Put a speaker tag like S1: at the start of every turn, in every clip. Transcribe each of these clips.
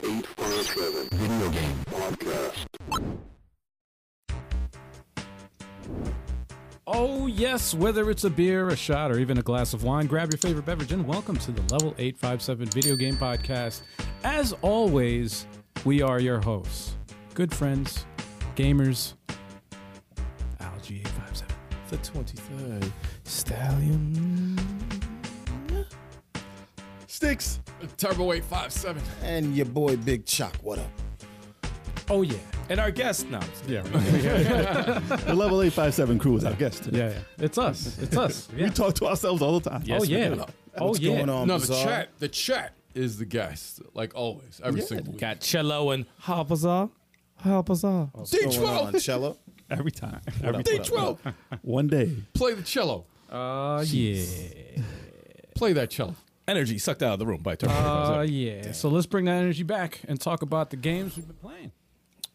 S1: Onsevin. Video game. Podcast.
S2: Oh, yes, whether it's a beer, a shot, or even a glass of wine, grab your favorite beverage and welcome to the Level 857 Video Game Podcast. As always, we are your hosts, good friends, gamers, Algie 857.
S3: The 23rd Stallion. Sticks.
S4: Turbo 857.
S3: And your boy Big Chuck. What up?
S2: Oh, yeah.
S5: And our guest now.
S2: Yeah, right.
S6: The level 857 crew is our guest today.
S2: yeah, yeah. It's us. It's us. Yeah.
S6: We talk to ourselves all the time.
S2: oh,
S5: we
S2: yeah.
S5: do.
S2: Oh,
S3: What's
S2: yeah.
S3: going on?
S4: No, the
S3: Bizarre?
S4: chat. The chat is the guest, like always, every single week.
S5: Got Cello and
S3: Harbazar. Harbazar.
S4: Oh,
S3: What's going
S4: D12.
S3: on, Cello?
S6: Every time. Every time.
S4: D12,
S6: One day.
S4: play the cello.
S2: Uh, yeah.
S4: Play that cello.
S5: energy sucked out of the room by Turbo
S2: Uh,
S5: 857.
S2: yeah. So let's bring that energy back and talk about the games we've been playing.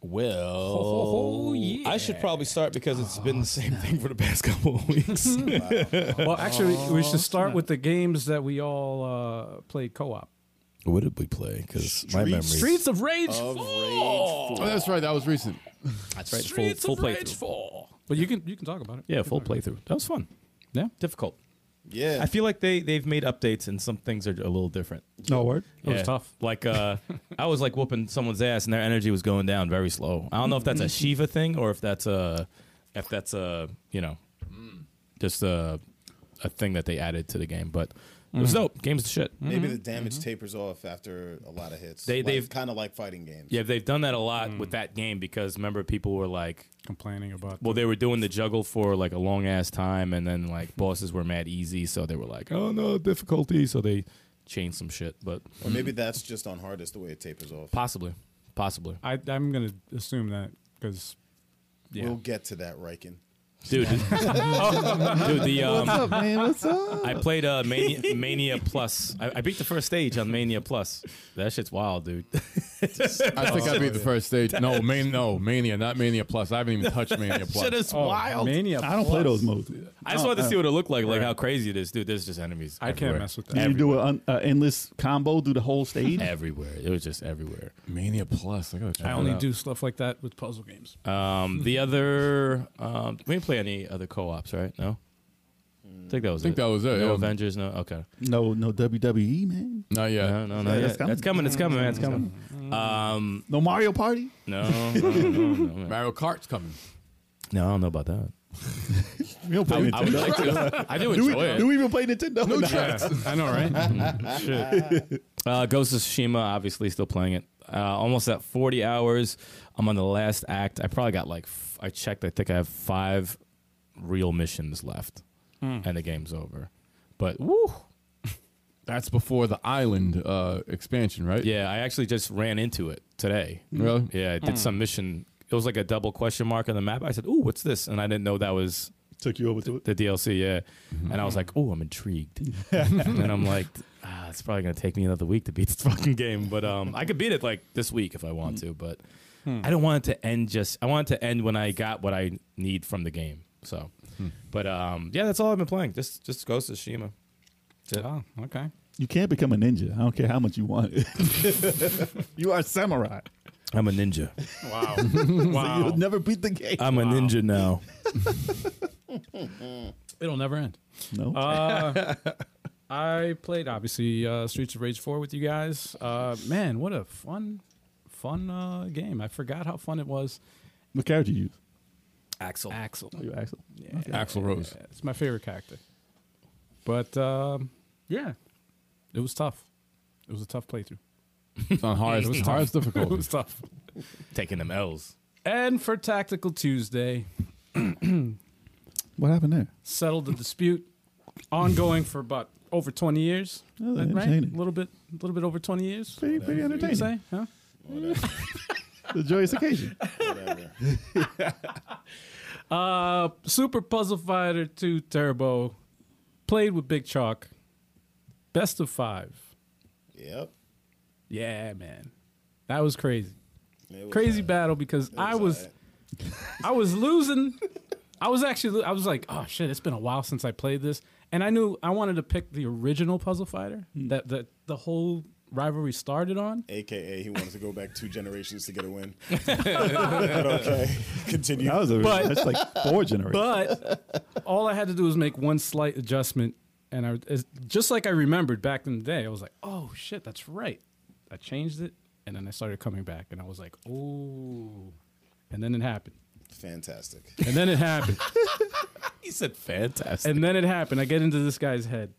S5: Well,
S2: ho, ho, yeah.
S5: Oh, I should probably start because it's been the same thing for the past couple of weeks.
S2: Well, actually, we should start with the games that we all uh, played co-op.
S5: what did we play? Because my memory.
S2: Streets of Rage 4.
S3: Of Rage
S4: Oh, that's right. That was recent.
S5: That's right. Full,
S2: Streets
S5: full
S2: of Rage
S5: playthrough.
S2: 4. But you can you can talk about it.
S5: Yeah, full playthrough. That was fun.
S2: Yeah.
S5: Difficult.
S3: Yeah.
S5: I feel like they they've made updates and some things are a little different.
S6: No word.
S2: It was tough.
S5: Like uh, I was like whooping someone's ass and their energy was going down very slow. I don't know if that's a Shiva thing or if that's a if that's a you know Mm. just a a thing that they added to the game. But it was dope. Game's the shit.
S3: Maybe the damage tapers off after a lot of hits.
S5: They-
S3: like,
S5: they've-
S3: kind of like fighting games.
S5: Yeah, they've done that a lot with that game because remember people were like,
S2: Complaining about
S5: well, they were doing the juggle for like a long ass time, and then like bosses were mad easy, so they were like, oh no difficulty, so they changed some shit. But
S3: Or maybe that's just on hardest the way it tapers off.
S5: possibly, possibly,
S2: I I'm going to assume that cuz
S3: We'll get to that, Riken.
S5: dude. dude, the um,
S6: What's up, man? What's up?
S5: I played uh, Mania, Mania Plus. I, I beat the first stage on Mania Plus. That shit's wild, dude.
S4: I think I beat the first stage. No, main, no, Mania, not Mania Plus. I haven't even touched Mania Plus.
S5: Shit is wild.
S2: oh,
S5: Oh,
S2: Mania.
S6: I don't play those modes.
S5: I just wanted to see what it looked like, like how crazy it is, dude. There's just enemies.
S2: I
S5: everywhere.
S2: can't mess with
S6: Do
S2: that.
S6: you do an uh, endless combo through the whole stage?
S5: Everywhere. It was just everywhere.
S4: Mania Plus. I gotta check
S2: I
S4: that
S2: only
S4: out.
S2: do stuff like that with puzzle games.
S5: Um, the other, um, we didn't play any other co-ops, right? No, I think that was.
S4: I think
S5: it.
S4: that was it,
S5: No
S4: yeah.
S5: Avengers. No. Okay.
S6: No, no WWE, man.
S4: Not yet.
S5: No, no, no. yeah.
S6: Yeah, that's coming.
S5: That's coming. It's coming, man. It's coming. Um,
S6: No Mario Party.
S5: no, no, no, no, man.
S4: Mario Kart's coming.
S5: no. I don't know about that.
S6: We don't play
S5: I would
S6: Nintendo.
S5: like to. I do
S6: Do we,
S5: enjoy it.
S6: do we even play Nintendo? No,
S2: I know, right?
S5: Uh, Ghost of Tsushima, obviously, still playing it. Uh, almost at 40 hours. I'm on the last act. I probably got like, f- I checked, I think I have five real missions left, and the game's over. But woo!
S4: That's before the island uh, expansion, right?
S5: Yeah, I actually just ran into it today.
S4: Really?
S5: Yeah, I did some mission. It was like a double question mark on the map. I said, "Ooh, what's this?" And I didn't know that was
S6: Took you over to it.
S5: the DLC. Yeah, and I was like, "Ooh, I'm intrigued." and I'm like, ah, "It's probably gonna take me another week to beat this fucking game." But um, I could beat it like this week if I want to. But I don't want it to end. Just I want it to end when I got what I need from the game. So, but um, yeah, that's all I've been playing. Just just Ghost of Tsushima.
S2: oh, okay.
S6: You can't become a ninja. I don't care how much you want it. you are a samurai.
S5: I'm a ninja.
S2: Wow.
S6: You'll
S2: wow.
S6: never beat the game.
S5: I'm a ninja now.
S2: It'll never end.
S6: no.
S2: I played obviously uh, Streets of Rage 4 with you guys. Uh, man, what a fun fun uh, game. I forgot how fun it was.
S6: what character you use?
S5: Axel.
S2: Axel.
S6: Oh, you're Axel.
S2: Yeah.
S4: Axel Rose.
S2: Yeah, it's my favorite character. But um, yeah, it was tough. It was a tough playthrough.
S4: It's on hard.
S2: It was
S4: hardest
S2: it
S4: difficulty.
S2: was
S6: Oh.
S2: tough.
S5: Taking them L's.
S2: And for Tactical Tuesday,
S6: What happened there?
S2: settled the dispute, ongoing for about over 20 years.
S6: Oh,
S2: right? A
S6: entertaining.
S2: little bit, a little bit over 20 years.
S6: Pretty, pretty
S2: You
S6: entertaining.
S2: say, huh?
S6: It's a joyous occasion.
S3: Whatever.
S2: Uh, Super Puzzle Fighter 2 Turbo, played with Big Chalk, best of five.
S3: yep.
S2: Yeah, man, that was crazy.
S3: It was
S2: crazy
S3: bad.
S2: battle because I
S3: was
S2: was, I was losing. I was actually, I was like, oh shit, it's been a while since
S3: Hmm.
S2: I played this, and I knew I wanted to pick the original Puzzle Fighter, that the the whole rivalry started on.
S3: AKA, he wanted to go back two generations to get a win. but okay, continue.
S6: That was a,
S2: But-
S6: that's like four generations.
S2: But all I had to do was make one slight adjustment, and I as- just like I remembered back in the day, I was like, "Oh shit, that's right." I changed it, and then I started coming back, and I was like, "Oh," and then it happened,
S3: Fantastic.
S2: and then it happened,
S5: He said fantastic.
S2: and then it happened. I get into this guy's head.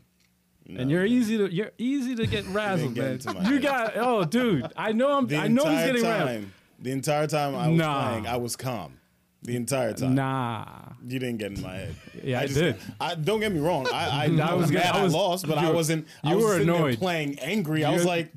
S2: and you're easy to you're easy to get razzled,
S3: get
S2: man.
S3: into my
S2: You
S3: head.
S2: got oh, dude. I know I'm.
S3: The
S2: I know he's
S3: entire
S2: getting razzled.
S3: time, The entire time I was
S2: Nah.
S3: playing, I was calm. The entire time.
S2: Nah,
S3: You didn't get in my head.
S2: Yeah, I did.
S3: I don't get me wrong. I I, I was
S2: was
S3: mad
S2: gonna- I
S3: I,
S2: was-
S3: lost, but
S2: you
S3: I
S2: were-
S3: wasn't. I
S2: you
S3: was
S2: were
S3: sitting there
S2: annoyed.
S3: playing angry. I
S2: You-
S3: was like,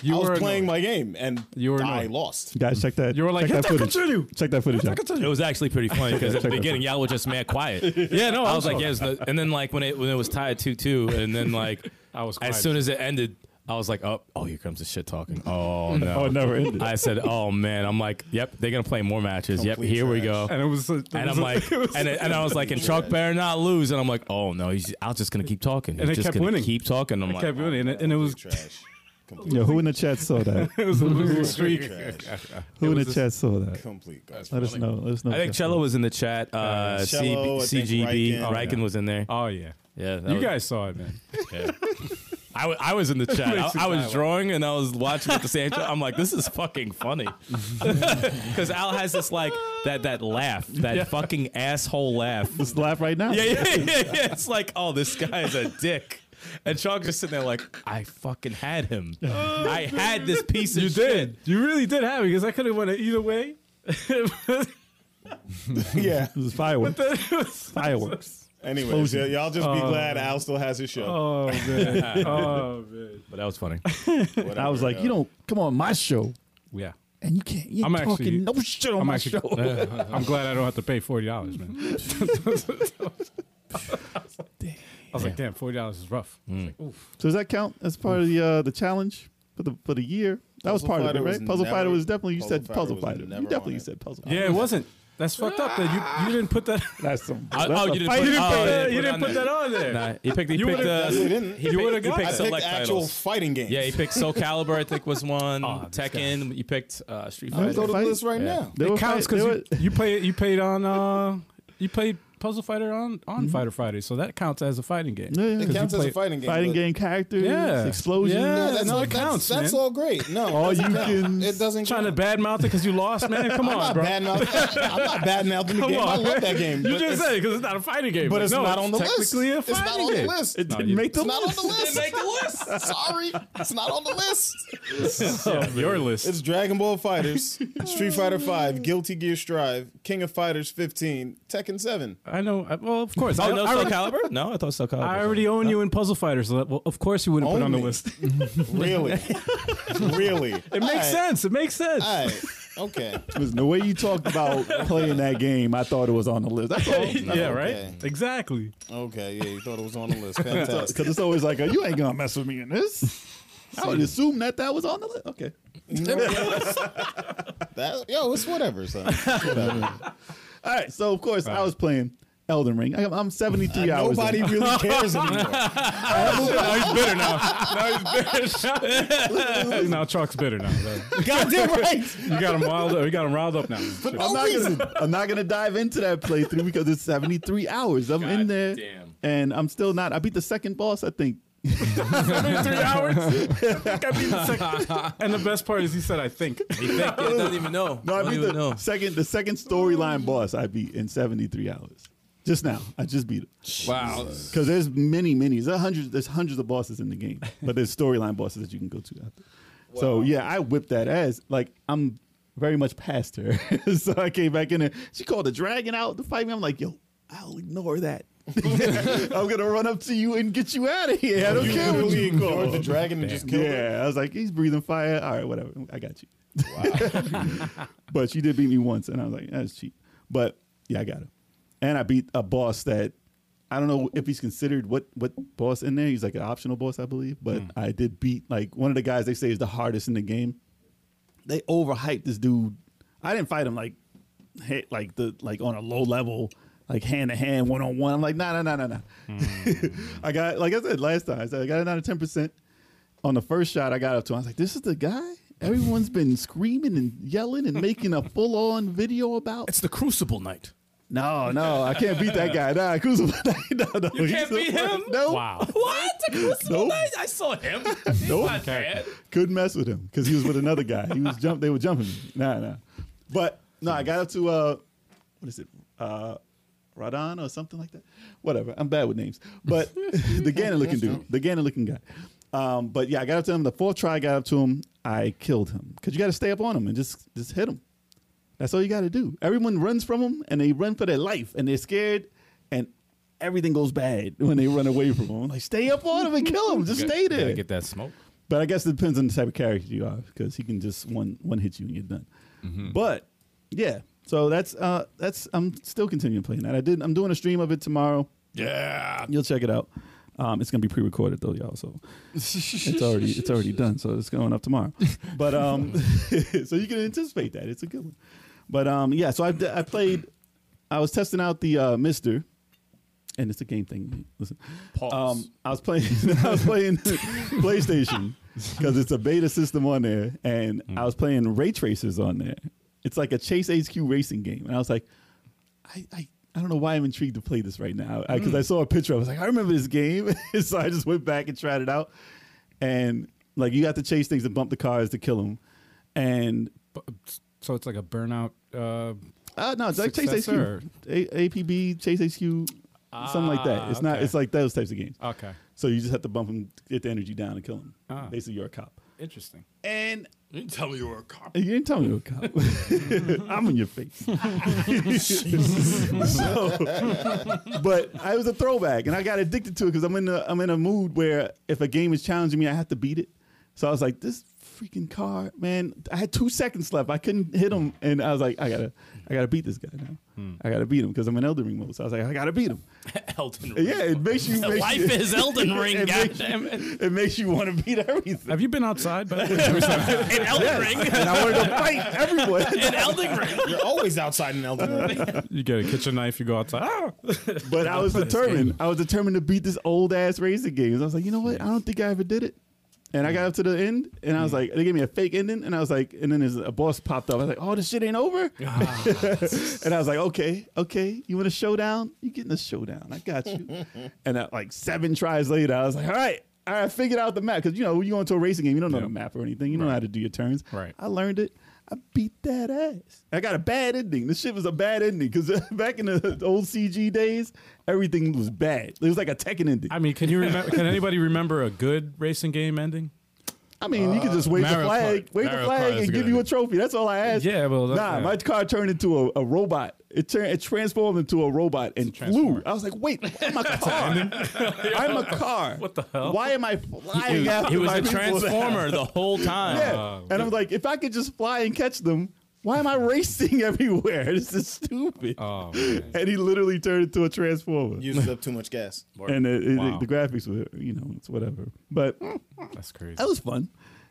S2: you
S3: I
S2: were
S3: was
S2: annoyed.
S3: playing my game, and
S2: You were
S3: I
S2: annoyed.
S3: lost.
S6: Guys, check that.
S2: You were like,
S6: check
S2: hit that
S6: footage.
S2: continue.
S6: Check that footage. out.
S5: It was actually pretty funny because at the beginning, y'all were just mad quiet. Yeah, no, I was like, yeah, it's the- and then like when it when it was tied two two, and then like
S2: I was quiet.
S5: as soon as it ended, I was like, oh, oh, here comes the shit talking. Oh no,
S6: Oh, it never ended.
S5: I said, oh man, I'm like, yep, they're gonna play more matches. Yep,
S3: Complete
S5: here we
S3: trash.
S5: go.
S2: and it was. it
S5: And
S2: was-
S5: I'm like, and, and I was like, and Chuck better not lose. And I'm like, oh no, he's I'm just gonna keep talking. He's
S2: And it
S5: just
S2: kept
S5: gonna
S2: winning.
S5: Keep talking. I'm like,
S2: kept winning, and it, and it was
S3: Trash. Complete.
S6: Yo, who in the chat saw that?
S2: it was a losing
S3: Complete
S2: streak.
S3: trash.
S6: Who in the chat saw that?
S3: Complete garbage.
S6: Let us know. Let us know.
S5: I
S6: if
S5: think
S6: y'all saw
S5: Cello was in the chat. Uh, CB,
S3: Cello, I think
S5: CGB,
S3: Riken.
S5: Riken was in there.
S2: Oh yeah,
S5: Yeah, that
S2: you
S5: was-
S2: guys saw it, man.
S5: Yeah. I, w- I was in the chat. I, I was drawing and I was watching at the same time. I'm like, this is fucking funny. Because Al has this like that that laugh, that fucking asshole laugh.
S6: it. Just laugh right now.
S5: Yeah, yeah, yeah, yeah. It's like, oh, this guy is a dick. And Chalk just sitting there like, I fucking had him. I had this piece of
S2: You
S5: shit.
S2: did. You really did have it because I could have went either way.
S3: Yeah.
S6: This is fireworks. fireworks.
S3: Anyways, yeah, y'all just
S2: Uh,
S3: be glad Al still has his show.
S2: oh man. Oh man.
S5: But that was funny.
S3: Whatever,
S6: I was like,
S3: yo.
S6: you don't come on my show,
S2: Yeah.
S6: and you can't. You
S2: I'm
S6: ain't
S2: actually-
S6: talking no shit on
S2: I'm
S6: my
S2: actually. uh,
S6: show.
S2: I'm glad I don't have to pay forty dollars, man. I was like, damn, forty dollars is rough.
S6: Mm. So does that count as part of the uh, the challenge for the for the year? That was
S3: Puzzle
S6: part of it,
S3: Fighter
S6: right?
S3: was
S6: Puzzle fighter
S3: never-
S6: was definitely. You
S3: Puzzle
S6: said
S3: Fighter
S6: puzzle
S3: was
S6: fighter.
S3: never
S6: You
S3: on
S6: definitely
S3: it.
S6: said puzzle.
S2: Yeah, it wasn't. That's fucked up. That you you didn't put that.
S6: That's some.
S5: I-
S6: that's
S5: oh,
S6: a
S5: you didn't
S6: fight.
S5: put-
S2: You didn't,
S5: Oh,
S2: put,
S5: they
S2: that,
S5: didn't
S2: you
S5: put
S2: didn't
S5: on
S2: put
S5: there.
S2: that on there.
S5: Nah, he picked, he
S2: You
S5: picked,
S2: would've-
S5: uh,
S3: Yes, he didn't.
S5: he
S2: You
S5: picked-
S2: would've
S5: he
S2: got-
S5: picked
S3: I
S5: select
S3: picked actual
S5: titles.
S3: fighting games.
S5: Yeah, he picked Soul Calibur, I think was one.
S2: Oh, this
S5: Tekken, you picked uh, Street
S6: I
S5: Fighter.
S6: was
S3: Go to the
S6: Fight?
S3: list right now.
S6: They were
S2: it counts
S6: fight-
S2: because
S6: they
S2: you, you play you paid on uh you played Puzzle Fighter on on Fighter Friday, so that counts as a fighting game.
S6: were- Mm-hmm. yeah,
S3: It
S6: yeah.
S3: counts as
S2: play-
S3: a fighting game.
S6: Fighting
S3: but-
S6: game characters.
S2: Yeah.
S6: Explosions.
S2: Yeah.
S3: Yeah, that's,
S2: no,
S3: no,
S2: it counts,
S3: That's, that's
S2: man.
S3: all great. No,
S6: All
S3: it
S6: you
S3: doesn't count.
S6: can-
S3: It doesn't
S2: Trying to
S3: count.
S2: badmouth it because you lost, man. Come
S3: I'm
S2: on,
S3: not
S2: bro.
S3: bad mouth. I'm not bad mouthing the
S2: Come
S3: game. I
S2: on.
S3: love that game.
S2: You
S3: but
S2: just
S3: it's-
S2: said it because it's not a fighting game,
S3: But it's
S2: no,
S3: not on the list.
S2: technically a
S3: It's not
S2: fighting
S3: on the
S2: game.
S3: list.
S6: It
S3: It's
S6: didn't make the
S3: not on
S6: list.
S3: the list.
S5: Make the list.
S3: Sorry, it's not on the list.
S2: Your list.
S3: It's Dragon Ball Fighters, Street Fighter Five, Guilty Gear Strive, King of Fighters 15, Tekken 7.
S2: I know. I- Well, of course. I,
S5: Oh, no,
S2: I,
S5: Soul
S2: already-
S5: Calibur? No, I thought Soul Calibur.
S2: I already own you in Puzzle Fighter, so that, well, of course you wouldn't put on the
S3: Own me.
S2: list.
S3: Really, really.
S2: It makes sense. It makes sense.
S3: All right. Okay.
S6: Listen, the way you talked about playing that game, I thought it was on the list. That's all.
S2: yeah, right?
S3: okay.
S2: Exactly.
S3: Okay. Yeah, you thought it was on the list. Fantastic.
S6: Because it's always like, you ain't gonna mess with me in this. I would assume that that was on the list. Okay.
S3: You know what? that, yo, it's whatever, son.
S6: All right. So of course I was playing Elden Ring. I, I'm 73 hours.
S3: Nobody
S6: in.
S3: really cares anymore.
S2: now he's bitter now. Now he's bitter. now Chalk's bitter now.
S3: Goddamn right.
S2: You got him riled up. You got him riled up now.
S3: No
S6: I'm not,
S3: reason.
S6: gonna, I'm not gonna dive into that playthrough because it's 73 hours. I'm in there,
S5: damn.
S6: and I'm still not. I beat the second boss, I think.
S2: Three hours. and the best part is he said, "I think."
S5: He think, yeah, doesn't even know.
S6: No, I
S5: Don't
S6: beat the
S5: even know.
S6: second the second storyline boss. I beat in 73 hours. Just now, I just beat it.
S4: Wow.
S6: Because there's many, many. There's hundreds. There's hundreds of bosses in the game, but there's storyline bosses that you can go to. After. So yeah, I whipped that ass. Like I'm very much past her, so I came back in there. She called the dragon out to fight me. I'm like, yo, I'll ignore that. I'm gonna run up to you and get you out of here. I don't
S3: You
S6: care what
S3: literally
S6: you
S3: ignored the
S6: call.
S3: dragon and just killed it.
S6: Yeah, I was like, he's breathing fire. All right, whatever. I got you. but she did beat me once, and I was like, that's cheap. But yeah, I got him. And I beat a boss that I don't know if he's considered what what boss in there. He's like an optional boss, I believe. But
S3: Hmm.
S6: I did beat like one of the guys they say is the hardest in the game. They overhyped this dude. I didn't fight him like hit like the like on a low level, like hand to hand, one on one. I'm like, nah, nah, nah, nah, nah. I got like I said last time, I said I got it out of ten percent on the first shot, I got up to him. I was like, "This is the guy." Everyone's been screaming and yelling and making a full-on video about.
S2: It's the Crucible night.
S6: No, no, I can't beat that guy. Nah, Crucible. No, no,
S5: You
S6: he's
S5: can't
S6: the
S5: beat
S6: worst.
S5: him?
S6: No,
S2: Wow.
S5: What?
S6: Nope.
S5: I saw him. He's not bad.
S6: couldn't mess with him because he was with another guy. He was jump. They were jumping. Me. Nah, nah. But no, I got up to uh, what is it? Uh, Radon or something like that. Whatever. I'm bad with names. But the Gannon looking dude, the Gannon looking guy. Um, but yeah, I got up to him. The fourth try, I got up to him. I killed him because you got to stay up on him and just just hit him. That's all you got to do. Everyone runs from them and they run for their life and they're scared and everything goes bad when they run away from them. Like stay up on them and kill them. Just stay there.
S5: Gotta get that smoke.
S6: But I guess it depends on the type of character you are, because he can just one one hit you and you're done. But yeah, so that's uh that's I'm still continuing playing that. I did I'm doing a stream of it tomorrow.
S4: Yeah.
S6: You'll check it out. Um, it's gonna be pre-recorded though, y'all. So it's already it's already done. So it's going up tomorrow. But um, so you can anticipate that it's a good one. But um, yeah. So I I played. I was testing out the uh, Mister, and it's a game thing. Listen,
S5: Pause.
S6: um, I was playing. I was playing PlayStation because it's a beta system on there, and I was playing Ray Tracers on there. It's like a Chase HQ racing game, and I was like, I, I, I don't know why I'm intrigued to play this right now because
S2: Mm.
S6: I, saw a picture. I was like, I remember this game, so I just went back and tried it out. And like, you have to chase things and bump the cars to kill them. And
S2: Bu- So it's like a burnout. Uh,
S6: uh, no, it's like Chase HQ,
S2: Successor.
S6: a- APB, Chase HQ, something like that. It's not.
S2: Ah, okay.
S6: It's like those types of games.
S2: okay,
S6: So you just have to bump him, get the energy down, and kill him.
S2: Ah.
S6: Basically, you're a cop.
S2: interesting.
S6: And
S4: You didn't tell me you were a cop.
S6: you didn't tell me you're a cop. I'm in your face. So- but I was a throwback, and I got addicted to it because I'm in a I'm in a mood where if a game is challenging me, I have to beat it. So I was like, this freaking car, man. I had two seconds left. I couldn't hit him, and I was like, I gotta I gotta beat this guy now.
S4: Hmm.
S6: I gotta beat him because I'm in Elden Ring mode. So I was like, I gotta beat him.
S5: Elden Ring.
S6: Yeah, it makes you. Makes
S5: Life
S6: you,
S5: is Elden Ring,
S6: It makes-
S5: goddammit.
S6: it makes you want to beat everything.
S2: Have you been outside? By the way?
S5: In Elden Ring.
S6: and I wanted to fight everyone.
S5: In Elden Ring.
S3: You're always outside in Elden Ring.
S2: you get a kitchen knife. You go outside. Ah!
S6: But I was determined. I was determined to beat this old ass racing game. I was like, you know what? I don't think I ever did it. And I got up to the end, and I was like, they gave me a fake ending, and I was like, and then there's a boss popped up. I was like, oh, this shit ain't over. and I was like, okay, okay, you want a showdown? You getting a showdown? I got you. and I, like seven tries later, I was like, all right, all right, I figured out the map because you know when you go into a racing game, you don't know the map or anything. You don't know how to do your turns.
S2: Right.
S6: I learned it. I beat that ass. I got a bad ending. This shit was a bad ending because back in the old CG days, everything was bad. It was like a Tekken ending.
S2: I mean, can you remember? Can anybody remember a good racing game ending?
S6: I mean, you could just wave the
S4: Mario
S6: flag,
S4: Kart.
S6: wave
S4: Mario
S6: the
S4: Kart
S6: flag,
S4: is a
S6: and
S4: good
S6: give you a
S4: idea.
S6: trophy. That's all I asked.
S2: Yeah, well, that-
S6: nah,
S2: yeah.
S6: my car turned into a, a robot. It turned, it transformed into a robot and flew. I was like, wait, I'm a car. I'm a car. What
S2: the hell?
S6: Why am I flying after
S5: He was
S6: my
S5: a
S6: people?
S5: transformer the whole time.
S6: yeah, and I'm like, if I could just fly and catch them, why am I racing everywhere? This is stupid.
S2: Oh, man.
S6: And he literally turned into a transformer.
S3: Used up too much gas.
S6: and it, it-
S2: Wow.
S6: the graphics were, you know, it's whatever. But
S2: that's crazy.
S6: that was fun.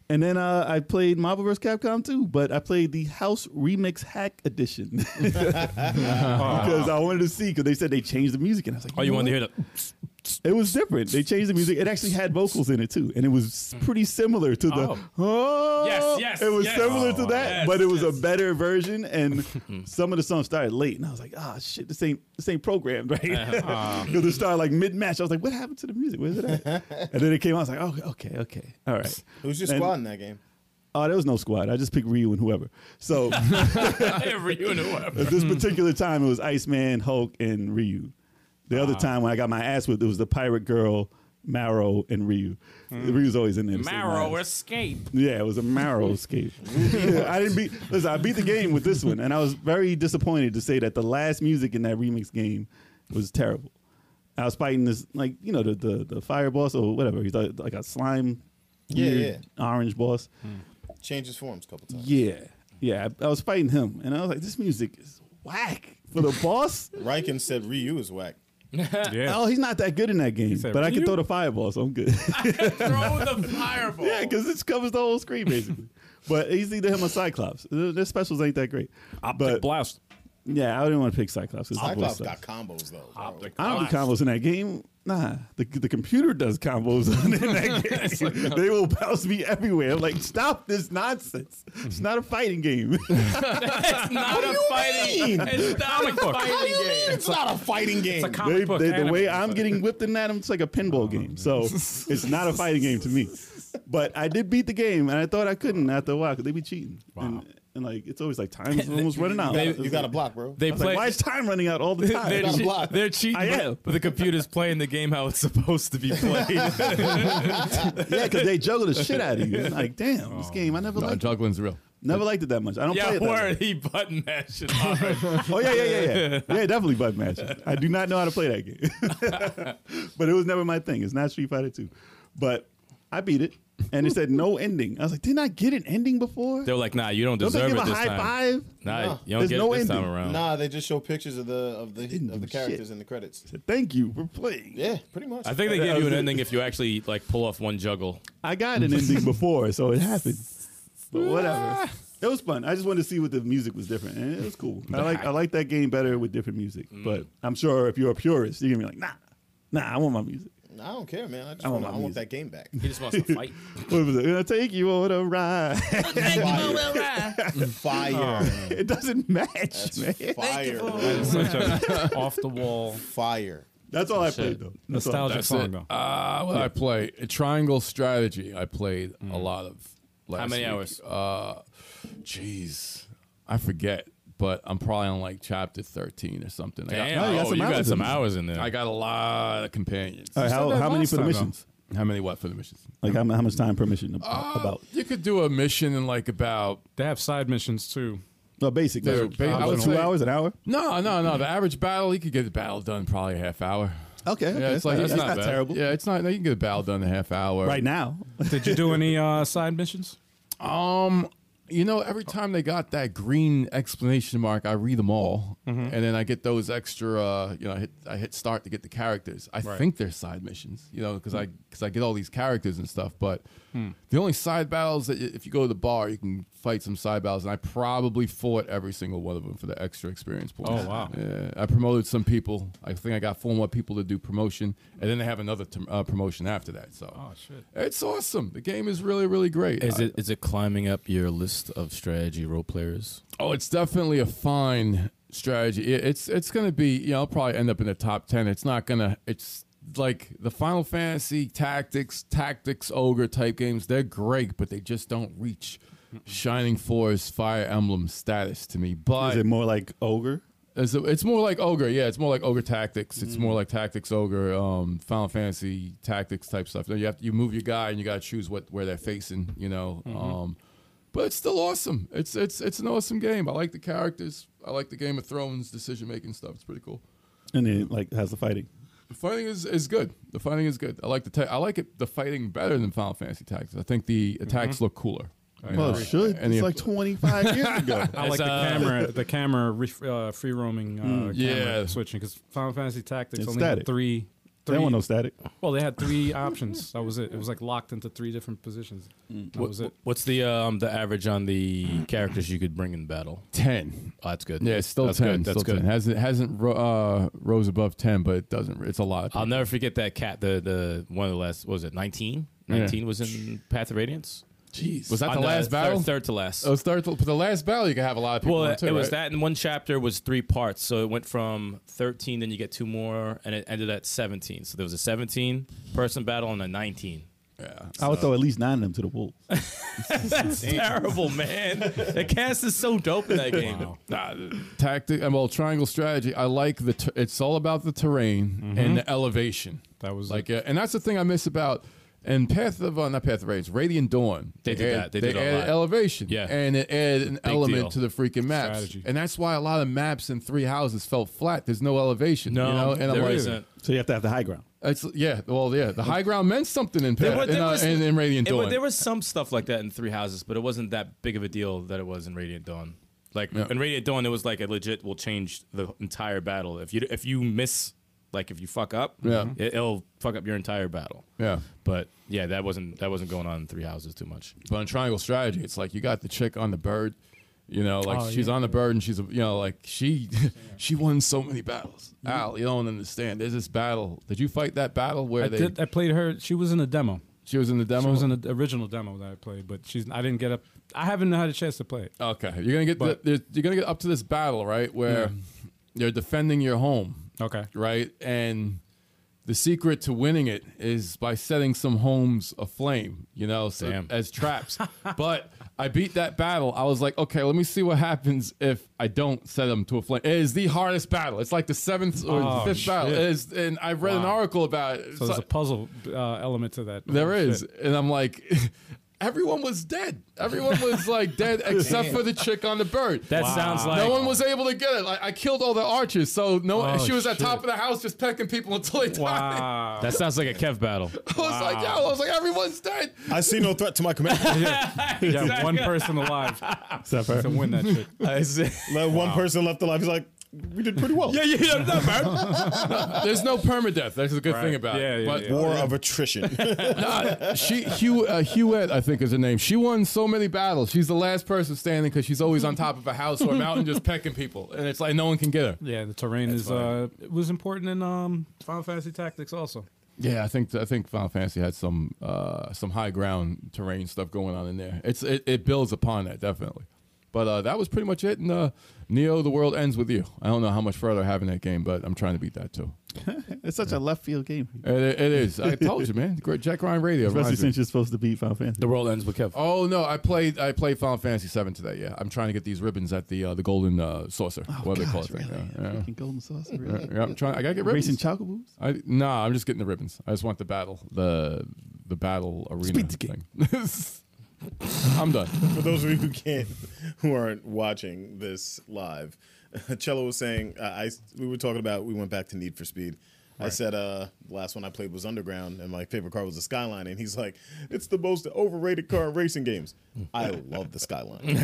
S6: And then uh, I played Marvel vs. Capcom 2, but I played the House Remix Hack Edition because I wanted to see because they said they changed the music and I was like,
S5: Oh, you wanted to hear the?
S6: It was different. They changed the music. It actually had vocals in it too, and it was pretty similar to the
S5: Oh.
S6: oh,
S5: Yes, yes,
S6: It was
S5: yes.
S6: similar to
S5: Oh,
S6: that,
S5: yes,
S6: but it was a better version. And some of the songs started late, and I was like, ah, shit, this ain't this ain't programmed right
S5: Uh-huh.
S6: because it started like mid match. I was like, what happened to the music? Where's it at? and then it came. out. I was like, oh, okay, okay, all right.
S3: Who's your
S6: And-
S3: squad in that game?
S6: Oh, there was no squad. I just picked Ryu and whoever. So at this particular time, it was Iceman, Hulk, and Ryu. The other time when I got my ass whipped, it was the Pirate Girl, Marrow, and Ryu. Ryu's always in there. to save my
S5: Marrow
S6: ass.
S5: escape.
S6: Yeah, it was a Marrow escape. I didn't beat. Listen, I beat the game with this one, and I was very disappointed to say that the last music in that remix game was terrible. I was fighting this, like you know, the the, the fire boss or whatever. He's like, like a slime,
S3: Yeah, Hmm.
S6: weird orange boss.
S3: Changes forms a couple times.
S6: Yeah, yeah. I, I was fighting him, and I was like, this music is whack for the boss.
S3: Riken said Ryu is whack.
S2: yeah.
S6: Oh, he's not that good in that game,
S2: said, Oh.
S6: but I can
S2: "Ryu?"
S6: throw the fireball, so I'm good.
S5: Throw the fireball.
S6: yeah, because this covers the whole screen basically. but he's either him or Cyclops. Their their specials ain't that great.
S2: Optic
S6: but
S2: blast.
S6: Yeah, I didn't want to pick Cyclops. 'cause the voice
S7: Cyclops
S6: sucks.
S7: got combos though. bro.
S6: I don't do combos in that game. Nah, the, the computer does combos in that
S2: uh,
S6: game. they will bounce me everywhere. I'm like, stop this nonsense. It's not a fighting game.
S5: It's not a fighting. It's not a fighting game.
S7: It's not a fighting game.
S2: a comic
S6: they,
S2: book
S6: they- the
S2: anime.
S6: way I'm getting whipped in that, it's like a pinball game. So it's not a fighting game to me. But I did beat the game, and I thought I couldn't after a while because they be cheating. And, and like, it's always like time is almost running out.
S7: You
S6: It's
S7: gotta- you got to
S6: like-
S7: block, bro.
S5: They
S6: I was like,
S5: play.
S6: why is time running out all the time?
S5: they're,
S7: got a
S5: che-
S7: block.
S5: they're cheating,
S6: I
S5: but-
S6: am.
S5: but the computer's playing the game how it's supposed to be played.
S6: yeah, because they juggle the shit out of you. It's like, damn, this game, I never
S4: No,
S6: liked.
S4: juggling's real.
S6: Never liked it that much. I don't play
S5: yeah,
S6: it. That
S5: word.
S6: much.
S5: He button that shit. hard.
S6: Oh yeah, yeah, yeah, yeah. Yeah, definitely button match. I do not know how to play that game, but it was never my thing. It's not Street Fighter Two, but I beat it, and it said no ending. I was like, didn't I get an ending before?
S5: They're like, nah, you don't
S6: Don't
S5: deserve
S6: they give
S5: it
S6: a
S5: this
S6: high
S5: time.
S6: five?
S5: Nah,
S7: No.
S5: you don't
S6: There's
S5: get
S6: no
S5: it this time
S6: ending.
S5: around.
S7: Nah, they just show pictures of the of the
S6: didn't
S7: of the
S6: do
S7: characters
S6: shit.
S7: in the credits.
S6: Thank you for playing.
S7: Yeah, pretty much.
S5: I think they
S6: That
S5: give you
S6: was
S5: an
S6: it.
S5: ending if you actually like pull off one juggle.
S6: I got an ending before, so it happened. But whatever. It was fun. I just wanted to see what the music was different, and it was cool. I like I like that game better with different music. But I'm sure if you're a purist, you're gonna be like, nah, nah, I want my music.
S7: I don't care, man. I just
S6: I want
S7: want, I
S6: my
S7: want
S6: music.
S7: that game back.
S5: He just wants to fight.
S6: What was it? Gonna take you on a ride.
S7: Fire,
S6: it doesn't match, man.
S7: fire, bro.
S2: Such a off the wall
S7: fire.
S6: That's all I played though. That's Oh, all.
S2: nostalgic
S4: That's
S2: song
S4: it.
S2: though.
S4: Uh, what I play triangle strategy. I played a lot of. Last
S5: many
S4: week.
S5: hours?
S4: Uh, jeez, I forget, but I'm probably on like chapter 13 or something. I
S5: Damn,
S4: got,
S5: oh,
S6: you got
S5: you
S6: some
S5: got some
S6: hours in there.
S5: hours in there.
S4: I got a lot of companions.
S6: All right, how, how many
S2: last
S6: for the
S2: time, though.
S6: missions?
S4: How many what for the missions?
S6: Like how, how much time per mission? ab- about
S4: Uh, You could do a mission in like about
S2: They have side missions too.
S6: no basic.
S4: Dude,
S6: like,
S4: ba- I
S6: about
S4: would
S6: two
S4: say-
S6: hours, an hour.
S4: no, no, no. The average battle, you could get the battle done probably a half hour.
S6: Okay, okay.
S4: Yeah, it's like
S6: that's
S4: it's
S6: not,
S4: bad.
S6: terrible.
S4: Yeah, it's not. No, you can get a battle done in a half hour.
S6: Right now,
S2: Did you do any uh, side missions?
S4: Um, you know, every time they got that green explanation mark, I read them all,
S2: Mm-hmm.
S4: and then I get those extra. Uh, you know, I hit I hit start to get the characters. I think they're side missions. You know, because
S2: Hmm.
S4: I because I get all these characters and stuff. But the only side battles that y- if you go to the bar, you can fight some side battles, and I probably fought every single one of them for the extra experience points.
S2: Oh, wow.
S4: Yeah, I promoted some people. I think I got four more people to do promotion, and then they have another t- uh, promotion after that. So, oh
S2: shit.
S4: it's awesome. The game is really really great.
S5: Is
S4: I-
S5: it is it climbing up your list of strategy role players?
S4: Oh, it's definitely a fine strategy. It- It's it's going to be, you know, I'll probably end up in the top 10. It's not going to it's like the Final Fantasy tactics, tactics ogre type games. They're great, but they just don't reach Shining Force Fire Emblem status to me. But
S6: is it more like ogre?
S4: it's, it's more like ogre. Yeah, it's more like ogre tactics. It's
S5: Mm.
S4: more like tactics ogre, um, Final Fantasy tactics type stuff. You have to, you move your guy and you got to choose what where they're facing. You know,
S5: Mm-hmm.
S4: um, but it's still awesome. It's it's it's an awesome game. I like the characters. I like the Game of Thrones decision making stuff. It's pretty cool.
S6: And it like how's the fighting?
S4: The fighting is, is good. The fighting is good. I like the ta- I like it. The fighting better than Final Fantasy tactics. I think the attacks
S5: Mm-hmm.
S4: look cooler. You
S6: Well,
S4: know,
S6: it should.
S4: and
S6: It's
S4: the-
S6: like 25 years ago.
S2: I like
S5: It's,
S2: the
S5: uh,
S2: camera, the camera re- uh, free roaming, uh, camera
S4: yeah.
S2: switching because Final Fantasy Tactics
S6: Mm, It's
S2: only had
S6: static.
S2: three.
S6: They don't
S2: three
S6: want no static.
S2: well, they had three options. That was it. It was like locked into three different positions.
S6: Mm.
S2: That was it.
S5: What's the um the average on the characters you could bring in battle?
S4: ten.
S5: Oh, that's good.
S4: Yeah, it's still
S5: that's
S4: ten.
S5: Good. That's
S4: still
S5: good.
S4: 10. Hasn't hasn't ro- uh, rose above ten, but it doesn't. It's a lot.
S5: I'll never forget that cat. The the one of the last what was it nineteen?
S4: Yeah.
S5: Nineteen was in Path of Radiance.
S4: Jeez, was that
S5: On
S4: the last
S5: third-
S4: battle?
S5: Third to last. Oh,
S4: It was third. To, but the last battle, you could have a lot of people.
S5: Well,
S4: on
S5: it,
S4: too,
S5: was
S4: right?
S5: that, and one chapter was three parts. So it went from 13, then you get two more, and it ended at 17. So there was a 17 person battle and a 19.
S6: I would throw at least nine of them to the wolves.
S5: That's terrible, man. The cast is so dope in that game.
S4: Nah, tactic. and, Well, triangle strategy. I like the. ter- it's all about the terrain
S5: Mm-hmm.
S4: and the elevation.
S2: That was
S4: like, uh, and that's the thing I miss about. And Path of uh, not Path of Radiance, Radiant Dawn.
S5: They did that. They did a
S4: added
S5: lot.
S4: elevation.
S5: Yeah.
S4: and it added an element
S5: deal.
S4: to the freaking maps.
S2: Strategy.
S4: And that's why a lot of maps in Three Houses felt flat. There's no elevation.
S5: No,
S4: you know? and I'm
S5: there
S4: like,
S5: isn't.
S6: So you have to have the high ground.
S4: It's yeah, well, yeah. The high ground meant something in Pat,
S5: were-
S4: in, uh,
S5: was-
S4: in, in Radiant
S5: it wa-
S4: Dawn.
S5: there was some stuff like that in Three Houses, but it wasn't that big of a deal that it was in Radiant Dawn. Like
S4: Yeah.
S5: in Radiant Dawn, it was like a legit will change the entire battle. If you if you miss, like if you fuck up,
S4: Yeah.
S5: it, it'll fuck up your entire battle.
S4: yeah,
S5: But yeah, that wasn't that wasn't going on in Three Houses too much.
S4: but on Triangle Strategy, it's like you got the chick on the bird, You know, like
S2: Oh,
S4: she's on the bird and she's, a, you know, like she, she won so many battles.
S2: Mm-hmm.
S4: Al, you don't understand. There's this battle. Did you fight that battle where
S2: I,
S4: they?
S2: did, I played her. She was in a demo.
S4: She was in the demo.
S2: She was in the original demo that I played, but she's. I didn't get up. I haven't had a chance to play it.
S4: Okay, you're gonna get
S2: But-
S4: the, there's- you're gonna get up to this battle, right? Where you're defending your home,
S2: Okay.
S4: right? And the secret to winning it is by setting some homes aflame, you know, so,
S5: Damn.
S4: as traps. but I beat that battle. I was like, okay, let me see what happens if I don't set them to a flame. It is the hardest battle. It's like the seventh or
S2: Oh,
S4: fifth battle.
S2: shit.
S4: It is, and I've read an article about it.
S2: So
S4: It's
S2: there's a
S4: like-
S2: puzzle uh, element to that.
S4: there
S2: Holy
S4: is.
S2: shit.
S4: And I'm like, everyone was dead. Everyone was like dead except for the chick on the bird.
S5: That sounds like
S4: no one was able to get it. Like, I killed all the archers, so no.
S2: Oh,
S4: she was at
S2: shit.
S4: top of the house just pecking people until they died.
S2: Wow.
S5: That sounds like a Kev battle.
S4: I was like, yo, I was like, everyone's dead.
S3: I see no threat to my command.
S2: yeah, one person alive
S6: Except for
S2: to win that shit.
S5: I see.
S3: Let one person left alive. He's like, we did pretty well.
S5: Yeah, yeah, yeah, no, man.
S4: There's no permadeath. That's the good thing about
S2: Yeah, yeah,
S4: it. but
S2: yeah.
S3: War of attrition.
S4: Nah, she Hugh, uh, Hewett, I think is her name. She won so many battles. She's the last person standing because she's always on top of a house or a mountain just pecking people, and it's like no one can get her.
S2: Yeah, the terrain is uh, it was important in um, Final Fantasy Tactics also.
S4: Yeah, I think I think Final Fantasy had some uh, some high ground terrain stuff going on in there. It's it, it builds upon that definitely, but uh, that was pretty much it. And uh, Neo, the world ends with you. I don't know how much further I have in that game, but I'm trying to beat that too.
S6: it's such a left field game,
S4: It, it is. I told you, man. Great Jack Ryan Radio.
S6: especially
S4: reminds me.
S6: since you're supposed to beat Final Fantasy.
S5: The world ends with Kev.
S4: Oh no, I played I played Final Fantasy VII today. Yeah, I'm trying to get these ribbons at the uh, the golden uh, saucer. what do they call it?
S6: Gosh, Oh, really?
S4: Yeah, yeah.
S6: Freaking golden sauce,
S4: Yeah,
S6: really?
S4: yeah, I'm trying. I gotta get ribbons.
S6: Racing chocoboos?
S4: I nah, I'm just getting the ribbons. I just want the battle, the the battle arena
S6: Speed the game.
S4: thing. I'm done.
S3: For those of you who can't, who aren't watching this live, Cello was saying uh, I we were talking about we went back to Need for Speed. I said uh, the last one I played was Underground, and my favorite car was the Skyline. And he's like, "It's the most overrated car in racing games." I love the Skyline,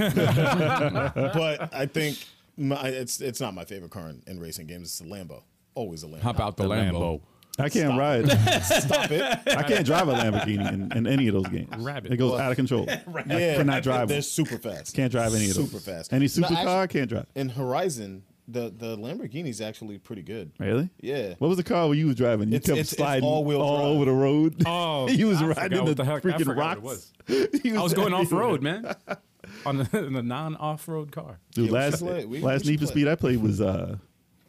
S3: but I think my, it's it's not my favorite car in, in racing games. It's the Lambo, always a Lambo.
S4: Hop out the, Lambo.
S6: I can't ride.
S3: Stop it.
S6: I can't drive a Lamborghini in, in any of those games.
S2: Rabbit.
S6: It goes out of control.
S3: Yeah,
S6: I cannot
S3: I think
S6: drive
S3: They're
S6: one.
S3: super fast.
S6: Can't drive any of those.
S3: super fast.
S6: Any
S3: No,
S6: supercar,
S3: actually-
S6: can't drive.
S3: In Horizon, the the Lamborghini's actually pretty good.
S6: Really?
S3: Yeah.
S6: What was the car where you was driving? You
S3: It's-
S6: kept
S3: it's- it's
S6: sliding
S3: all-wheel
S6: all
S3: drive.
S6: over the road.
S2: Oh,
S6: he was
S2: I forgot
S6: riding
S2: what
S6: the,
S2: the heck- I
S6: freaking
S2: forgot what it
S6: rocks.
S2: was.
S6: He
S2: I was going off
S6: everywhere.
S2: road, man, on the, in the non off road car.
S6: Dude,
S3: Yeah, we
S6: last
S3: should play it. We- we
S6: last
S3: should
S6: Need for
S3: play
S6: Speed
S3: it.
S6: I played was uh,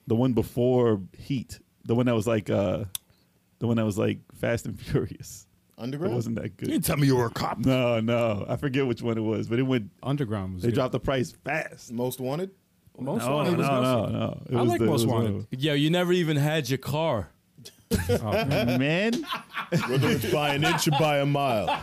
S6: the one before Heat, the one that was like uh, the one that was like Fast and Furious. It
S3: Underground?
S6: wasn't that
S7: You
S6: good.
S7: tell me you were a cop.
S6: No, no, I forget which one it was, but it went.
S2: Underground was.
S6: They
S2: good.
S6: dropped the price fast.
S3: Most Wanted?
S2: most
S6: no,
S2: wanted. was
S6: no, no,
S2: Ghost.
S6: no. It
S2: I
S6: was
S2: like
S6: the- it
S2: Most
S6: was
S2: Wanted.
S6: the-
S5: Yo, you never even had your car.
S6: Man,
S3: Whether it's by an inch or by a mile,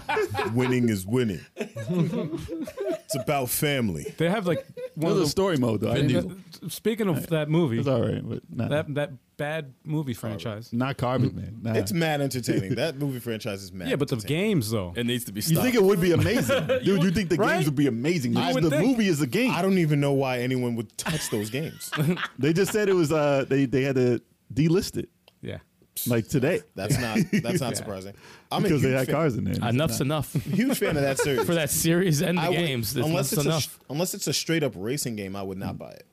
S3: winning is winning. it's about family.
S2: They have like one of
S6: it was a
S2: the.
S6: story mode though. I didn't even-
S2: Speaking of that movie,
S6: It's all right, but nah.
S2: that that bad movie franchise.
S6: not carbon, man. Nah.
S3: It's mad entertaining. That movie franchise is mad.
S2: Yeah, but the
S3: entertaining.
S2: games though.
S5: It needs to be
S6: you
S5: stopped.
S6: think it would be amazing, dude? You, think the
S2: right?
S6: games would be amazing?
S2: You would
S6: the
S2: think.
S6: movie is a game.
S3: I don't even know why anyone would touch those games.
S6: They just said it was uh they they had to delist it
S2: Yeah.
S6: like today
S3: That's not that's not surprising. I'm
S6: because
S3: a
S6: they
S3: huge
S6: had
S3: fan,
S6: cars in there.
S5: Enough's enough
S3: huge fan of that series.
S5: for that series and the
S3: I would-
S5: games. That's
S3: unless it's
S5: enough's enough.
S3: A, unless it's a straight up racing game, I would not buy it.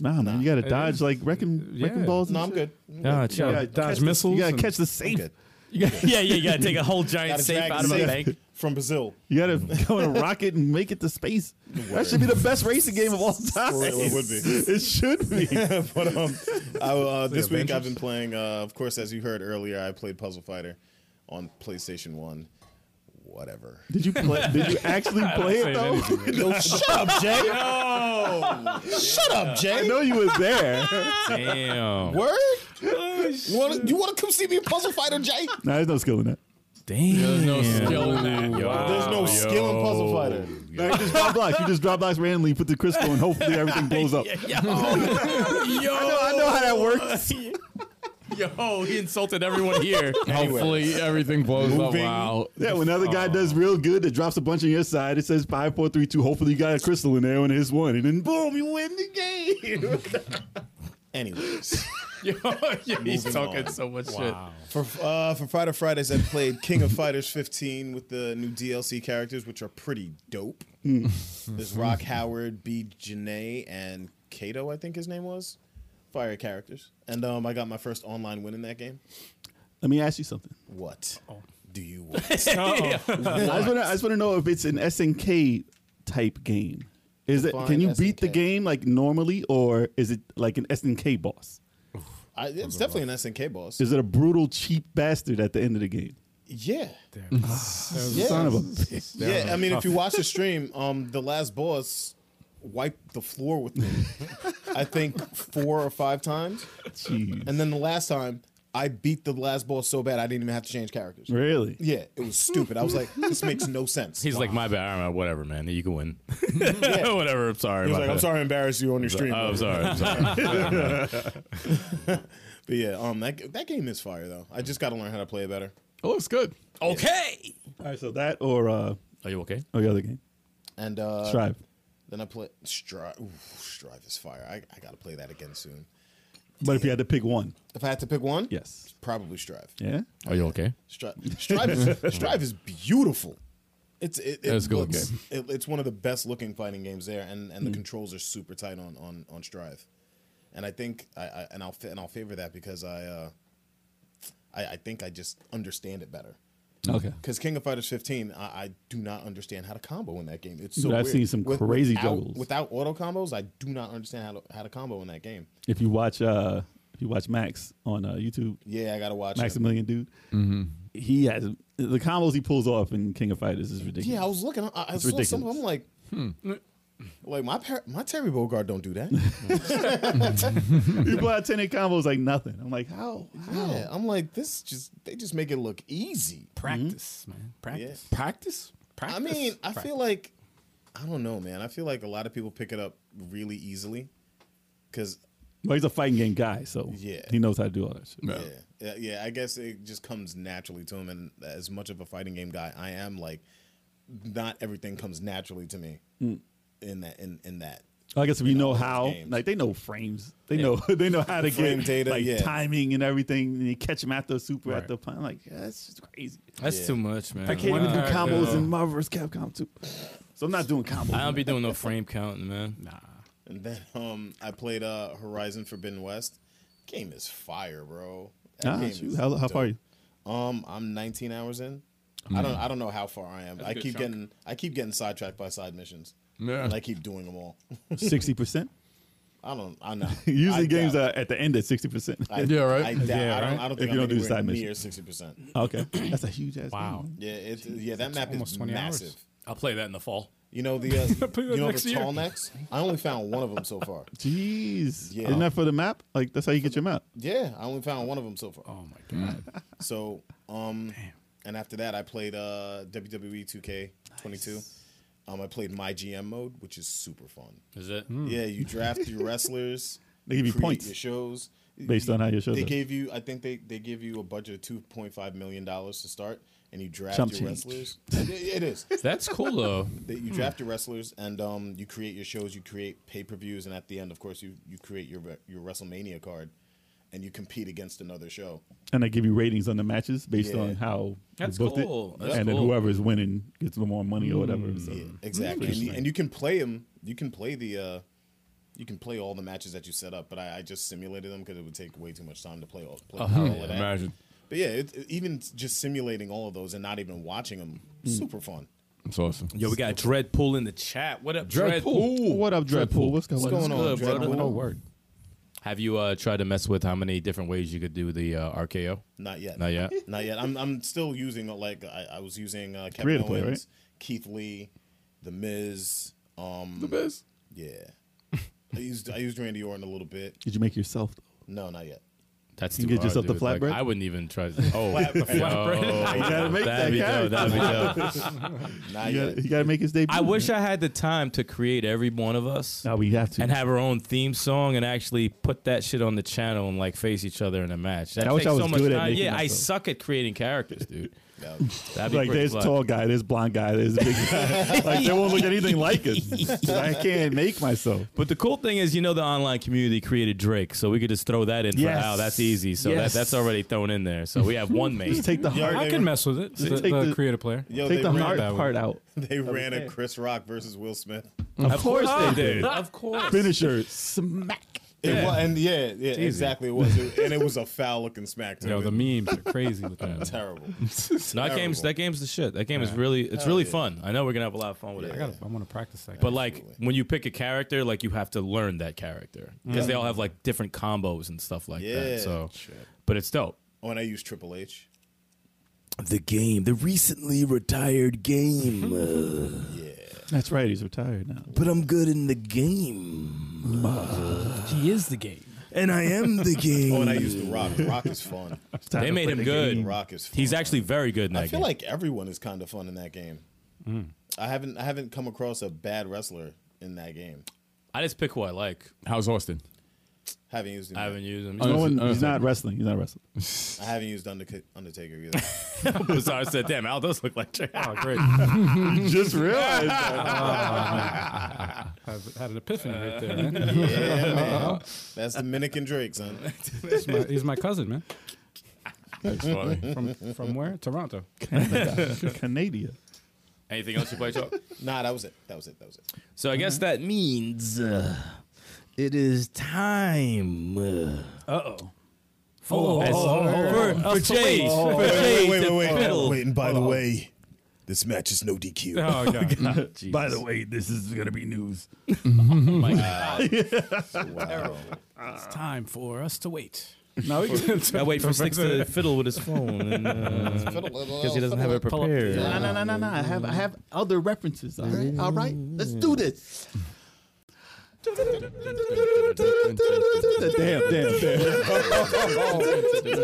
S6: Nah, man, you got to dodge
S2: is-
S6: like wrecking
S2: yeah.
S6: wrecking balls. and
S3: No, I'm
S6: shit.
S3: good.
S5: Nah,
S2: You
S5: chill.
S2: gotta
S5: Yeah,
S2: dodge
S6: Catch the-
S2: missiles.
S6: You got
S2: and-
S6: to catch the
S3: I'm
S6: safe.
S3: good.
S5: yeah, you gotta take a whole
S3: Got
S5: giant
S3: a
S5: safe
S3: dragon
S5: out of a
S3: safe
S5: bank.
S3: from Brazil.
S6: You got
S2: Mm.
S6: to go in a rocket and make it to space. That should be the best racing game of all time.
S3: real, it would be.
S6: It should be.
S3: but um, I, uh, this week I've been playing. Uh, of course, as you heard earlier, I played Puzzle Fighter on PlayStation One. Whatever.
S6: Did you play? Did you actually play it
S2: saying
S6: though?
S2: anything.
S3: shut up, Jay. Shut up,
S6: I
S3: Jay.
S6: know you was there.
S5: Damn.
S3: Word. You want to you want to come see me in Puzzle Fighter, Jay?
S6: nah, there's no skill in that.
S5: Damn.
S4: There's no skill in that. Yo.
S3: There's no skill in Puzzle Fighter.
S6: No, you just drop blocks. You just drop blocks randomly, put the crystal, and hopefully everything blows up. I know how that
S3: Oh.
S6: works.
S5: Yo, he insulted everyone here.
S4: Hopefully everything blows up.
S3: Moving.
S4: Wow.
S6: Yeah, when the other guy
S3: Oh.
S6: does real good, that drops a bunch on your side. It says five, four, three, two. Hopefully, you got a crystal in there, and it's one, and then boom, you win the game.
S3: Anyways,
S5: he's
S3: Moving on.
S5: talking so much
S2: Wow.
S3: For uh, for Fighter Fridays, I played King of Fighters 15 with the new DLC characters, which are pretty dope.
S6: Hmm.
S3: There's Rock Howard, B. Janae, and Kato, I think his name was. Fire characters. And um, I got my first online win in that game.
S6: Let me ask you something.
S3: What do you want? Uh,
S6: I just want to. I just want to know if it's an SNK type game. Is it?
S7: Define
S6: Can you beat the
S7: SNK.
S6: game like normally, or is it like an SNK boss?
S3: I, it's definitely an SNK boss.
S6: Is it a brutal, cheap bastard at the end of the game?
S3: Yeah.
S2: Damn.
S3: Yeah.
S6: Son of Ah, a bitch.
S3: Yeah, I mean, if you watch the stream, um, the last boss wiped the floor with me. I think four or five times,
S6: Jeez.
S3: and then the last time I beat the last boss so bad I didn't even have to change characters.
S6: Really?
S3: Yeah, it was stupid. I was like, this makes no sense.
S5: He's like, my bad. I don't know. Whatever, man. You can win.
S3: Yeah.
S5: whatever. I'm sorry.
S3: He was
S5: about
S3: like, I'm
S5: that."
S3: sorry, to embarrass you on your stream.
S5: Oh, I'm sorry. I'm sorry.
S3: But yeah, um, that that game is fire though. I just got to learn how to play it better.
S4: It looks good.
S5: okay.
S6: All right. So that or uh,
S5: Are you okay?
S6: or the other game,
S3: And uh,
S6: Strive.
S3: Then I play Strive. Ooh, Strive is fire. I, I got to play that again soon.
S6: But if you had to pick one,
S3: If I had to pick one,
S6: yes.
S3: probably Strive.
S6: Yeah.
S5: Are you okay?
S3: Strive, Strive, is, Strive is beautiful. It's it, it
S5: That's a good looking
S3: looks- it- it's one of the best looking fighting games there, and, and the
S6: Mm.
S3: controls are super tight on on on Strive, and I think I, I and I'll fa- and I'll favor that because I uh, I, I think I just understand it better.
S4: Okay.
S3: Because King of Fighters 15, I, I do not understand how to combo in that game. It's so
S6: Dude, I've
S3: weird.
S6: seen some crazy
S3: without,
S6: juggles.
S3: without auto combos. I do not understand how to, how to combo in that game.
S6: If you watch uh, if you watch Max on uh, YouTube,
S3: Yeah, I gotta watch. it.
S6: Maximilian dude,
S3: Mm-hmm.
S6: he has the combos he pulls off in King of Fighters is ridiculous.
S3: Yeah, I was looking. I, I
S6: It's
S3: saw some of
S6: ridiculous. Hmm.
S3: them. Like, like my par- my Terry Bogard don't do that.
S6: you pull out ten hit combos like nothing. I'm like, how?
S3: yeah, I'm like this. Just they just make it look easy.
S2: Practice, man.
S3: Yeah.
S2: Practice.
S5: Practice.
S2: Practice.
S3: I mean, I
S2: Practice.
S3: feel like I don't know, man. I feel like a lot of people pick it up really easily because
S6: Well, he's a fighting game guy, so
S3: Yeah.
S6: he knows how to do all that shit.
S3: Yeah. yeah, yeah. I guess it just comes naturally to him. And as much of a fighting game guy I am, like, not everything comes naturally to me.
S6: Hmm.
S3: In that, in in that,
S6: I guess if you know
S3: all those
S6: how,
S3: games.
S6: like they know frames, they know they know how to
S3: Frame
S6: get
S3: data,
S6: like
S3: yeah.
S6: timing and everything, and you catch him after a super
S5: Right.
S6: at the point. Like yeah, that's just crazy.
S5: That's
S3: Yeah.
S5: too much, man.
S6: I can't even do combos in Marvel vs. Capcom 2. so I'm not doing combos.
S5: I don't be doing no frame counting, man.
S3: and then um, I played uh Horizon Forbidden West. Game is fire, bro. That
S6: Ah,
S3: game
S6: shoot.
S3: is
S6: How, how far are you?
S3: dope. Um, I'm 19 hours in. I don't I don't know how far I am. I keep getting I keep getting sidetracked by side missions.
S4: Yeah.
S3: And I keep doing them all.
S6: Sixty percent.
S3: I don't. I know.
S6: Usually
S3: I
S6: games
S3: doubt-
S6: are at the end at sixty percent.
S3: I,
S4: Yeah, right?
S3: I, doubt,
S4: Yeah,
S3: I don't.
S4: right?
S3: I don't
S6: If
S3: think
S6: you
S3: I'm
S6: don't do
S3: anywhere
S6: side
S3: near
S6: missions.
S3: sixty percent.
S6: Okay, that's a huge ass.
S2: Wow.
S6: game.
S3: Yeah, it, yeah, that map
S2: almost
S3: is
S2: 20 hours.
S3: massive.
S5: I'll play that in the fall.
S3: You know the uh,
S2: Play that
S3: you know
S2: next
S3: the
S2: year.
S3: tall necks. I only found one of them so far.
S6: Jeez,
S3: Yeah.
S6: isn't that for the map? Like that's how you get your map.
S3: Yeah, I only found one of them so far.
S2: Oh my god.
S3: So, um, and after that, I played uh, WWE 2K22. Um, I played my GM mode, which is super fun.
S5: Is it?
S3: Yeah, you draft your wrestlers.
S6: Hmm. They give you
S3: create
S6: points.
S3: Your shows
S6: Based on how your shows
S3: They
S6: are.
S3: gave you, I think they, they give you a budget of two point five million dollars to start, and you draft
S6: Chump
S3: your
S6: change.
S3: wrestlers. It- it is.
S5: That's cool though.
S3: that you draft your wrestlers and um, you create your shows, you create pay per views, and at the end, of course, you, you create your re- your WrestleMania card, and you compete against another show.
S6: and they give you ratings on the matches based
S3: Yeah.
S6: on how
S5: That's
S6: you booked
S5: cool.
S6: it,
S5: That's
S6: and
S5: cool.
S6: then whoever is winning gets the more money or whatever. So.
S3: Yeah, exactly. And you, and you can play them. You can play the uh, you can play all the matches that you set up. But I, I just simulated them because it would take way too much time to play all. Play all of that.
S5: Imagine.
S3: But yeah, it, it- even just simulating all of those and not even watching them, super fun.
S4: It's awesome.
S5: Yo, we got Dreadpool in the chat. What up, Dreadpool?
S6: What up, Dreadpool? What's going
S3: What's
S6: on?
S3: going on,
S5: good, brother?
S3: Dreadpool?
S2: No word.
S5: Have you uh, tried to mess with how many different ways you could do the uh, RKO?
S3: Not yet.
S5: Not yet.
S3: Not yet. I'm I'm still using like I, I was using uh,
S6: Three
S3: Kevin
S6: to play,
S3: Owens,
S6: right?
S3: Keith Lee, The Miz. Um,
S4: The best.
S3: yeah. I used I used Randy Orton a little bit.
S6: Did you make yourself? though?
S3: No, not yet.
S5: That's
S6: You
S5: too
S6: can get
S5: hard,
S6: yourself the
S5: dude. Like,
S6: flatbread?
S5: I wouldn't even try. To, oh,
S6: You gotta make that
S5: that'd be dope.
S6: character.
S5: That'd be dope.
S3: Not
S6: You
S3: yet.
S6: gotta, you gotta make his debut.
S5: uh, I wish I had the time to create every one of us
S6: Now we have to.
S5: and have our own theme song and actually put that shit on the channel and like face each other in a match. That
S6: I wish
S5: takes
S6: I was
S5: so much
S6: good at
S5: time.
S6: making
S5: Yeah, I
S6: myself.
S5: suck at creating characters, dude.
S3: That would-
S5: That'd be
S6: Like
S5: pretty
S6: there's
S5: fun.
S6: tall guy, there's blonde guy, there's big guy. like they won't look anything like us. I can't make myself.
S5: But the cool thing is, you know, the online community created Drake, so we could just throw that in
S6: Yes.
S5: for how that's easy. So
S6: Yes.
S5: that, that's already thrown in there. So we have one
S6: Just
S5: mate.
S6: take the
S3: Yeah,
S6: heart,
S2: I
S3: they
S2: can
S3: were-
S2: mess with it. The,
S6: Take
S2: the
S6: the-
S2: creator player.
S3: Yo,
S6: take
S3: they
S6: the
S3: ran,
S6: heart
S2: that one.
S6: part out.
S3: They ran
S6: fair.
S3: a Chris Rock versus Will Smith.
S5: of course they did.
S2: Of course.
S6: Finisher, smack.
S3: It
S5: Yeah.
S3: wa- and yeah, yeah, exactly. It was, It- and it was a foul looking smack. To
S2: Yo,
S3: it.
S2: the memes are crazy with that.
S3: terrible.
S5: No, that game's that game's the shit. That game is really it's really fun. I know we're gonna have a lot of fun with it.
S2: I gotta, I want to practice that.
S5: But like when you pick a character, like you have to learn that character because they all have like different combos and stuff like
S3: Yeah.
S5: that. So, but it's dope.
S3: When Oh, I use Triple H,
S5: The game, the recently retired game,
S6: That's right. He's retired now.
S5: but I'm good in the game,
S2: he is the game.
S5: and I am the game.
S3: oh, and I use the Rock. Rock is fun.
S6: It's time
S5: They
S6: to
S5: made
S6: play
S5: him
S6: the
S5: good.
S6: game.
S3: Rock is. Fun.
S5: He's actually very good in that
S3: I feel
S5: game.
S3: like everyone is kind of fun in that game.
S5: Mm.
S3: I haven't I haven't come across a bad wrestler in that game.
S5: I just pick who I like.
S4: How's Austin?
S3: Haven't used him.
S5: I
S3: yet.
S5: haven't used him.
S6: No one,
S4: Understand-
S6: he's not wrestling. He's not wrestling.
S3: I haven't used Undert- Undertaker either.
S5: Bizarre said, "Damn, Al does look like Jay."
S2: Oh, great.
S6: Just realized. that.
S2: I've had an epiphany right there, man.
S3: yeah,
S5: Uh-huh.
S3: man. That's Dominican Drake, son.
S2: He's my, he's my cousin, man.
S5: That's funny.
S2: From from where? Toronto.
S6: Canada.
S5: Anything else you play, Chuck?
S3: Nah, that was it. That was it. That was it.
S5: So I guess that means uh, it is time. Uh oh. For, for Jay, for Jay to fiddle.
S3: And by the way, this match is no DQ.
S2: Oh god.
S6: By the way, this is gonna be news.
S5: Oh
S3: Wow.
S2: It's time for us to wait.
S6: Now we can
S5: I wait for Sticks to fiddle with his phone and, uh, because he doesn't have it prepared.
S6: No,
S5: Yeah.
S6: no, no, no, no. I have, I have other references. All right, all right. Let's do this. damn, damn, damn.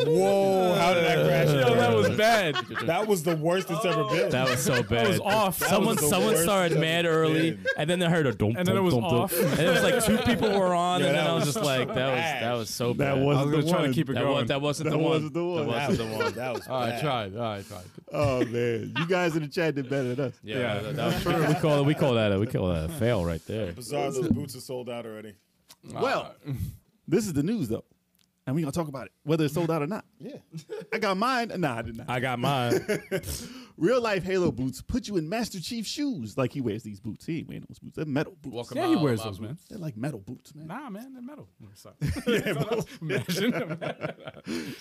S3: Whoa, how did that crash?
S2: that was bad.
S3: That was the worst it's ever been.
S5: That was so bad.
S2: was off. That
S5: Someone,
S3: was the
S5: someone
S3: worst
S5: started
S3: I've
S5: mad
S3: ever
S5: early,
S3: been.
S5: and then I heard a dum.
S2: And then it
S5: dum,
S2: was
S5: dum, dum.
S2: off.
S5: And it was like two people were on,
S3: Yeah,
S5: and
S3: that
S5: then I was
S3: was
S5: just like, that was
S3: trash.
S5: that was so
S6: That
S5: bad.
S2: I was
S6: wasn't
S2: gonna
S6: the
S2: try
S6: one.
S2: to keep it
S5: that,
S2: going.
S5: was, that wasn't the
S6: That
S5: one.
S6: wasn't the one.
S5: That
S3: that
S5: wasn't
S3: was
S5: the
S3: the
S5: one.
S3: one. That was
S4: All right,
S3: bad.
S4: tried. All right, tried.
S6: Oh man, you guys in the chat did better than us.
S5: Yeah, That, that was true. We call it. We call that. A, we call that a fail right there.
S3: Bizarre, those boots are sold out already.
S6: Well, this is the news though, and we're gonna talk about it, whether it's sold out or not.
S3: Yeah.
S6: I got mine. Nah, I did not.
S5: I got mine.
S6: Real life Halo boots put you in Master Chief shoes. Like he wears these boots. He ain't wearing those boots. They're metal boots.
S2: yeah, he wears those, man.
S6: They're like metal boots, man.
S2: Nah, man, they're metal. yeah, imagine.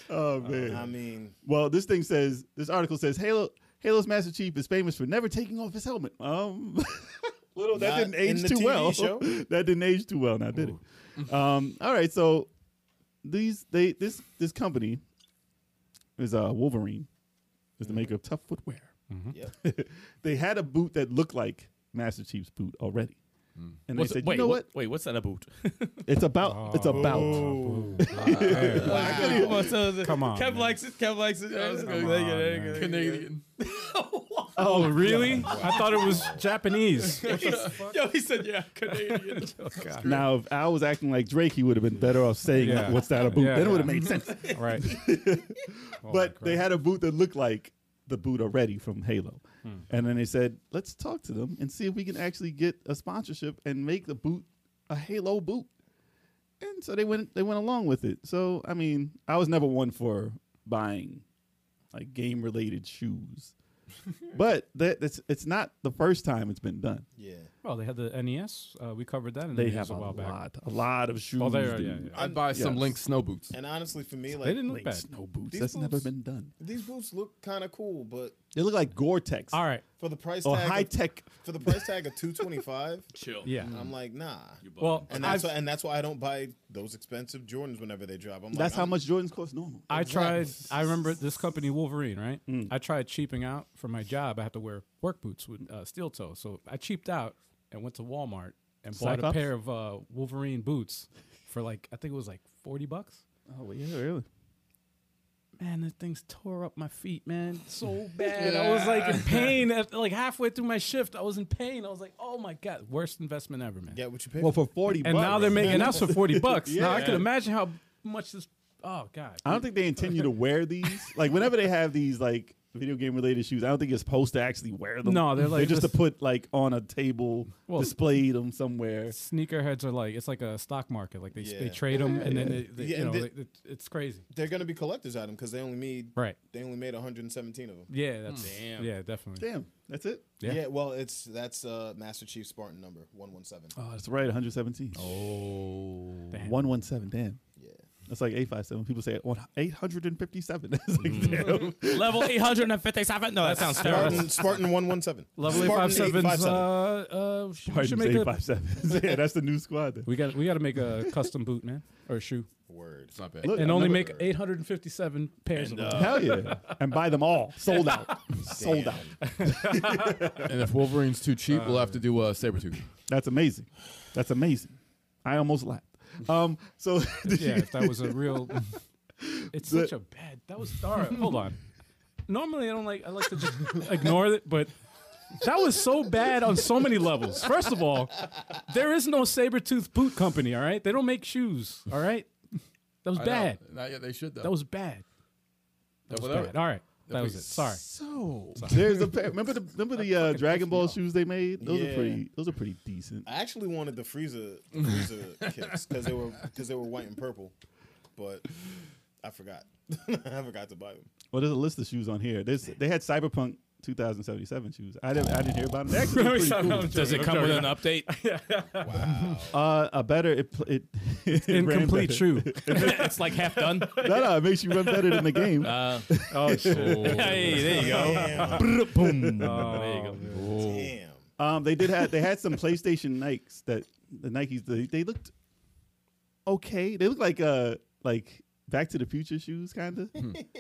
S6: Oh man.
S3: I mean,
S6: Well, this thing says this article says Halo Halo's Master Chief is famous for never taking off his helmet. Um, little that
S3: Not
S6: didn't
S3: in
S6: age
S3: the
S6: too
S3: TV
S6: well.
S3: show.
S6: That didn't age too well, now did it? Um, all right, so these they this this company is uh Wolverine, is the maker of Tough Footwear.
S5: Mm-hmm.
S6: they had a boot that looked like Master Chief's boot already, and
S5: What's-
S6: they said,
S5: wait,
S6: you know what?
S5: Wait, what's that a boot?
S6: It's about it's about.
S2: Oh.
S5: Come
S2: on,
S5: Kev
S2: man.
S5: likes it. Kev likes it. That was good. There you go, there you go, there you go.
S4: Canadian.
S2: Oh, really? I thought it was Japanese.
S5: Yo, he said, "Yeah, Canadian."
S6: Now, if I was acting like Drake, he would have been better off saying,
S2: Yeah.
S6: "What's that a boot?"
S2: Yeah,
S6: then it would have
S2: yeah.
S6: made sense.
S2: right. Oh, my
S6: but
S2: crap.
S6: they had a boot that looked like the boot already from Halo.
S2: Hmm.
S6: And then they said, let's talk to them and see if we can actually get a sponsorship and make the boot a Halo boot. And so they went they went along with it. So I mean, I was never one for buying like game related shoes. but that it's it's not the first time it's been done.
S3: yeah.
S2: Well, they had the NES. Uh, we covered that in the
S6: They
S2: news
S6: have
S2: a
S6: a,
S2: while back.
S6: lot, a lot of shoes.
S2: Oh, they are,
S6: dude.
S2: yeah, yeah.
S4: I'd buy some
S6: Yes.
S4: Link snow boots.
S3: And honestly, for me,
S2: They
S3: like,
S2: didn't look
S6: Like
S2: bad.
S6: snow boots.
S3: These
S6: That's never
S3: boots-
S6: been done.
S3: these boots look kind of cool, but
S6: They look like Gore-Tex.
S2: All right.
S3: for the price
S5: Oh,
S6: Or
S3: tag,
S6: high
S3: of,
S6: tech.
S3: for the price tag of two twenty five,
S5: Chill.
S2: Yeah.
S3: I'm like, nah.
S2: Well,
S3: Um, And
S2: I've-
S3: that's why, and that's why I don't buy those expensive Jordans whenever they drop. I'm like,
S6: That's how
S3: I'm-
S6: much Jordans cost normal.
S2: I tried. I remember this company Wolverine, right? I tried cheaping out for my job. I have to wear work boots with uh, steel toe, so I cheaped out and went to Walmart and bought a
S6: Cyclops?
S2: pair of uh, Wolverine boots for like I think it was like forty bucks.
S6: Oh yeah, really?
S2: Man, the things tore up my feet, man, so bad. I was like in pain. After, like halfway through my shift, I was in pain. I was like, "Oh my god, worst investment ever, man."
S3: Get what you pay.
S6: Well,
S3: for.
S6: for forty.
S2: and
S6: bucks.
S2: now they're making us for forty bucks. Now I can imagine how much this. Oh god,
S6: I don't think they intend you to wear these. Like whenever they have these like video game related shoes. I don't think you're supposed to actually wear them.
S2: No, they're like
S6: just,
S2: just-
S6: to put like on a table,
S2: Well-
S6: display them somewhere.
S2: Sneakerheads are like it's like a stock market. Like they they
S3: Yeah.
S2: trade them and then they, they-
S3: Yeah,
S2: you know
S3: and
S2: they,
S3: the-
S2: it- it's crazy.
S3: They're gonna be collectors item because they only made
S2: Right.
S3: They only made 117 of them.
S2: Yeah, that's yeah definitely.
S6: Damn, that's it.
S2: Yeah.
S3: Yeah. well, it's that's uh, Master Chief Spartan number 117.
S6: Oh, that's right, 117.
S5: Oh.
S2: Damn.
S6: 117. Damn.
S3: Yeah.
S6: That's like 857. People say it, one- 857. It's like,
S2: Mm.
S6: damn.
S5: Level 857. No, that sounds terrible.
S3: Spartan, Spartan 117.
S2: Level eight five
S3: Spartan
S2: seven.
S3: 857.
S2: Uh, uh, sh- we should
S6: Pardon's
S2: make a,
S6: 857. yeah, that's the new squad. Then.
S2: we got we got to make a custom boot man or shoe
S3: Word.
S4: It's not bad.
S6: Look,
S2: and only
S6: another-
S2: make 857 pairs of them.
S6: Hell yeah. and buy them all. Sold out. Sold out.
S4: and if Wolverine's too cheap, we'll have to do uh, Sabretooth.
S6: That's amazing. That's amazing. I almost laughed. Um, so did
S2: yeah,
S6: you-
S2: if that was a real. It's such a bad. That was. All right, hold on. Normally, I don't like. I like to just ignore it, but that was so bad on so many levels. First of all, there is no Sabretooth boot company. All right, they don't make shoes. All right, that was
S4: I know.
S2: bad.
S4: Not yet. They should though.
S2: That was bad. That was bad. All right, that was it. Sorry.
S4: So
S6: there's a pair. Remember the remember the uh, Dragon Ball shoes they made? Those are
S3: Yeah.
S6: pretty. Those are pretty decent.
S3: I actually wanted the Frieza the Frieza kicks because they were because they were white and purple, but I forgot. I forgot to buy them.
S6: Well, there's a list of shoes on here. There's they had Cyberpunk 2077 shoes. I didn't I didn't hear about them. They're actually pretty cool.
S5: Does it come with an update?
S6: Uh, a better it pl- it, it ran
S2: Incomplete
S6: better.
S2: shoe.
S5: it's like half done.
S6: No, no, it makes you run better than the game.
S2: Oh shit.
S5: Hey, there you go.
S3: Damn.
S5: Boom.
S6: Oh.
S5: there you go.
S3: Damn.
S6: Um, they did have they had some PlayStation Nikes that the Nikes they, they looked okay. They looked like uh like Back to the Future shoes, kind of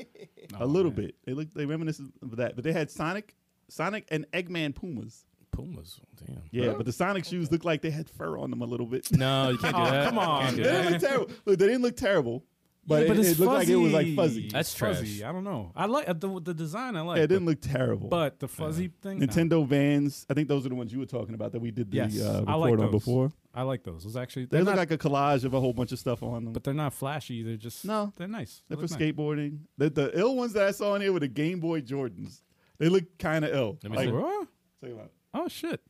S2: Oh,
S6: a little bit. They looked they reminiscent of that, but they had Sonic, Sonic and Eggman Pumas.
S5: Pumas. Damn.
S6: Yeah, but the Sonic shoes looked like they had fur on them a little bit.
S5: No, you can't do that. Come on.
S6: they didn't look terrible. Look, they didn't look terrible, but,
S2: Yeah,
S6: it,
S2: it's
S6: it looked like it was like
S2: fuzzy.
S6: fuzzy.
S5: That's
S2: It's fuzzy.
S5: trash.
S2: I don't know. I like uh, the, the design. I like.
S6: Yeah, it
S2: but-
S6: didn't look terrible.
S2: But the fuzzy thing. nah.
S6: Nintendo Vans, I think those are the ones you were talking about that we did the
S2: Yes,
S6: uh,
S2: I
S6: report
S2: like those.
S6: on before.
S2: I like those. Those actually.
S6: They
S2: They're
S6: look
S2: not
S6: like a collage of a whole bunch of stuff on them.
S2: but they're not flashy. They're just
S6: No.
S2: They're nice. They
S6: They're for
S2: look nice.
S6: skateboarding. The, the ill ones that I saw in here were the Game Boy Jordans. They look kind of ill.
S5: Let me
S6: Like,
S5: see.
S2: Oh,
S6: check 'em out.
S2: oh shit!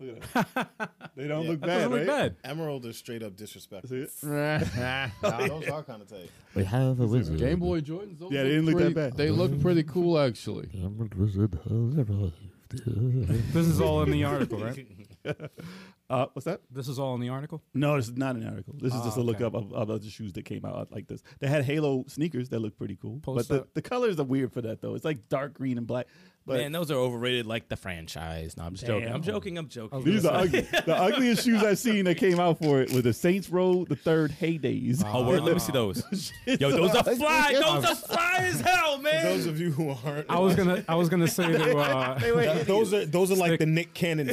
S6: Look at that. they don't look
S2: That
S6: bad,
S2: doesn't look
S6: right?
S2: bad.
S3: Emerald is straight up disrespectful.
S6: See it?
S3: Those are kind of tight.
S8: We have a wizard.
S4: Game Boy Jordans. those
S6: Yeah, they didn't look
S4: pretty-
S6: that bad.
S4: They look pretty cool actually.
S8: I'm a wizard.
S2: This is all in the article, right?
S6: Uh, what's that?
S2: This is all in the article.
S6: No, this is not an article. This is
S2: Ah,
S6: just a
S2: okay.
S6: lookup of, of other shoes that came out like this. They had Halo sneakers that look pretty cool,
S2: Post
S6: but the,
S2: up.
S6: the colors are weird for that though. It's like dark green and black. But
S5: Man, those are overrated like the franchise. No, I'm just joking. I'm joking. I'm joking.
S6: these are ugly. the ugliest shoes I've seen that came out for it were the Saints Row the Third Heydays.
S5: Oh, word, let me see those. Yo, those are fly. Those are fly as hell,
S3: For
S5: man.
S3: those of you who aren't,
S2: I was gonna, I was gonna say to, uh,
S3: that- those are those are like the Nick Cannon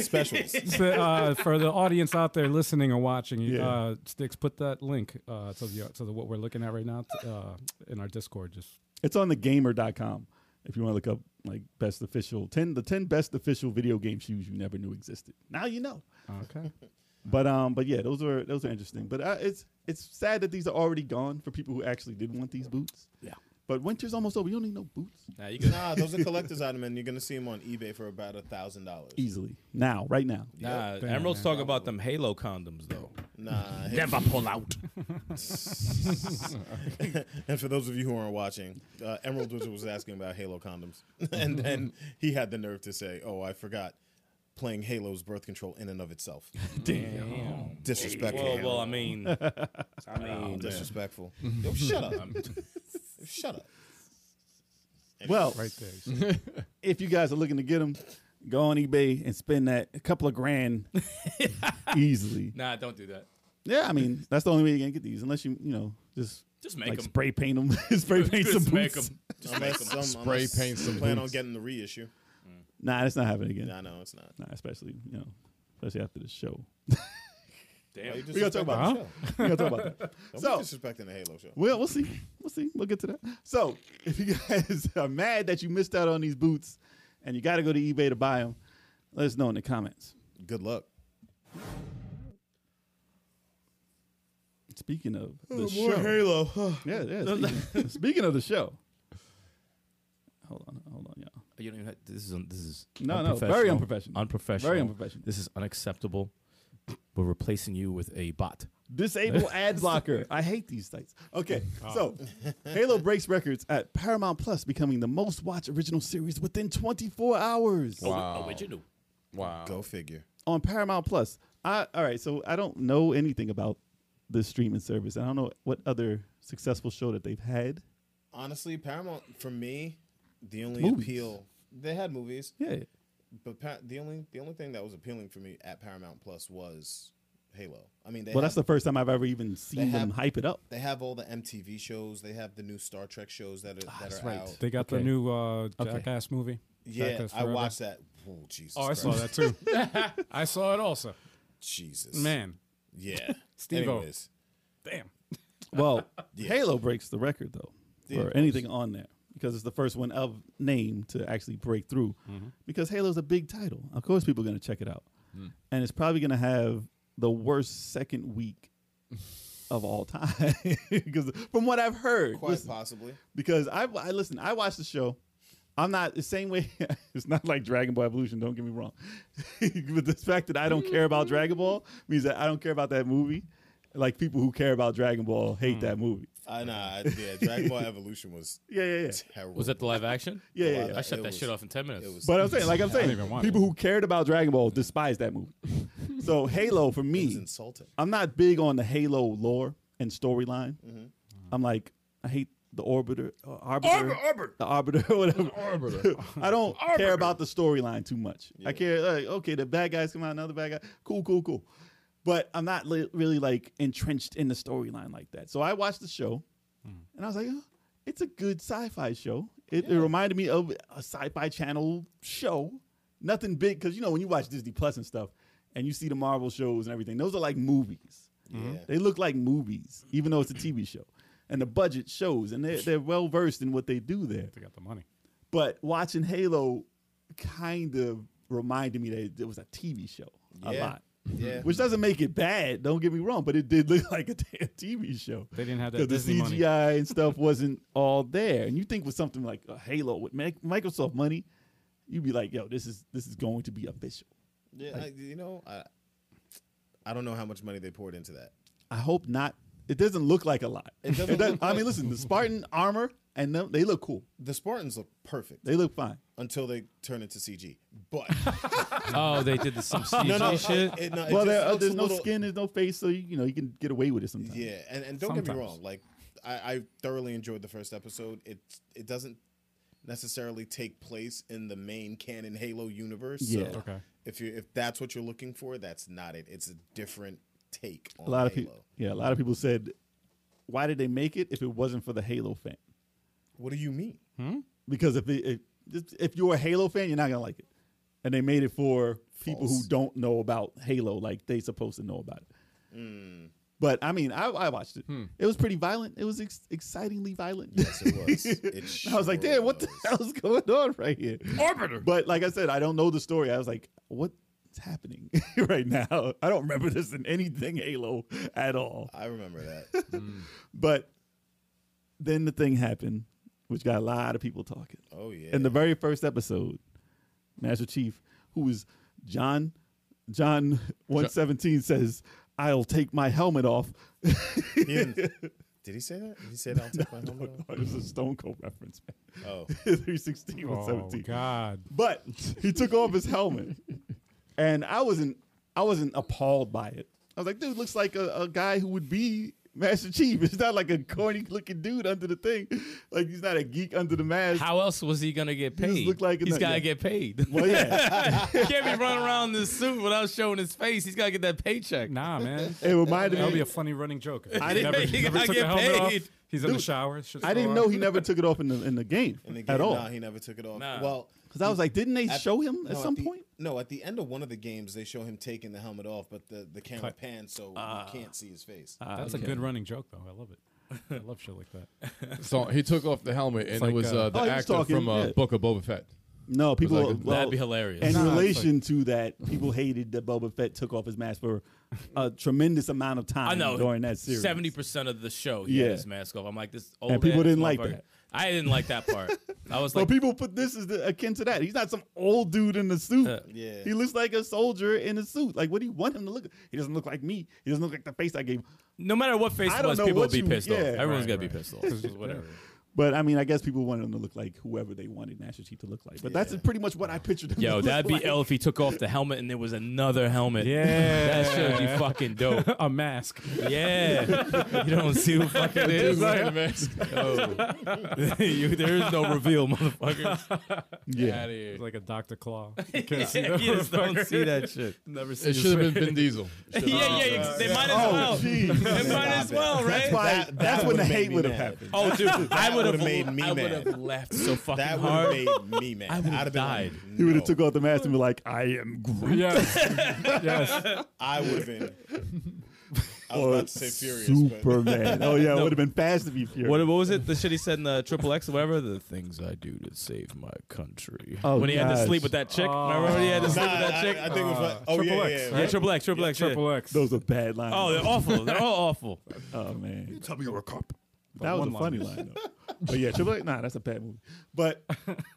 S3: specials.
S2: to, uh, for the audience out there listening or watching, you
S6: Yeah.
S2: uh, sticks, put that link uh, to the to the, what we're looking at right now uh, in our Discord. Just
S6: It's on thegamer.com if you want to look up like best official 10 the 10 best official video game shoes you never knew existed. Now you know.
S2: okay.
S6: But um but yeah, those are those are interesting. But uh, it's it's sad that these are already gone for people who actually did want these boots. Yeah. But winter's almost over. You don't need no boots
S5: Nah, you good.
S3: Nah, those are collectors item, and you're gonna see them on eBay for about a thousand dollars.
S6: easily. Now, right now.
S5: Nah,
S2: Damn,
S5: Emerald's
S2: man.
S5: talking about them Halo condoms though.
S3: Nah,
S5: Never pull out.
S3: and for those of you who aren't watching, uh, Emerald Wizard was asking about Halo condoms, and then he had the nerve to say, "Oh, I forgot." Playing Halo's birth control in and of itself.
S5: Damn.
S3: Disrespectful.
S5: Well, well, I mean, I mean,
S3: disrespectful. Yo, shut up. Yo, shut up.
S6: Well,
S2: Right there. you see.
S6: if you guys are looking to get them, go on eBay and spend that a couple of grand easily.
S5: nah, don't do that.
S6: Yeah, I mean, that's the only way you can get these unless you, you know, just
S5: Just make
S6: like
S5: 'em.
S6: spray paint them, spray paint some
S5: Just make
S6: boots.
S5: 'em. Just make
S3: Unless
S5: 'em.
S3: some,
S4: Spray
S3: unless
S4: paint
S3: you
S4: some
S3: Plan on
S4: boots.
S3: getting the reissue.
S6: Nah, that's not happening again.
S3: Nah, no, it's not.
S6: Nah, especially you know, especially after the show.
S3: Why you
S5: Damn.
S6: We gotta talk about
S3: disrespecting the show?
S6: We gotta talk about that.
S3: Don't
S6: So
S3: be disrespecting the Halo show.
S6: we'll we'll see, we'll see, we'll get to that. So if you guys are mad that you missed out on these boots, and you got to go to eBay to buy them, let us know in the comments.
S3: Good luck.
S6: Speaking of the show,
S3: Oh, Halo.
S6: yeah, yeah. Speaking, speaking of the show, Hold on, hold on, y'all.
S5: You don't even have, this is un- this is
S6: No, no, very unprofessional.
S5: unprofessional,
S6: Very unprofessional.
S5: This is unacceptable. We're replacing you with a bot.
S6: Disable ad blocker. I hate these sites. Okay, so Halo breaks records at Paramount Plus, becoming the most watched original series within 24 hours
S5: Oh.
S4: Wow. Wow.
S3: Go figure.
S6: on Paramount Plus. I all right. So I don't know anything about this streaming service. I don't know what other successful show that they've had.
S3: Honestly, Paramount for me, the only
S6: Movies.
S3: appeal they had movies,
S6: Yeah,
S3: but pa- the only the only thing that was appealing for me at Paramount Plus was Halo. I mean, they
S6: well,
S3: have,
S6: that's the first time I've ever even seen them
S3: have-
S6: hype it up.
S3: they have all the MTV shows. They have the new Star Trek shows that are that
S5: that's
S3: are
S5: right.
S3: out.
S2: They got the
S5: Okay.
S2: new uh, Jackass movie.
S3: yeah,
S2: Jackass
S3: I
S2: Forever.
S3: watched that. Oh Jesus!
S2: Oh, I saw
S3: Christ.
S2: that too. I saw it also.
S3: Jesus,
S2: Man,
S3: Yeah,
S2: Steve-O.
S3: Anyways,
S2: damn.
S6: Well,
S3: Yeah.
S6: Halo breaks the record though,
S3: Yeah, of
S6: or anything on there because it's the first one of name to actually break through.
S3: Mm-hmm.
S6: Because Halo's a big title, of course people are going to check it out,
S3: Mm.
S6: and it's probably going to have the worst second week of all time because from what I've heard,
S3: quite
S6: listen,
S3: possibly.
S6: because I, I listen, I watch the show. I'm not the same way. it's not like Dragon Ball Evolution. Don't get me wrong, but the fact that I don't care about Dragon Ball means that I don't care about that movie. Like people who care about Dragon Ball
S2: Hmm.
S6: hate that movie.
S3: I know. I- yeah, Dragon Ball Evolution was
S6: Yeah, yeah, yeah.
S3: terrible.
S5: Was that the live action?
S6: Yeah, yeah, yeah.
S5: I shut
S3: It
S5: that
S3: was-
S5: shit off in ten minutes.
S3: it was-
S6: But I'm saying, like I'm saying,
S2: even want
S6: people who cared about Dragon Ball despise that movie. so Halo for
S3: It was
S6: me,
S3: insulting.
S6: I'm not big on the Halo lore and storyline.
S2: Mm-hmm.
S6: I'm like, I hate the Orbiter, uh, Arbiter, the Arbiter, or whatever. Arbiter. I don't care about the storyline too much. I care, like, okay, the bad guys come out, another bad guy. Cool, cool, cool. But I'm not li- really like entrenched in the storyline like that. So I watched the show, and I was like, oh, it's a good sci-fi show. It, it reminded me of a sci-fi channel show. Nothing big, because you know when you watch Disney Plus and stuff, and you see the Marvel shows and everything, those are like movies.
S3: Yeah.
S6: They look like movies, even though it's a TV show, and the budget shows, and they're, they're well versed in what they do there.
S2: They got the money.
S6: But watching Halo kind of reminded me that it was a TV show a
S3: Yeah.
S6: lot.
S3: Yeah.
S6: Which doesn't make it bad, don't get me wrong, but it did look like a damn TV show.
S2: They didn't have that
S6: 'Cause
S2: Disney
S6: the
S2: money.
S6: CGI and stuff wasn't all there. And you think with something like a Halo with Mac- Microsoft money, you'd be like, "Yo, this is this is going to be official."
S3: Yeah, I, you know, I, I don't know how much money they poured into that.
S6: I hope not. It doesn't look like a lot. It
S3: doesn't
S6: doesn't
S3: look
S6: I
S3: like-
S6: mean, listen, the Spartan armor and them, they look cool.
S3: The Spartans look perfect
S6: They look fine.
S3: until they turn into CG. But
S5: oh, they did this some CG
S3: no, no,
S5: shit.
S3: it- no, it
S6: well,
S3: just
S6: there, uh,
S3: looks
S6: there's
S3: a
S6: no
S3: little-
S6: skin, there's no face, so you, you know you can get away with it sometimes.
S3: Yeah, and, and don't get me
S2: Sometimes.
S3: wrong, like I, I thoroughly enjoyed the first episode. It it doesn't necessarily take place in the main canon Halo universe.
S6: Yeah.
S3: So
S2: Okay.
S3: if you if that's what you're looking for, that's not it. It's a different take on
S6: a lot of
S3: Halo.
S6: people. Yeah, a lot of people said, "Why did they make it if it wasn't for the Halo fan?"
S3: What do you mean?
S6: Because if it, if, if you're a Halo fan, you're not gonna like it. And they made it for people who
S3: False.
S6: don't know about Halo, like they supposed to know about it.
S3: Mm.
S6: But I mean, I, I watched it. It was pretty violent. It was ex- excitingly violent.
S3: Yes, it was. It
S6: I was like,
S3: sure
S6: damn, what the
S3: was."
S6: hell's going on right here? Orbiter. But like I said, I don't know the story. I was like, what's happening right now? I don't remember this in anything Halo at all.
S3: I remember that.
S6: But then the thing happened, which got a lot of people talking.
S3: Oh yeah.
S6: In the very first episode, Master Chief, who is John John 117 says, I'll take my helmet off.
S3: He didn't- did he say that? Did he say that? I'll take my helmet off?
S6: it was a Stone Cold reference, man.
S3: Oh,
S6: 316
S2: Oh
S6: 117.
S2: God.
S6: But he took off his helmet, and I wasn't I wasn't appalled by it. I was like, dude, looks like a, a guy who would be Master Chief. It's not like a corny looking dude under the thing. Like he's not a geek under the mask.
S5: How else was he gonna get
S6: just
S5: paid?
S6: looked like
S5: He's
S6: that-
S5: gotta
S6: yeah.
S5: get paid.
S6: well, yeah,
S5: he can't be running around in this suit without showing his face. He's gotta get that paycheck.
S2: Nah, man.
S6: it reminded
S2: That would be
S6: me.
S2: a funny running joke.
S5: I didn't
S2: never,
S5: make it.
S2: never
S5: I
S2: took
S5: get
S2: the helmet off.
S5: paid.
S2: He's in the shower.
S6: I didn't know he never took it off in the in the game,
S3: in the game,
S6: at all.
S3: nah, he never took it off.
S5: Nah.
S3: Well,
S6: Because I was like, didn't they
S3: At-
S6: show him at
S3: no,
S6: some
S3: the-
S6: point?
S3: No, at the end of one of the games, they show him taking the helmet off, but the, the camera pans so you can't see his face.
S2: Ah, That's a good running joke, though. I love it. I love shit like that.
S4: So he took off the helmet, and
S2: like,
S4: it was
S2: uh,
S4: uh, the
S6: Oh, he was
S4: actor
S6: talking,
S4: from uh,
S6: yeah.
S4: Book of Boba Fett.
S6: No, people.
S4: like a-
S6: well,
S5: That'd be hilarious.
S6: In
S2: Nah, it's
S6: relation to that, people hated that Boba Fett took off his mask for a tremendous amount of time
S5: I know
S6: during that series.
S5: seventy percent of the show. He
S6: Yeah.
S5: had his mask off. I'm like this old.
S6: And people
S5: ass
S6: didn't like
S5: motherfucker.
S6: that.
S5: I didn't like that part. I was
S6: So
S5: like,
S6: people put this as the, akin to that. He's not some old dude in a suit.
S5: Uh,
S7: yeah.
S6: He looks like a soldier in a suit. Like, what do you want him to look? He doesn't look like me. He doesn't look like the face I gave. him.
S5: no matter what face
S6: I
S5: it
S6: don't
S5: was,
S6: know
S5: people
S6: what
S5: would be
S6: you-
S5: pissed
S6: yeah.
S5: off. Everyone's
S6: Right,
S5: gonna be pissed off. It's just whatever.
S6: But I mean, I guess people wanted him to look like whoever they wanted Master Chief to look like. But that's pretty much what I pictured him. to
S5: Yo,
S6: look
S5: that'd be
S6: like.
S5: ill if he took off the helmet and there was another helmet.
S2: Yeah.
S5: that showed you fucking dope.
S2: a mask.
S5: Yeah, you don't see who fucking is. Oh. You- there is no reveal, motherfucker.
S6: Yeah.
S2: It's like a Dr. Claw.
S5: you just don't see that shit.
S2: Never seen
S4: It
S2: his
S4: should have
S2: face.
S4: been Vin Diesel. Should've
S5: Yeah,
S4: been-
S5: yeah, ex- they might as
S6: Oh,
S5: well.
S6: jeez.
S5: They might as well, right?
S6: That's why.
S7: That-
S6: that's
S7: that
S6: when the
S7: would've made
S6: hate
S7: me
S6: would have
S7: mad.
S6: happened.
S5: Oh, dude, I would have
S7: would've made me
S5: I would have
S7: mad.
S5: laughed so fucking
S7: That would have
S5: hard.
S7: made me mad.
S5: I would've
S7: I'd have been
S5: died.
S7: Like,
S6: He would
S7: no.
S6: have took off the mask and be like, "I am Groot."
S2: Yes. yes.
S7: I would have been. I was
S6: or
S7: about to say furious, but
S6: Superman. oh yeah, it would have been Fast to be Furious.
S5: What, what was it? The shit he said in the Triple X or whatever? The things I do to save my country.
S6: Oh,
S5: when he had to
S6: gosh.
S5: sleep with that chick. Remember when he had to
S7: nah,
S5: sleep with that
S7: I,
S5: chick?
S7: I think it was like, oh
S2: Triple
S7: yeah,
S2: X,
S7: yeah,
S5: yeah, Triple X, Triple X, yeah.
S2: Triple X.
S6: Those are bad lines.
S5: Oh, they're awful. They're all awful.
S6: oh man,
S4: Tell me you're a cop.
S6: that was a
S2: one
S6: funny line though. but yeah, Triple X. Nah, that's a bad movie. But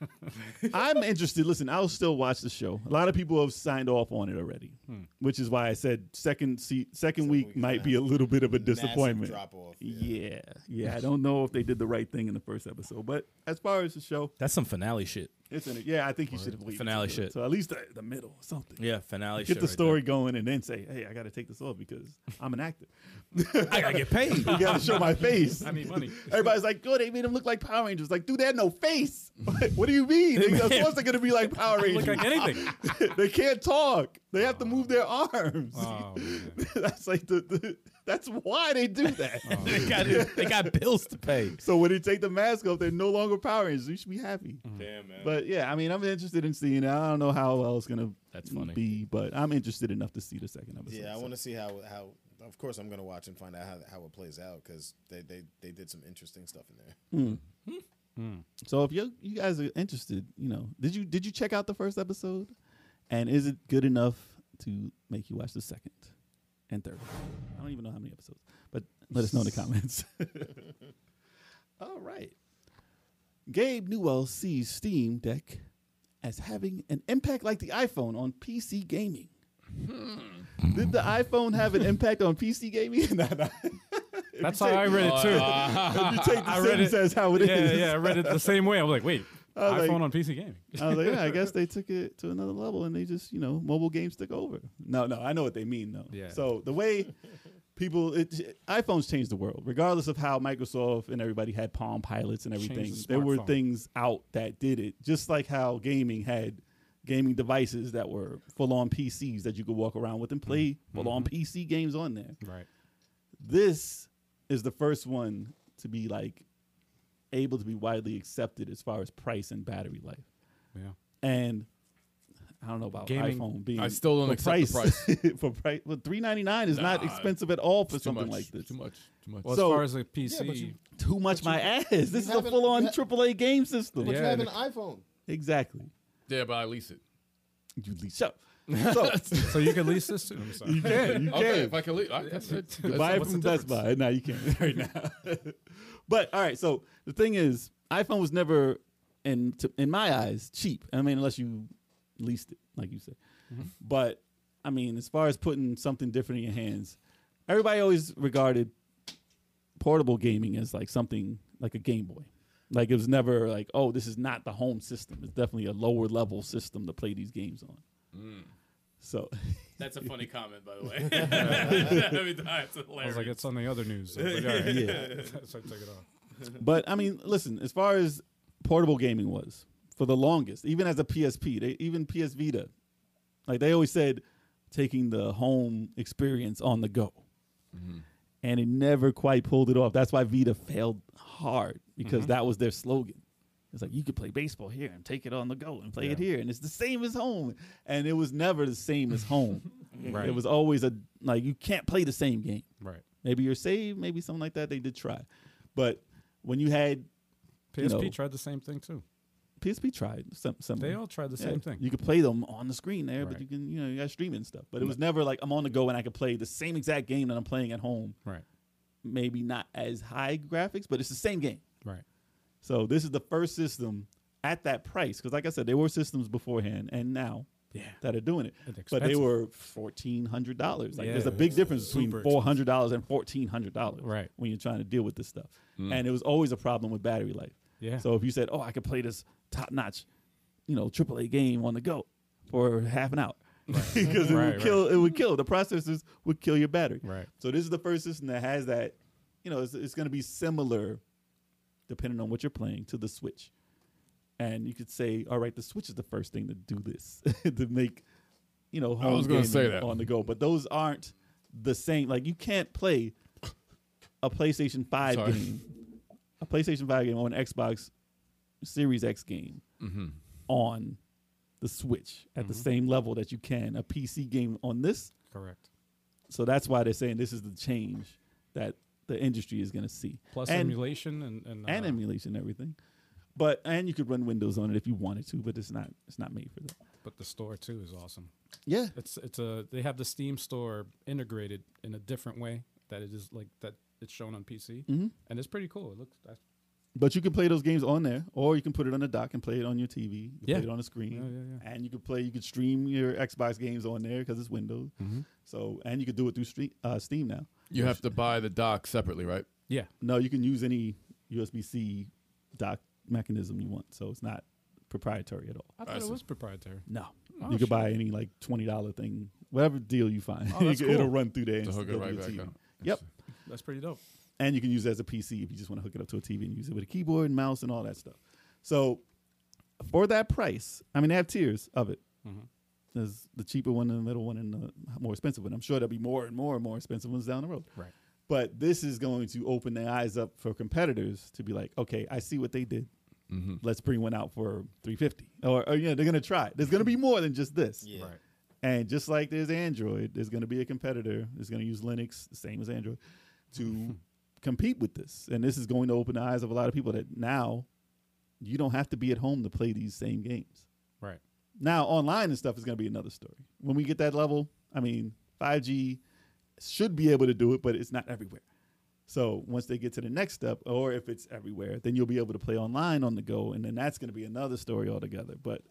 S6: I'm interested. Listen, I'll still watch the show. A lot of people have signed off on it already, which is why I said second se- second, week,
S7: week is
S6: might
S7: a
S6: be a little bit of a
S7: massive
S6: disappointment.
S7: Drop off. Yeah.
S6: Yeah. yeah, I don't know if they did the right thing in the first episode, but as far as the show,
S5: That's some finale shit.
S6: it's in it. Yeah, I think you should have waited
S5: Finale
S6: until the-
S5: shit.
S6: So at least the, the middle, or something.
S5: Yeah, finale shit.
S6: get the
S5: right
S6: story going and then say, hey, I got to take this off because I'm an actor.
S5: there. I gotta get paid.
S6: You got to show my face.
S2: I need money.
S6: Everybody's like, good, they made him look like Power Rangers. Like, dude, they had no face. Like, what do you mean? They, of course they're going to be like Power Rangers.
S2: Look like anything.
S6: they can't talk. They have to move their arms.
S2: Oh, man.
S6: that's like the, the that's why they do that.
S5: they, got, they got bills to pay.
S6: So when they take the mask off, they're no longer Power Rangers. You should be happy.
S2: Mm-hmm.
S7: Damn man.
S6: But yeah, I mean, I'm interested in seeing it. I don't know how well it's gonna
S5: That's funny.
S6: be, but I'm interested enough to see the second episode.
S7: yeah, I
S6: so.
S7: want to see how how. Of course, I'm gonna watch and find out how, how it plays out because they, they they did some interesting stuff in there.
S6: So if you you guys are interested, you know, did you did you check out the first episode, and is it good enough to make you watch the second and third? I don't even know how many episodes, but let us know in the comments. All right, Gabe Newell sees Steam Deck as having an impact like the iPhone on PC gaming.
S2: Hmm.
S6: Did the iPhone have an impact on PC gaming? Nah, nah.
S2: That's how I read it too.
S5: Uh,
S6: If you take the
S2: I read
S6: sentence
S2: it.
S6: as how it is.
S2: yeah, yeah, I read it the same way. I'm like, wait,
S6: I was
S2: iPhone
S6: like-
S2: on PC gaming.
S6: I was like, yeah, I guess they took it to another level and they just, you know, mobile games took over. No, no, I know what they mean though.
S2: Yeah.
S6: So the way people, it, iPhones changed the world, regardless of how Microsoft and everybody had Palm Pilots and
S2: Changed the
S6: everything. there were
S2: smartphone.
S6: things out that did it, just like how gaming had gaming devices that were full on PCs that you could walk around with and
S2: Mm-hmm.
S6: play full on PC games on there
S2: Right.
S6: this is the first one to be like able to be widely accepted as far as price and battery life.
S2: Yeah.
S6: And I don't know about
S2: Gaming-
S6: iPhone being.
S4: I still don't
S6: for
S4: accept the
S6: for price, well, three ninety nine is not
S4: Nah,
S6: expensive at all for
S4: Too
S6: something
S4: much.
S6: like this.
S4: Too much. Too much.
S2: Well,
S6: So-
S2: as far as a PC,
S6: Too much my ass. This is a
S7: haven't-
S6: full on
S7: you ha-
S6: AAA game system.
S2: But you Yeah, have
S7: have
S2: an
S7: an
S2: the-
S7: iPhone.
S6: Exactly.
S4: yeah, but I lease it.
S6: You lease up. So
S2: so you can lease this too. I'm sorry.
S6: you can. You
S4: Okay,
S6: can.
S4: if I can lease, I guess it.
S6: buy it
S4: What's
S6: from
S4: the
S6: Best Buy. No, you can't right now. but all right, so the thing is, iPhone was never, in to, in my eyes, cheap. I mean, unless you leased it, like you said. But I mean, as far as putting something different in your hands, everybody always regarded portable gaming as like something like a Game Boy. Like it was never like, oh, this is not the home system. It's definitely a lower level system to play these games on. So
S5: That's a funny comment, by the way. Every time, it's
S2: I was
S5: hilarious.
S2: like, it's on the other news. I was like, all right. so I took it off.
S6: But I mean, listen, as far as portable gaming was for the longest, even as a PSP, they, even PS Vita, like they always said, taking the home experience on the go. And it never quite pulled it off. That's why Vita failed hard because that was their slogan. It's like you could play baseball here and take it on the go and play it here, and it's the same as home. And it was never the same as home.
S2: Right.
S6: It was always a like you can't play the same game.
S2: Right.
S6: Maybe you're saved, maybe something like that. They did try, but when you had You
S2: PSP
S6: know.
S2: tried the same thing too.
S6: PSP tried some some.
S2: They all tried the
S6: Mm. Yeah.
S2: same thing.
S6: You could play them on the screen there,
S2: Right.
S6: but you can you know you got streaming and stuff. But it was never like I'm on the go and I could play the same exact game that I'm playing at home.
S2: right.
S6: Maybe not as high graphics, but it's the same game.
S2: Right.
S6: So this is the first system at that price because, like I said, there were systems beforehand and now
S2: Yeah.
S6: that are doing it,
S2: They're
S6: but they
S2: expensive.
S6: were fourteen hundred dollars. Like,
S2: Yeah,
S6: there's a big difference between
S2: super
S6: four hundred dollars and fourteen hundred dollars,
S2: Right. Hmm.
S6: When you're trying to deal with this stuff, and it was always a problem with battery life.
S2: Yeah.
S6: So if you said, "Oh, I could play this top-notch, you know, AAA game on the go for half an hour," because it
S2: Right,
S6: would
S2: right.
S6: kill, it would kill the processors would kill your battery.
S2: Right.
S6: So this is the first system that has that. You know, it's, it's going to be similar, depending on what you're playing, to the Switch. And you could say, all right, the Switch is the first thing to do this to make, you know, home
S4: was gonna
S6: gaming
S4: say that.
S6: on the go. But those aren't the same. Like you can't play a PlayStation Five
S4: Sorry.
S6: game, a PlayStation Five game, or an Xbox Series X game on the Switch at the same level that you can a PC game on this.
S2: Correct.
S6: So that's why they're saying this is the change that the industry is going to see.
S2: Plus
S6: and,
S2: emulation and and,
S6: and
S2: uh,
S6: emulation, and everything. But and you could run Windows on it if you wanted to, but it's not it's not made for that.
S2: but the store too is awesome.
S6: Yeah,
S2: It's it's a they have the Steam store integrated in a different way that it is like that it's shown on PC
S6: Mm-hmm.
S2: and it's pretty cool. It looks that's,
S6: but you can play those games on there, or you can put it on the dock and play it on your TV. You can
S2: Yeah.
S6: play it on the screen,
S2: Yeah,
S6: and you could play you could stream your Xbox games on there because it's Windows.
S2: Mm-hmm.
S6: So and you could do it through stream, uh, Steam now.
S4: You have to buy the dock separately, right?
S2: yeah.
S6: No, you can use any USB C dock mechanism you want. So it's not proprietary at all.
S2: I thought it was proprietary.
S6: No.
S2: Oh,
S6: you could buy any like twenty dollar thing, whatever deal you find.
S2: Oh, that's
S6: You could- It'll
S2: cool.
S6: run through there and
S4: To hook it
S6: go to
S4: right
S6: the
S4: back
S6: TV.
S4: up.
S6: Yep,
S2: That's pretty dope.
S6: and you can use it as a PC if you just want to hook it up to a TV and use it with a keyboard and mouse and all that stuff. So for that price, I mean, they have tiers of it.
S2: Mm-hmm.
S6: There's the cheaper one and the middle one and the more expensive one. I'm sure there'll be more and more and more expensive ones down the road.
S2: Right.
S6: But this is going to open their eyes up for competitors to be like, okay, I see what they did. Let's bring one out for 350 or, or yeah, they're going to try it. There's going to be more than just this.
S7: Yeah.
S2: Right.
S6: And just like there's Android, there's going to be a competitor that's going to use Linux, the same as Android, to compete with this. And this is going to open the eyes of a lot of people that now you don't have to be at home to play these same games.
S2: Right.
S6: Now, online and stuff is going to be another story. When we get that level, I mean, 5G should be able to do it, but it's not everywhere. So once they get to the next step, or if it's everywhere, then you'll be able to play online on the go, and then that's going to be another story altogether. But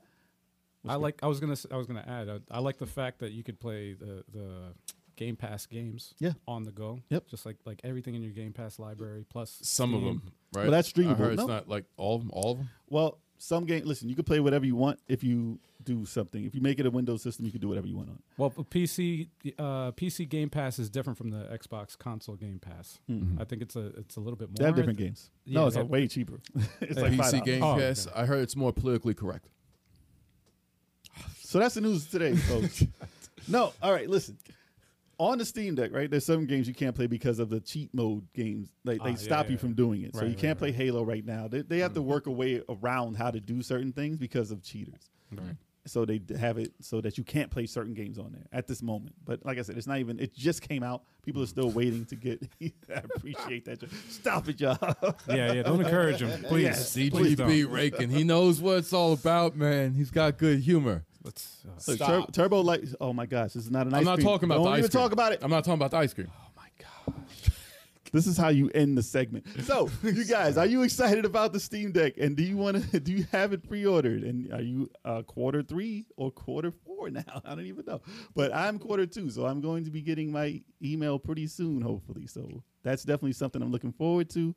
S2: I like. I was gonna. s- I was gonna add. uh, I, I like the fact that you could play the the Game Pass games.
S6: Yeah.
S2: On the go.
S6: Yep.
S2: Just like like everything in your Game Pass library plus
S4: Some of
S2: Steam.
S4: them, right?
S6: Well, that's
S4: I
S6: streamable.
S4: heard it's
S6: No.
S4: not like all of them. All of them.
S6: Well, some game. Listen, you can play whatever you want if you do something. If you make it a Windows system, you can do whatever you want on. it.
S2: Well, p- PC uh, PC Game Pass is different from the Xbox console Game Pass. I think it's a it's a little bit more.
S6: Mm-hmm. They have different games.
S2: yeah,
S6: no, it's
S2: they
S6: like
S2: have-
S6: way cheaper. it's like
S4: PC
S6: five dollars.
S4: Game
S2: Oh, okay.
S4: Pass. I heard it's more politically correct.
S6: So that's the news today, folks. no, all right. Listen, on the Steam Deck, right? There's some games you can't play because of the cheat mode games. Like
S2: Ah,
S6: they
S2: yeah,
S6: stop
S2: yeah,
S6: you
S2: yeah.
S6: from doing it. so
S2: Right,
S6: you
S2: right, Mm.
S6: can't play Halo right now. They, they have to work a way around how to do certain things because of cheaters.
S2: Right.
S6: So they d- have it so that you can't play certain games on there at this moment. But like I said, it's not even. It just came out. People are
S2: Mm.
S6: still waiting to get. I appreciate that. Joe. Stop it, y'all.
S2: Yeah, yeah. Don't encourage them, please.
S6: Yes.
S2: please don't.
S4: CGP Rakin. He knows what it's all about, man. He's got good humor.
S2: Let's, uh,
S6: Look, Tur- Turbo Light. Oh my gosh, this is not an ice
S4: I'm not
S6: cream.
S4: talking about
S6: Don't
S4: the ice
S6: even
S4: cream.
S6: talk about it.
S4: I'm not talking about the ice cream.
S6: This is how you end the segment. So, you guys, are you excited about the Steam Deck? And do you want to? Do you have it pre-ordered? And are you uh, quarter three or quarter four now? I don't even know. But I'm quarter two, so I'm going to be getting my email pretty soon, hopefully. So that's definitely something I'm looking forward to.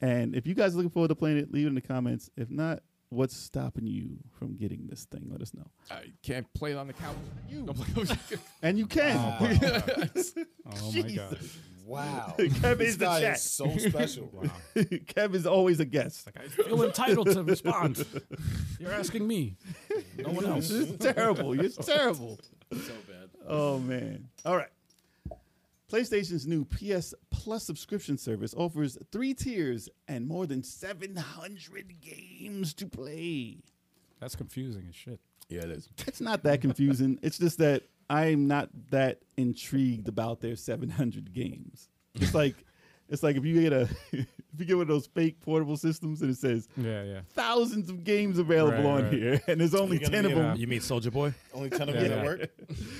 S6: And if you guys are looking forward to playing it, leave it in the comments. If not, what's stopping you from getting this thing? Let us know.
S4: I can't play it on the couch. oh, You.
S6: And you can.
S2: oh my god.
S7: Wow.
S6: Kevin's the
S7: guy
S6: chat.
S7: is so special.
S6: Kevin's always a guest.
S2: I feel entitled to respond. You're asking me, no one else.
S6: This is terrible. You're terrible.
S5: So bad.
S6: Oh man. All right. PlayStation's new PS Plus subscription service offers three tiers and more than 700 games to play.
S2: That's confusing as shit.
S4: yeah, it is.
S6: It's not that confusing. it's just that I'm not that intrigued about their 700 games. It's like It's like if you get a if you get one of those fake portable systems and it says
S2: Yeah, yeah.
S6: thousands of games available
S2: Right,
S6: on
S2: right.
S6: here and there's only
S7: gonna
S6: ten
S7: be
S6: of
S2: an
S6: them.
S2: app.
S5: You mean Soldier Boy?
S7: Only ten of
S2: Yeah,
S7: them
S2: yeah.
S7: that work.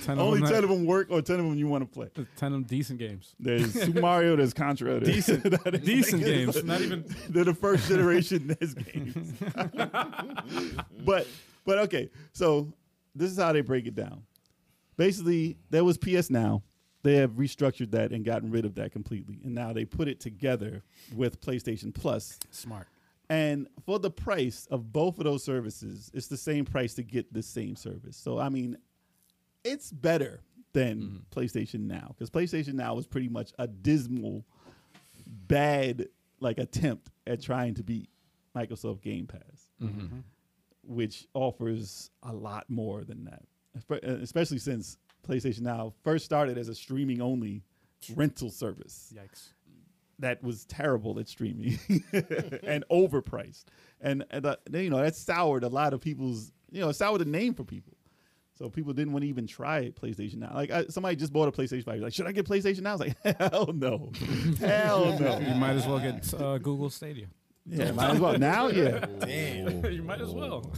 S2: Ten
S6: Only
S2: of
S6: ten
S2: them,
S6: of them work or ten of them you want to play.
S2: that- ten of them decent games.
S6: There's Super Mario, there's Contra, there's,
S2: Decent games. Not even.
S6: they're the first generation NES games. but but okay, so this is how they break it down. Basically, there was PS Now. They have restructured that and gotten rid of that completely, and now they put it together with PlayStation Plus.
S2: Smart.
S6: And for the price of both of those services, it's the same price to get the same service. So I mean, it's better than PlayStation Now because PlayStation Now was pretty much a dismal, bad like attempt at trying to beat Microsoft Game Pass, which offers a lot more than that. Espe- uh, Especially since PlayStation Now first started as a streaming only rental service
S2: Yikes.
S6: that was terrible at streaming and overpriced. And, and uh, you know, that soured a lot of people's, you know, it soured the name for people. So people didn't want to even try PlayStation Now. Like I, somebody just bought a PlayStation 5. Like, should I get PlayStation Now? I was like, hell no. hell
S2: You
S6: no.
S2: might as well get uh, Google Stadia.
S6: Yeah, might as well. Now, yeah.
S2: you might as well.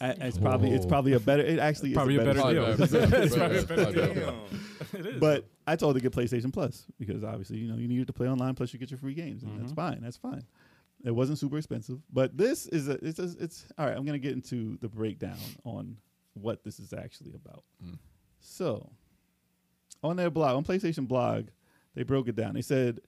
S6: I- it's probably it's probably a better it actually is
S2: Probably a better
S4: Probably
S2: deal.
S4: better- better- better- better-
S6: But I told her to get PlayStation Plus because obviously, you know, you needed to play online. Plus, you get your free games, and that's fine. That's fine. It wasn't super expensive, but this is a it's a, it's all right. I'm gonna get into the breakdown on what this is actually about. So, on their blog, on PlayStation blog, they broke it down. They said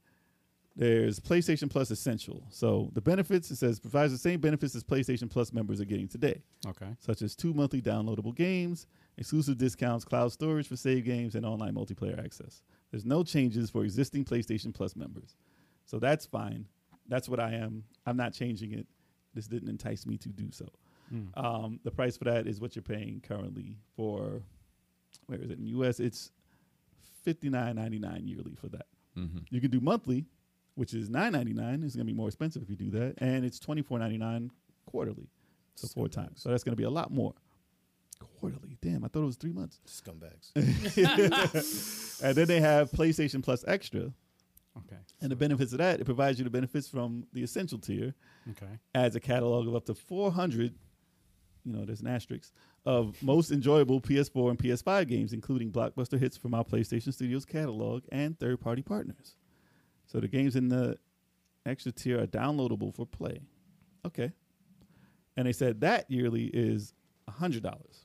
S6: there's PlayStation Plus Essential. So the benefits it says provides the same benefits as PlayStation Plus members are getting today
S2: Oh. Okay.
S6: such as two monthly downloadable games, exclusive discounts, cloud storage for save games, and online multiplayer access. There's no changes for existing PlayStation Plus members. So that's fine. That's what I am. I'm not changing it. This didn't entice me to do so.
S2: Hmm.
S6: Um, the price for that is what you're paying currently for, where is it in the US? It's $59.99 yearly for that.
S4: Mm-hmm.
S6: You can do monthly, which is $9.99. It's going to be more expensive if you do that. And it's $24.99 quarterly. So four times. So that's going to be a lot more. Quarterly. Damn, I thought it was three months.
S7: Scumbags.
S6: And then they have PlayStation Plus Extra.
S2: Okay.
S6: And the benefits of that, it provides you the benefits from the essential tier,
S2: Okay.
S6: adds a catalog of up to 400, you know, there's an asterisk, of most enjoyable PS4 and PS5 games, including blockbuster hits from our PlayStation Studios catalog and third party partners. So the games in the extra tier are downloadable for play. Okay. And they said that yearly is $100. dollars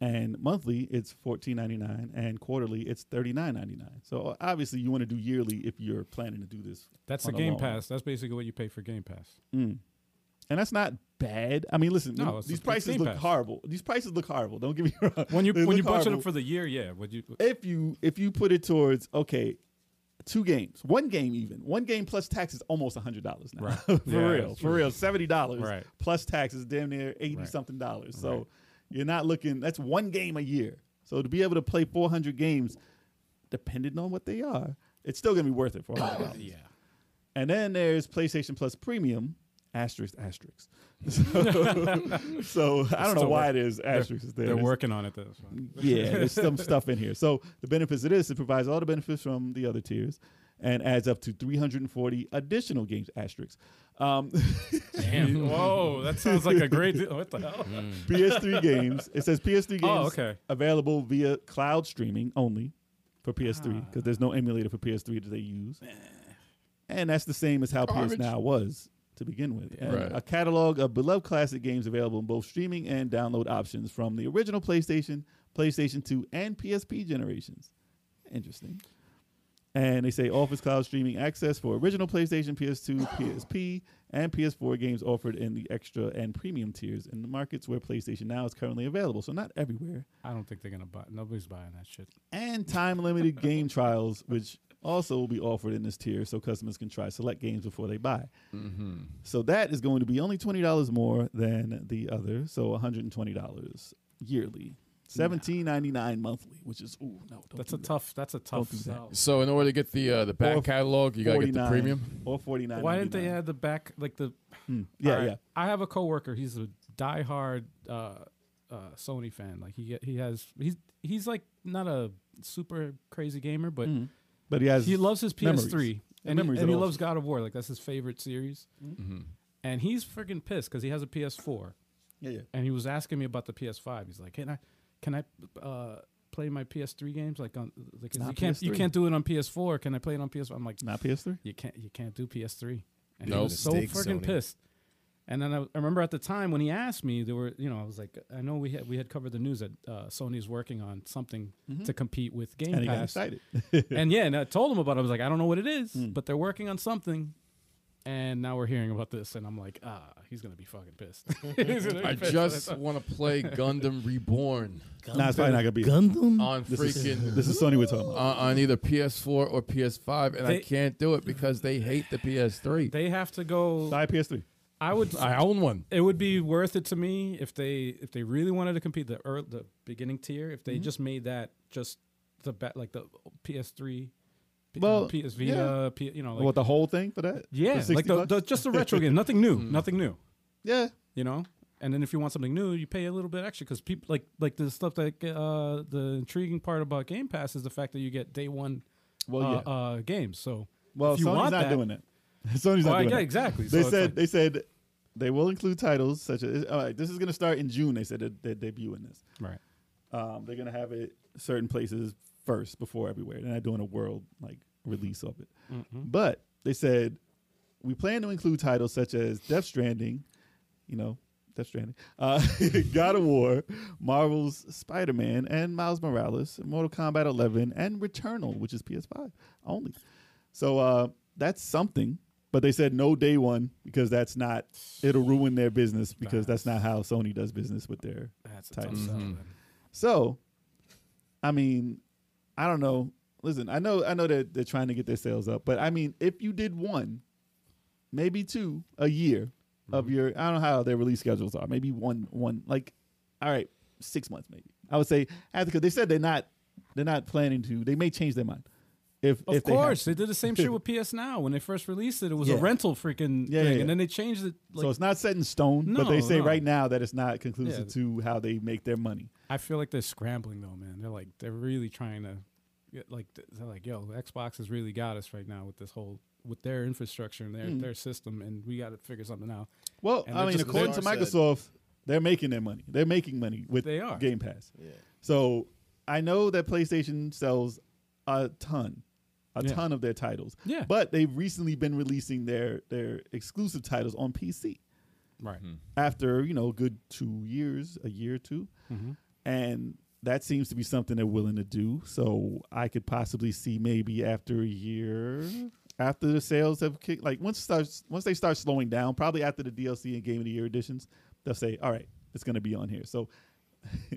S6: And monthly it's fourteen ninety nine, and quarterly it's thirty nine ninety nine. So obviously you want to do yearly if you're planning to do this.
S2: That's
S6: on
S2: the Game
S6: long run.
S2: Pass. That's basically what you pay for Game Pass.
S6: Mm. and that's not bad. I mean, listen,
S2: No,
S6: when-
S2: it's-
S6: these
S2: it's
S6: prices
S2: Game
S6: look
S2: Pass.
S6: horrible. These prices look horrible. Don't get me wrong.
S2: When you
S6: They
S2: when you
S6: look
S2: budget
S6: horrible.
S2: it for the year, yeah. Would you?
S6: if you if you put it towards okay, two games, one game even, one game plus tax is almost hundred dollars now.
S2: Right.
S6: for
S2: Yeah,
S6: real,
S2: it's
S6: for real, seventy dollars
S2: Right.
S6: plus tax is damn near eighty
S2: Right.
S6: something dollars. So you're not looking. That's one game a year. So to be able to play four hundred games, depending on what they are, it's still gonna be worth it for hundred dollars.
S2: Yeah.
S6: And then there's PlayStation Plus Premium, asterisk, asterisk. So, so I don't know
S2: still
S6: why
S2: work-
S6: it is asterisk is there.
S2: They're
S6: It's-
S2: working on it though. so.
S6: Yeah, there's some stuff in here. So the benefits of this, it provides all the benefits from the other tiers and adds up to 340 additional games, asterisk. Um,
S2: Damn. Mm. Whoa, that sounds like a great deal. What the hell?
S6: PS3 games. It says PS3 games
S2: Oh, okay.
S6: available via cloud streaming only for PS3 because there's no emulator for PS3 that they use. And that's the same as how PS Now was to begin with. And
S4: Right.
S6: A catalog of beloved classic games available in both streaming and download options from the original PlayStation, PlayStation 2, and PSP generations. Interesting. And they say Office Cloud streaming access for original PlayStation, PS2, PSP, and PS4 games offered in the extra and premium tiers in the markets where PlayStation Now is currently available. So not everywhere.
S2: I don't think they're gonna buy. Nobody's buying that shit.
S6: And time limited game trials, which also will be offered in this tier so customers can try select games before they buy. So that is going to be only $20 more than the other. So $120 yearly. Seventeen ninety nine monthly, which is ooh no, don't
S2: That's
S6: do
S2: a tough. That's a tough
S6: do that.
S2: sell.
S4: So in order to get the uh, the back
S6: Or
S4: catalog, you gotta get the
S6: 49
S4: premium.
S6: or forty nine.
S2: Why didn't they add the back like the?
S6: Yeah,
S2: All right.
S6: yeah.
S2: I have a coworker. He's a diehard uh, uh, Sony fan. Like he he has he's he's like not a super crazy gamer, but
S6: Mm-hmm. But he Mm. has
S2: He loves his PS3
S6: memories.
S2: and, he,
S6: Memories
S2: and
S6: are
S2: he
S6: awesome.
S2: loves God of War. Like that's his favorite series.
S4: Mm-hmm.
S2: And he's freaking pissed because he has a PS4.
S6: Yeah, yeah.
S2: And he was asking me about the PS5. He's like, "Can I, can I uh, play my PS3 games? Like, on, like you
S6: not
S2: can't, you
S6: PS3.
S2: can't do it on PS4. Can I play it on PS5?" I'm like,
S6: Not PS3.
S2: you can't you can't do PS3. And he
S4: Nope.
S2: was so
S7: Mistake,
S2: freaking
S7: Sony.
S2: pissed. And then I, I remember at the time when he asked me, there were you know I was like I know we had we had covered the news that uh, Sony's working on something to compete with Game
S6: And he got
S2: Pass.
S6: excited. Hmm.
S2: and yeah, and I told him about it. I was like I don't know what it is, but they're working on something. And now we're hearing about this, and I'm like, ah, he's gonna be fucking pissed. He's gonna be
S4: I
S2: pissed.
S4: just want to play Gundam Reborn
S6: nah, it's probably not gonna be.
S5: Gundam.
S4: on
S6: This is,
S4: freaking
S6: this is Sony we're talking
S4: on,
S2: Um,
S6: about.
S4: on either PS4 or PS5, and I
S2: They-
S4: can't do it because they hate the PS3.
S2: they have to go.
S6: Buy PS3.
S2: I would.
S4: I own one.
S2: It would be worth it to me if they if they really wanted to compete the ear the beginning tier. If they
S6: Mm-hmm.
S2: just made that just the ba- like the PS3, P-
S6: Well,
S2: PS Vita,
S6: yeah.
S2: P, you know, like,
S6: What the whole thing for that?
S2: yeah,
S6: For 60
S2: like the,
S6: bucks? Mm.
S2: the just the retro game, nothing new, nothing new,
S6: yeah.
S2: you know. And then if you want something new, you pay a little bit extra because people like like the stuff that uh, the intriguing part about Game Pass is the fact that you get day one
S6: Well,
S2: uh,
S6: yeah.
S2: uh, games. So
S6: Well,
S2: if you
S6: Sony's
S2: want
S6: not
S2: that,
S6: doing that. Sony's
S2: Well,
S6: not doing
S2: yeah,
S6: that.
S2: exactly. So
S6: They
S2: it's
S6: said
S2: like-
S6: they said they will include titles such as all right, this is going to start in June. They said that they're debuting this.
S2: right.
S6: Um, they're going to have it certain places first before everywhere. They're not doing a world like release of it. But they said we plan to include titles such as Death Stranding, you know, Death Stranding, uh, God of War, Marvel's Spider Man, and Miles Morales, Mortal Kombat 11, and Returnal, which is PS5 only. So uh, that's something. But they said no day one because that's not, it'll ruin their business because that's not how Sony does business with their
S2: That's a tough
S5: Mm-hmm.
S6: titles.
S2: sell, then.
S6: So, I mean, I don't know. Listen, I know, I know that they're trying to get their sales up, but I mean, if you did one, maybe two a year
S2: Mm-hmm.
S6: of your, I don't know how their release schedules are. Maybe one, one like, all right, six months maybe. I would say after because they said they're not, they're not planning to. They may change their mind. If
S2: Of
S6: if they have
S2: course,
S6: to.
S2: they, did the same shit with PS Now when they first released it. It was a
S6: Yeah.
S2: rental freaking
S6: Yeah,
S2: thing,
S6: yeah, yeah.
S2: and then they changed it. Like,
S6: so it's not set in stone, but
S2: No,
S6: they say
S2: no.
S6: right now that it's not conclusive
S2: Yeah.
S6: to how they make their money.
S2: I feel like they're scrambling though, man. They're like they're really trying to, get, like th- they're like, yo, Xbox has really got us right now with this whole with their infrastructure and
S6: Hmm.
S2: their their system, and we got to figure something out.
S6: Well,
S2: And
S6: I
S2: they're
S6: mean,
S2: just-
S6: according
S7: they
S6: to
S7: are said-
S6: Microsoft, they're making their money. They're making money with
S2: They are.
S6: Game Pass.
S7: Yeah.
S6: So I know that PlayStation sells a ton, a
S2: Yeah.
S6: ton of their titles.
S2: Yeah.
S6: But they've recently been releasing their their exclusive titles on PC
S2: Right.
S6: Hmm. after you know a good two years, a year or 2
S2: Mm-hmm.
S6: and that seems to be something they're willing to do. So I could possibly see maybe after a year, after the sales have kicked, like once starts once they start slowing down, probably after the DLC and Game of the Year editions, they'll say, "All right, it's going to be on here." So.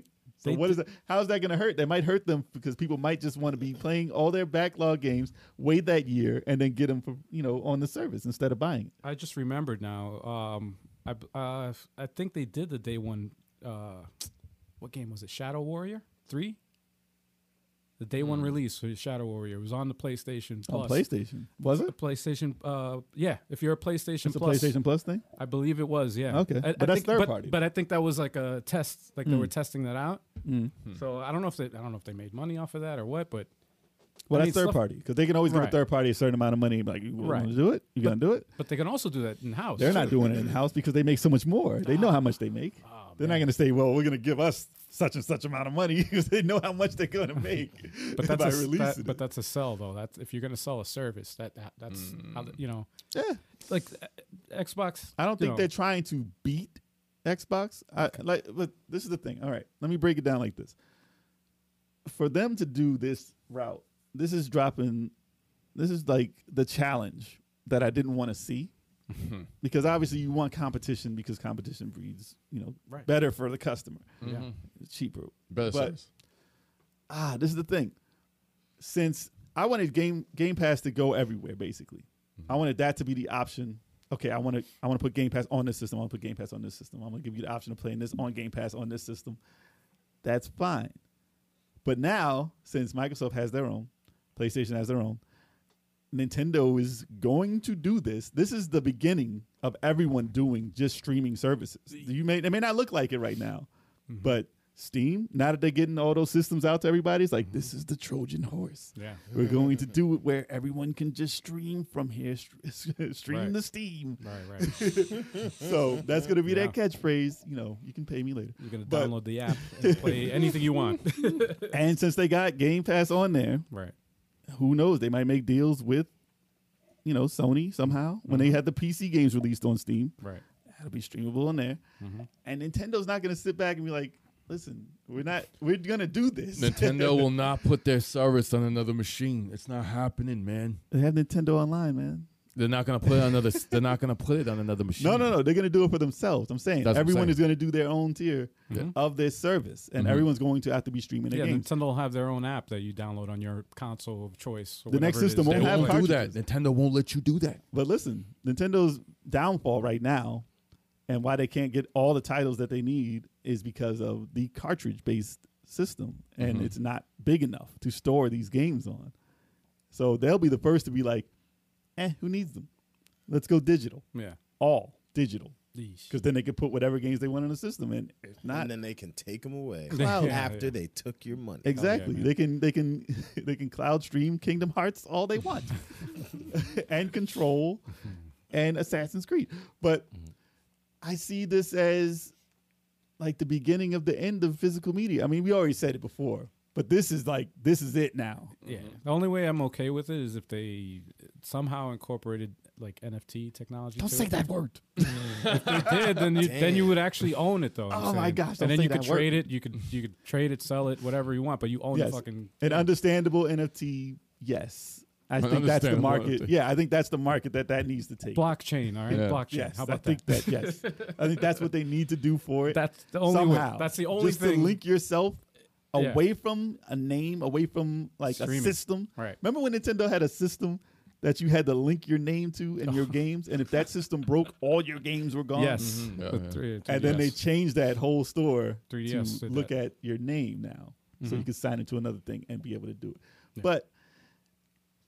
S6: So
S2: They
S6: what is that? How is that going to hurt? That might hurt them because people might just want to be playing all their backlog games, wait that year, and then get them for you know on the service instead of buying it.
S2: I just remembered now. Um, I b- uh, I think they did the day one. Uh, what game was it? Shadow Warrior three. The day one release for Shadow Warrior it was on the PlayStation
S6: Hmm. on
S2: Plus.
S6: PlayStation. Was
S2: The
S6: it?
S2: PlayStation, uh, yeah. If you're a PlayStation
S6: It's a
S2: Plus,
S6: PlayStation Plus thing.
S2: I believe it was, yeah.
S6: Okay.
S2: I,
S6: But
S2: I
S6: that's
S2: think,
S6: third
S2: but,
S6: party. Mm.
S2: But I think that was like a test, like they were testing that out. So I don't know if they, I don't know if they made money off of that or what, but
S6: Well,
S2: I mean,
S6: that's third
S2: stuff-
S6: party because they can always
S2: Right.
S6: give a third party a certain amount of money. and be Like, you
S2: Right.
S6: want to do it? You gonna do it?
S2: but they can also do that in house.
S6: They're not doing it in house because they make so much more. They know how much they make.
S2: Oh,
S6: They're not gonna say, "Well, we're gonna give us such and such amount of money" because they know how much they're gonna make
S2: But that's
S6: by
S2: a,
S6: releasing
S2: that,
S6: it.
S2: but that's a sell though. That's if you're going to sell a service, that, that that's how the, you know,
S6: yeah,
S2: like uh, Xbox.
S6: I don't
S2: you
S6: think
S2: know,
S6: they're trying to beat Xbox. I, like, but this is the thing. All right, let me break it down like this. For them to do this route, this is dropping. This is like the challenge that I didn't want to see, because obviously you want competition because competition breeds, you know,
S2: Right.
S6: better for the customer,
S2: yeah.
S6: cheaper.
S4: Better
S6: But-
S4: service.
S6: Ah, this is the thing. Since I wanted Game Game Pass to go everywhere, basically, I wanted that to be the option. Okay, I want to I want to put Game Pass on this system. I want to put Game Pass on this system. I'm gonna give you the option of playing this on Game Pass on this system. That's fine. But now, since Microsoft has their own, PlayStation has their own, Nintendo is going to do this. This is the beginning
S2: Mm-hmm.
S6: of everyone doing just streaming services. You may it may not look like it right now, but Steam, now that they're getting all those systems out to everybody, it's like this is the Trojan horse.
S2: Mm-hmm. Yeah.
S6: We're going to do it where everyone can just stream from here, st- stream
S2: Right.
S6: the Steam.
S2: Right, right.
S6: So that's going to be that
S2: Yeah.
S6: catchphrase. You know, you can pay me later.
S2: You're gonna
S6: But-
S2: download the app and play anything you want.
S6: And since they got Game Pass on there,
S2: right.
S6: who knows? They might make deals with, you know, Sony somehow
S4: Mm-hmm.
S6: when they had the PC games released on Steam.
S2: Right.
S6: That'll be streamable on there.
S4: Mm-hmm.
S6: And Nintendo's not going to sit back and be like, "Listen, we're not. We're going to do this."
S4: Nintendo will not put their service on another machine. It's not happening, man.
S6: they have Nintendo Online, man.
S4: They're not gonna put it on another. they're not gonna put it on another machine.
S6: No, no, no. They're going to do it for themselves. I'm saying
S4: That's what I'm
S6: everyone
S4: saying. Mm-hmm.
S6: is going to do their own tier of their service, and everyone's going to have to be streaming their
S2: Yeah,
S6: games.
S2: Nintendo will have their own app that you download on your console of choice. Or
S6: The next
S2: whatever it is
S6: system
S2: they
S6: won't
S2: want.
S4: They
S6: have
S4: won't do that.
S6: cartridges.
S4: Nintendo won't let you do that.
S6: But listen, Nintendo's downfall right now and why they can't get all the titles that they need is because of the cartridge based system and it's not big enough to store these games on. So they'll be the first to be like, eh, who needs them? Let's go digital.
S2: Yeah.
S6: All digital.
S2: Yeesh.
S6: Because then they can put whatever games they want in the system and if not
S7: and then they can take them away
S2: Yeah,
S7: after
S2: Oh, yeah.
S7: they took your money.
S6: Exactly.
S2: man.
S6: they can they can they can cloud stream Kingdom Hearts all they want. and control and Assassin's Creed. But
S2: Mm-hmm.
S6: I see this as like the beginning of the end of physical media. I mean, we already said it before, but this is like this is it now.
S2: Yeah.
S4: Mm-hmm.
S2: The only way I'm okay with it is if they somehow incorporated like NFT technology. to it.
S6: word.
S2: Mm-hmm. If they did, then you then you would actually own it though. I'm
S6: Oh, my
S2: saying.
S6: gosh,
S2: And
S6: don't
S2: then
S6: say
S2: you
S6: that
S2: could
S6: word.
S2: trade it. You could you could trade it, sell it, whatever you want, but you own the
S6: Yes.
S2: fucking.
S6: An understandable NFT, yes. I
S4: An
S6: think that's the
S4: understandable
S6: market.
S4: NFT.
S6: Yeah, I think that's the market that that needs to take.
S2: Blockchain, all right,
S4: Yeah.
S2: blockchain.
S6: Yes,
S2: How about
S6: I think that? yes, I think that's what they need to do for it.
S2: That's the only way.
S6: somehow.
S2: That's the only
S6: Just
S2: thing.
S6: to link yourself
S2: Yeah.
S6: away from a name, away from like
S2: Streaming.
S6: a system.
S2: Right.
S6: Remember when Nintendo had a system that you had to link your name to in your games, and if that system broke, all your games were gone.
S2: Yes.
S4: Mm-hmm. Yeah,
S2: The
S4: yeah.
S2: three-
S6: And then they
S2: yes.
S6: changed that whole store
S2: 3DS
S6: to
S2: did
S6: look
S2: that.
S6: at your name now, so you can sign into another thing and be able to do it. But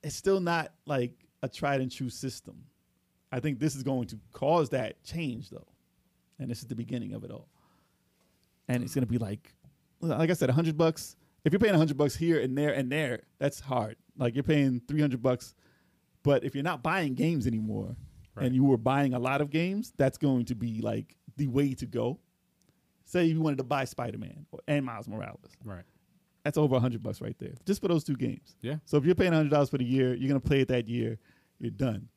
S6: it's still not like a tried and true system. I think this is going to cause that change though, and this is the beginning of it all. And it's going to be like, like I said, a hundred bucks. If you're paying a hundred bucks here and there and there, that's hard. Like you're paying three hundred bucks, but if you're not buying games anymore, and you were buying a lot of games, that's going to be like the way to go. Say you wanted to buy Spider Man and Miles Morales,
S2: right.
S6: that's over a hundred bucks right there, just for those two games.
S2: Yeah.
S6: So if you're paying hundred dollars for the year, you're gonna play it that year. You're done,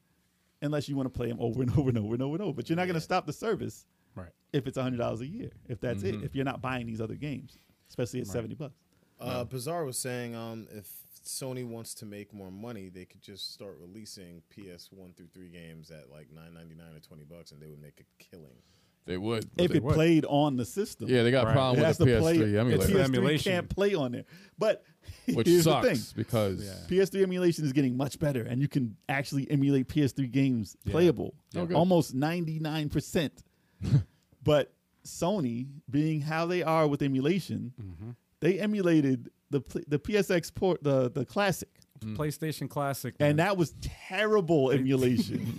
S6: unless you want to play them over and over and over and over and over. But you're not gonna stop the service
S2: Right.
S6: if it's hundred dollars a year. If that's
S4: Mm-hmm.
S6: it, if you're not buying these other games, especially at seventy bucks.
S7: Uh, Bizarre was saying um, if Sony wants to make more money, they could just start releasing PS one through three games at like nine ninety nine or twenty bucks, and they would make a killing.
S4: They would.
S6: If it
S2: would.
S6: played on the system,
S4: yeah, they got a
S2: Right.
S4: problem
S6: it has
S4: with the
S6: to play.
S4: PS3
S6: The
S4: emulator,
S6: PS3
S2: Emulation.
S6: can't play on there, but
S4: which
S6: here's the thing.
S4: sucks because
S6: PS3 emulation is getting much better, and you can actually emulate PS3 games playable,
S4: Oh, good.
S6: almost ninety nine percent. But Sony, being how they are with emulation,
S2: Mm-hmm.
S6: they emulated the pl- the PSX port, the the classic,
S4: Mm.
S2: PlayStation Classic. man.
S6: and that was terrible emulation,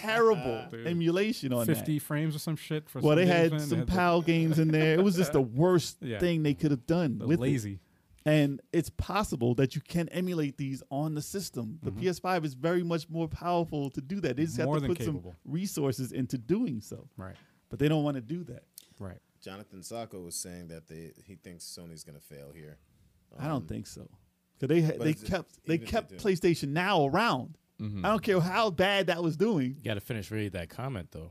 S6: terrible emulation on that.
S2: fifty frames or some shit for.
S6: Well,
S2: some
S6: they
S2: games,
S6: had
S2: man.
S6: some
S2: the-
S6: PAL games in there. It was just the worst
S2: Yeah.
S6: thing they could have done.
S2: the
S6: with it.
S2: lazy.
S6: And it's possible that you can emulate these on the system. The PS5 is very much more powerful to do that. They just
S2: Mm-hmm. More
S6: have to
S2: than
S6: put
S2: capable.
S6: some resources into doing so.
S2: Right.
S6: But they don't want to do that.
S2: Right.
S7: Jonathan Sacco was saying that they he thinks Sony's going to fail here.
S6: I don't think so. Cause they they
S7: Um, it's-
S6: kept they
S7: even if they
S6: kept
S7: do.
S6: PlayStation Now around.
S2: Mm-hmm.
S6: I don't care how bad that was doing.
S5: You got to finish reading that comment though.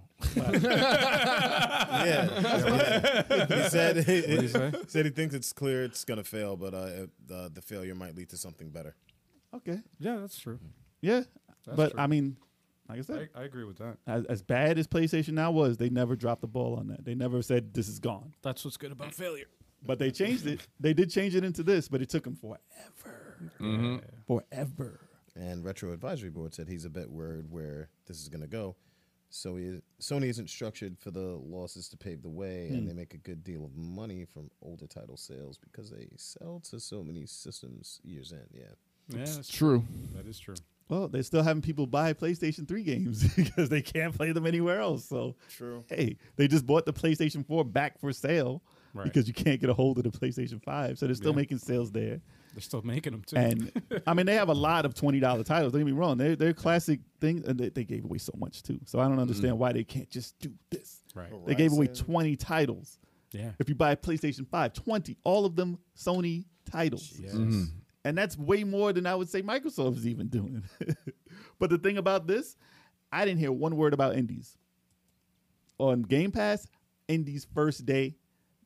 S7: He said he,
S2: you say?
S7: said he thinks it's clear it's going to fail, but uh, it, uh, the failure might lead to something better.
S6: Okay,
S2: Yeah, that's true.
S6: yeah, but
S2: true.
S6: I mean, like I said,
S2: Mm. I, I agree with that.
S6: as, as bad as PlayStation Now was, they never dropped the ball on that. They never said this is gone.
S2: That's what's good about failure.
S6: But they changed it. They did change it into this, but it took them forever.
S2: Mm-hmm.
S6: Forever.
S7: And Retro Advisory Board said he's a bet word where this is going to go. So he, Sony isn't structured for the losses to pave the way,
S2: Hmm.
S7: and they make a good deal of money from older title sales because they sell to so many systems years in. Yeah.
S2: Yeah, that's
S4: it's true.
S2: That is true.
S6: Well, they're still having people buy PlayStation 3 games because they can't play them anywhere else. So,
S7: True.
S6: hey, they just bought the PlayStation 4 back for sale
S2: Right.
S6: because you can't get a hold of the PlayStation 5. So they're still
S2: Yeah.
S6: making sales there.
S2: They're still making them too.
S6: And I mean, they have a lot of $20 titles. Don't get me wrong. They're, they're classic things, and they, they gave away so much too. So I don't understand why they can't just do this.
S2: right.
S6: They gave away
S7: Horizon.
S6: 20 titles.
S2: Yeah.
S6: If you buy a PlayStation 5, 20, all of them Sony titles. And that's way more than I would say Microsoft is even doing. but the thing about this, I didn't hear one word about indies. On Game Pass, indies first day,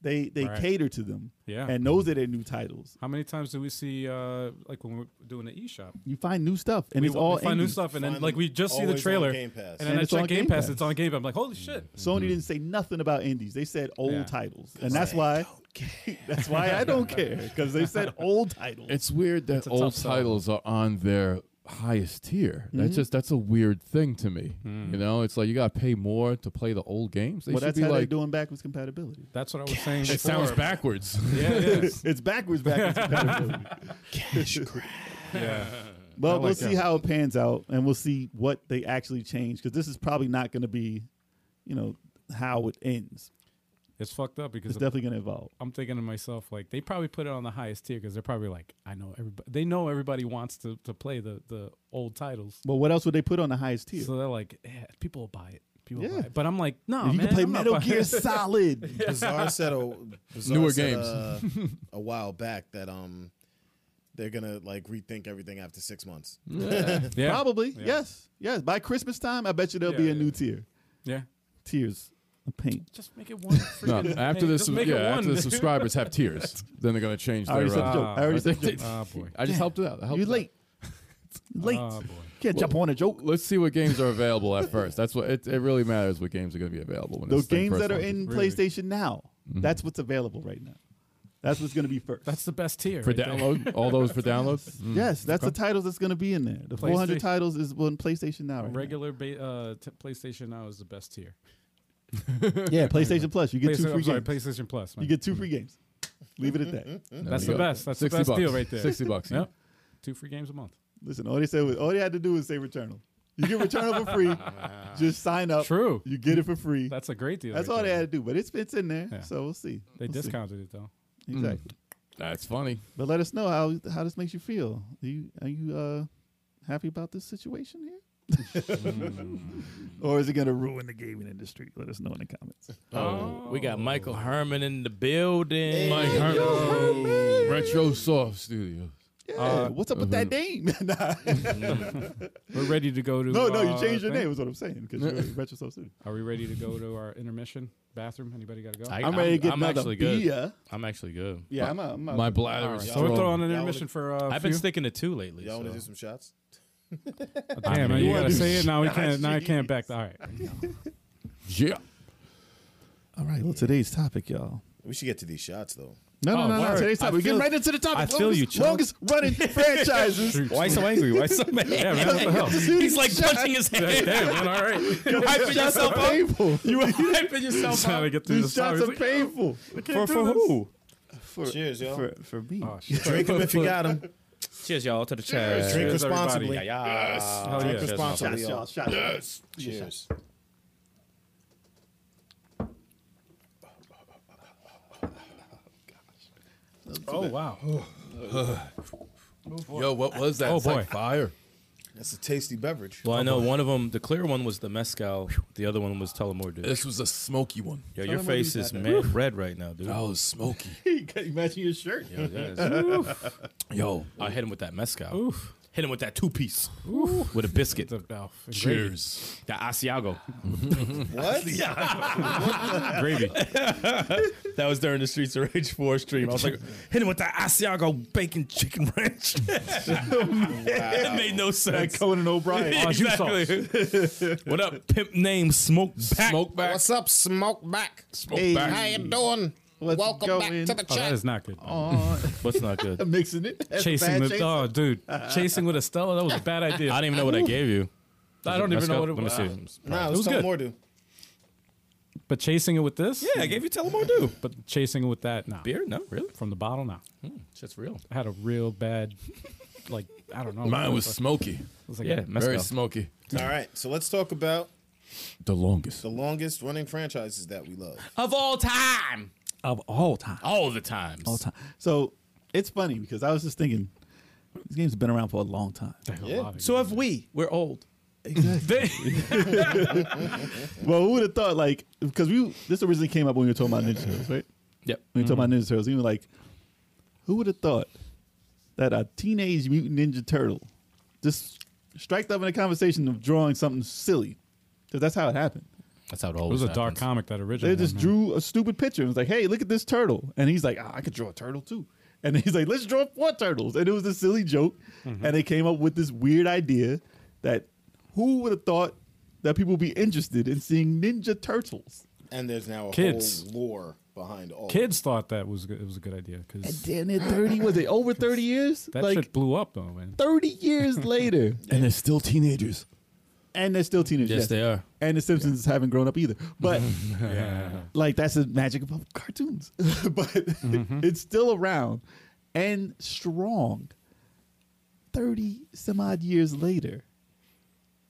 S6: they they
S2: Right.
S6: cater to them.
S2: Yeah.
S6: And those are their new titles.
S2: How many times do we see uh like when we're doing the e-shop?
S6: You find new stuff and
S2: we,
S6: it's
S2: we
S6: all
S2: find new
S6: indies.
S2: stuff and then
S3: Find
S2: like
S3: them
S2: we just see the
S3: always on
S2: trailer
S3: Game Pass.
S2: and then
S6: And
S2: I
S6: it's on
S2: check Game
S6: Game
S2: Pass, Mm.
S6: Pass.
S2: it's on Game Pass. I'm like, holy shit.
S6: Sony
S4: Mm-hmm.
S6: didn't say nothing about indies. They said old
S2: Yeah.
S6: titles. And that's why that's why I don't care because they said old titles.
S4: It's weird that
S2: a
S4: old
S2: tough sell.
S4: titles are on their highest tier.
S6: Mm-hmm.
S4: That's just that's a weird thing to me. You know, it's like you gotta pay more to play the old games. They
S6: well,
S4: should
S6: that's
S4: be
S6: how they're
S4: like
S6: doing backwards compatibility.
S2: That's what I was saying.
S4: it sounds backwards.
S2: Yeah, yeah.
S6: It's backwards backwards compatibility.
S2: yeah.
S6: Well, we'll see how it pans out, and we'll see what they actually change because this is probably not going to be, you know, how it ends.
S2: It's fucked up because
S6: It's definitely going to evolve.
S2: I'm thinking to myself like they probably put it on the highest tier because they're probably like I know everybody they know everybody wants to, to play the the old titles
S6: But what else would they put on the highest tier?
S2: so they're like yeah, people will buy it people will
S6: Yeah.
S2: buy it but I'm like no
S6: If you
S2: man,
S6: can play
S2: I'm not
S6: Metal
S2: buying
S6: Gear
S2: it."
S6: Solid.
S7: Bizarre said a Bizarre
S4: Newer
S7: said,
S4: games.
S7: uh, a while back that um they're gonna like rethink everything after six months.
S2: Mm. yeah
S6: Probably yes, yes. By Christmas time, I bet you there'll
S2: Yeah,
S6: be a
S2: yeah.
S6: new tier.
S2: yeah
S6: Tiers of paint.
S2: just make it one
S4: No,
S2: freaking
S4: after
S2: thing.
S4: this,
S2: just make
S4: yeah,
S2: it one
S4: after the subscribers have tiers, then they're gonna change
S6: I already
S4: their.
S6: said the
S4: uh,
S6: joke. I already said the joke.
S2: oh boy
S4: I just helped it out. I helped
S6: You
S4: it out.
S6: late. You late.
S2: Oh, boy.
S6: Can't jump on a joke.
S4: Let's see what games are available at first. That's what it, it really matters. What games are going to be available? When
S6: Those
S4: this thing
S6: games
S4: first
S6: that are
S4: launches.
S6: in
S2: Really? Mm-hmm.
S6: PlayStation now. That's what's available right now. That's what's going to be first. Mm.
S2: that's the best tier
S4: for
S2: right there.
S4: download, all those for download.
S6: Yes, that's the titles that's going to be in there. The 400
S2: PlayStation-
S6: titles is on PlayStation now. Right
S2: regular ba- uh, t- PlayStation now is the best tier
S6: now. Yeah, PlayStation Plus. You get two
S2: PlayStation, I'm
S6: free
S2: sorry
S6: games.
S2: PlayStation Plus man.
S6: you get two free games. Leave it at that.
S4: There
S2: that's
S4: we
S2: the
S4: go.
S2: best that's the
S4: 60
S2: best
S4: bucks.
S2: deal right there
S4: Sixty bucks.
S2: Yep. two free games a month
S6: Listen, all they said was all they had to do was say Returnal. You get Returnal for free. Just sign up.
S2: True.
S6: You get it for free. Oh.
S2: that's
S6: That's,
S2: a great deal right
S6: all they
S2: there.
S6: had to do. But it's it's in there,
S2: Yeah. Mm.
S6: so we'll see.
S2: they
S6: We'll see.
S2: discounted it though
S6: exactly.
S4: That's funny.
S6: But let us know how how this makes you feel. Are you are you uh, happy about this situation here? or is it going to ruin the gaming industry? Let us know in the comments.
S5: Oh,
S2: Uh,
S5: we got Michael Herman in the building.
S4: Mike Herman, Retro Soft Studios.
S6: Yeah,
S2: Uh,
S6: what's up with that name? Nah.
S2: we're ready to go to
S6: No, no, you
S2: uh,
S6: changed your
S2: thing.
S6: name. Is what I'm saying because you're Retro Soul City.
S2: Are we ready to go to our intermission bathroom? Anybody got to go?
S5: I,
S6: I'm ready to get
S5: I'm
S6: another
S5: actually good.
S6: beer.
S5: I'm actually good.
S6: Yeah, I'm. A, I'm a,
S4: My bladder is
S2: so we're throwing
S4: strong.
S2: an
S7: Y'all
S2: intermission
S7: wanna-
S2: for. Uh,
S5: I've been sticking to two lately.
S7: Y'all want
S5: so-
S7: to do some shots?
S2: Damn, man,
S5: You
S2: you
S5: wanna
S2: gotta
S5: do
S2: say it now. We can't. Now I can't back. All right.
S4: Yeah.
S6: all right. Well, today's topic, y'all.
S7: We should get to these shots though.
S6: No,
S5: Oh,
S6: no, no,
S5: word.
S6: no. Today's
S5: I
S6: topic. We're getting
S5: feel-
S6: right into the topic.
S5: I feel
S6: longest,
S5: you, Chuck.
S6: Longest running franchises.
S5: Why so angry? Why so mad? He's like punching his head.
S2: Damn, man. All right.
S5: You're hyping
S6: Shots
S5: yourself
S6: are
S5: up.
S6: painful.
S5: You hyping yourself
S2: Trying to
S5: up.
S2: get through
S6: These
S2: this.
S6: shots are
S2: topic.
S6: painful.
S5: For, for who?
S6: For,
S7: Cheers, y'all.
S6: For, for me.
S2: Oh, shit.
S7: Drink them if you got them.
S5: Cheers, y'all, to the chat.
S7: Drink
S2: uh, Cheers,
S7: responsibly.
S2: everybody.
S5: Yes.
S3: Oh,
S2: Hell
S7: Drink
S2: yeah.
S7: responsibly.
S6: Shots, y'all.
S7: y'all.
S6: Shots.
S7: Cheers.
S2: Oh wow.
S4: Yo, what was that?
S2: Oh,
S4: It's like
S2: boy.
S4: fire.
S7: That's a tasty beverage.
S5: Well, I know one of them, the clear one was the mezcal. The other one was Tullamore, dude.
S4: This was a smoky one.
S5: Yo, your face is mad red right now, dude.
S4: That was smoky.
S6: Imagine your shirt.
S5: Yo, that is-
S4: Yo,
S5: I hit him with that mezcal. Hit him with that two piece. With a
S2: It's
S5: biscuit.
S2: a- oh, f- gravy.
S4: cheers.
S5: That Asiago.
S7: What?
S5: Gravy. that was during the Streets of Rage 4 stream. I was like, hit him with that Asiago bacon chicken ranch. it made no sense.
S6: Conan O'Brien.
S2: Oh, you saw it.
S5: exactly. what up, pimp name Smoke Back?
S4: Smoke back.
S7: What's up, Smoke Back?
S4: Smoke
S6: Hey.
S4: back.
S7: How you doing?
S6: Let's
S7: Welcome
S6: go
S7: back
S6: in.
S7: to the
S2: Oh, that
S7: chat.
S2: is not good.
S5: What's not good?
S6: Mixing it. That's a
S2: chasing
S6: bad
S2: the
S6: chase.
S2: oh, dude, chasing with a Stella. That was a bad idea.
S5: I don't even know what I gave you.
S2: I don't even know what it was.
S5: Let me see.
S7: Nah,
S2: It was
S7: let's tell
S2: good.
S7: more dude.
S2: But chasing it with this.
S5: Yeah, I gave you Tullamore Dew.
S2: But chasing it with that. Nah.
S5: Beer? No, really?
S2: From the bottle. Nah.
S5: Shit's real.
S2: I had a real bad. Like I don't know.
S4: Mine
S2: It
S4: was
S2: like-
S4: smoky.
S2: it was like a-
S5: Yeah,
S4: Very
S5: mezcal.
S4: smoky.
S7: All right, so let's talk about
S4: The longest.
S7: the longest running franchises that we love.
S5: of all time.
S6: of all time.
S5: all the times.
S6: All time. So it's funny because I was just thinking, this game's been around for a long time.
S2: Yeah.
S6: So have we. We're old.
S2: They-
S6: Well, who would have thought like because we this originally came up when we were talking about Ninja Turtles, right?
S5: Yep.
S6: When we were talking about Ninja Turtles, even like, who would have thought that a teenage mutant Ninja Turtle just striked up in a conversation of drawing something silly? Because that's how it happened.
S5: That's how it
S2: it
S5: always
S2: was a dark
S5: happens.
S2: comic that originally.
S6: They just drew a stupid picture. It was like, hey, look at this turtle, and he's like, ah, I could draw a turtle too. And he's like, let's draw four turtles, and it was a silly joke. And they came up with this weird idea that who would have thought that people would be interested in seeing Ninja Turtles?
S3: And there's now a
S2: Kids.
S3: whole lore behind all.
S2: Kids thought that was good, it was a good idea because
S6: damn near 30 was it over 30 years
S2: that
S6: like
S2: shit blew up though, man.
S6: 30 years later
S4: and they're still teenagers.
S6: and they're still teenagers
S5: Yes, they are.
S6: and the simpsons haven't grown up either but like that's the magic of cartoons but
S5: Mm-hmm.
S6: it's still around and strong 30 some odd years later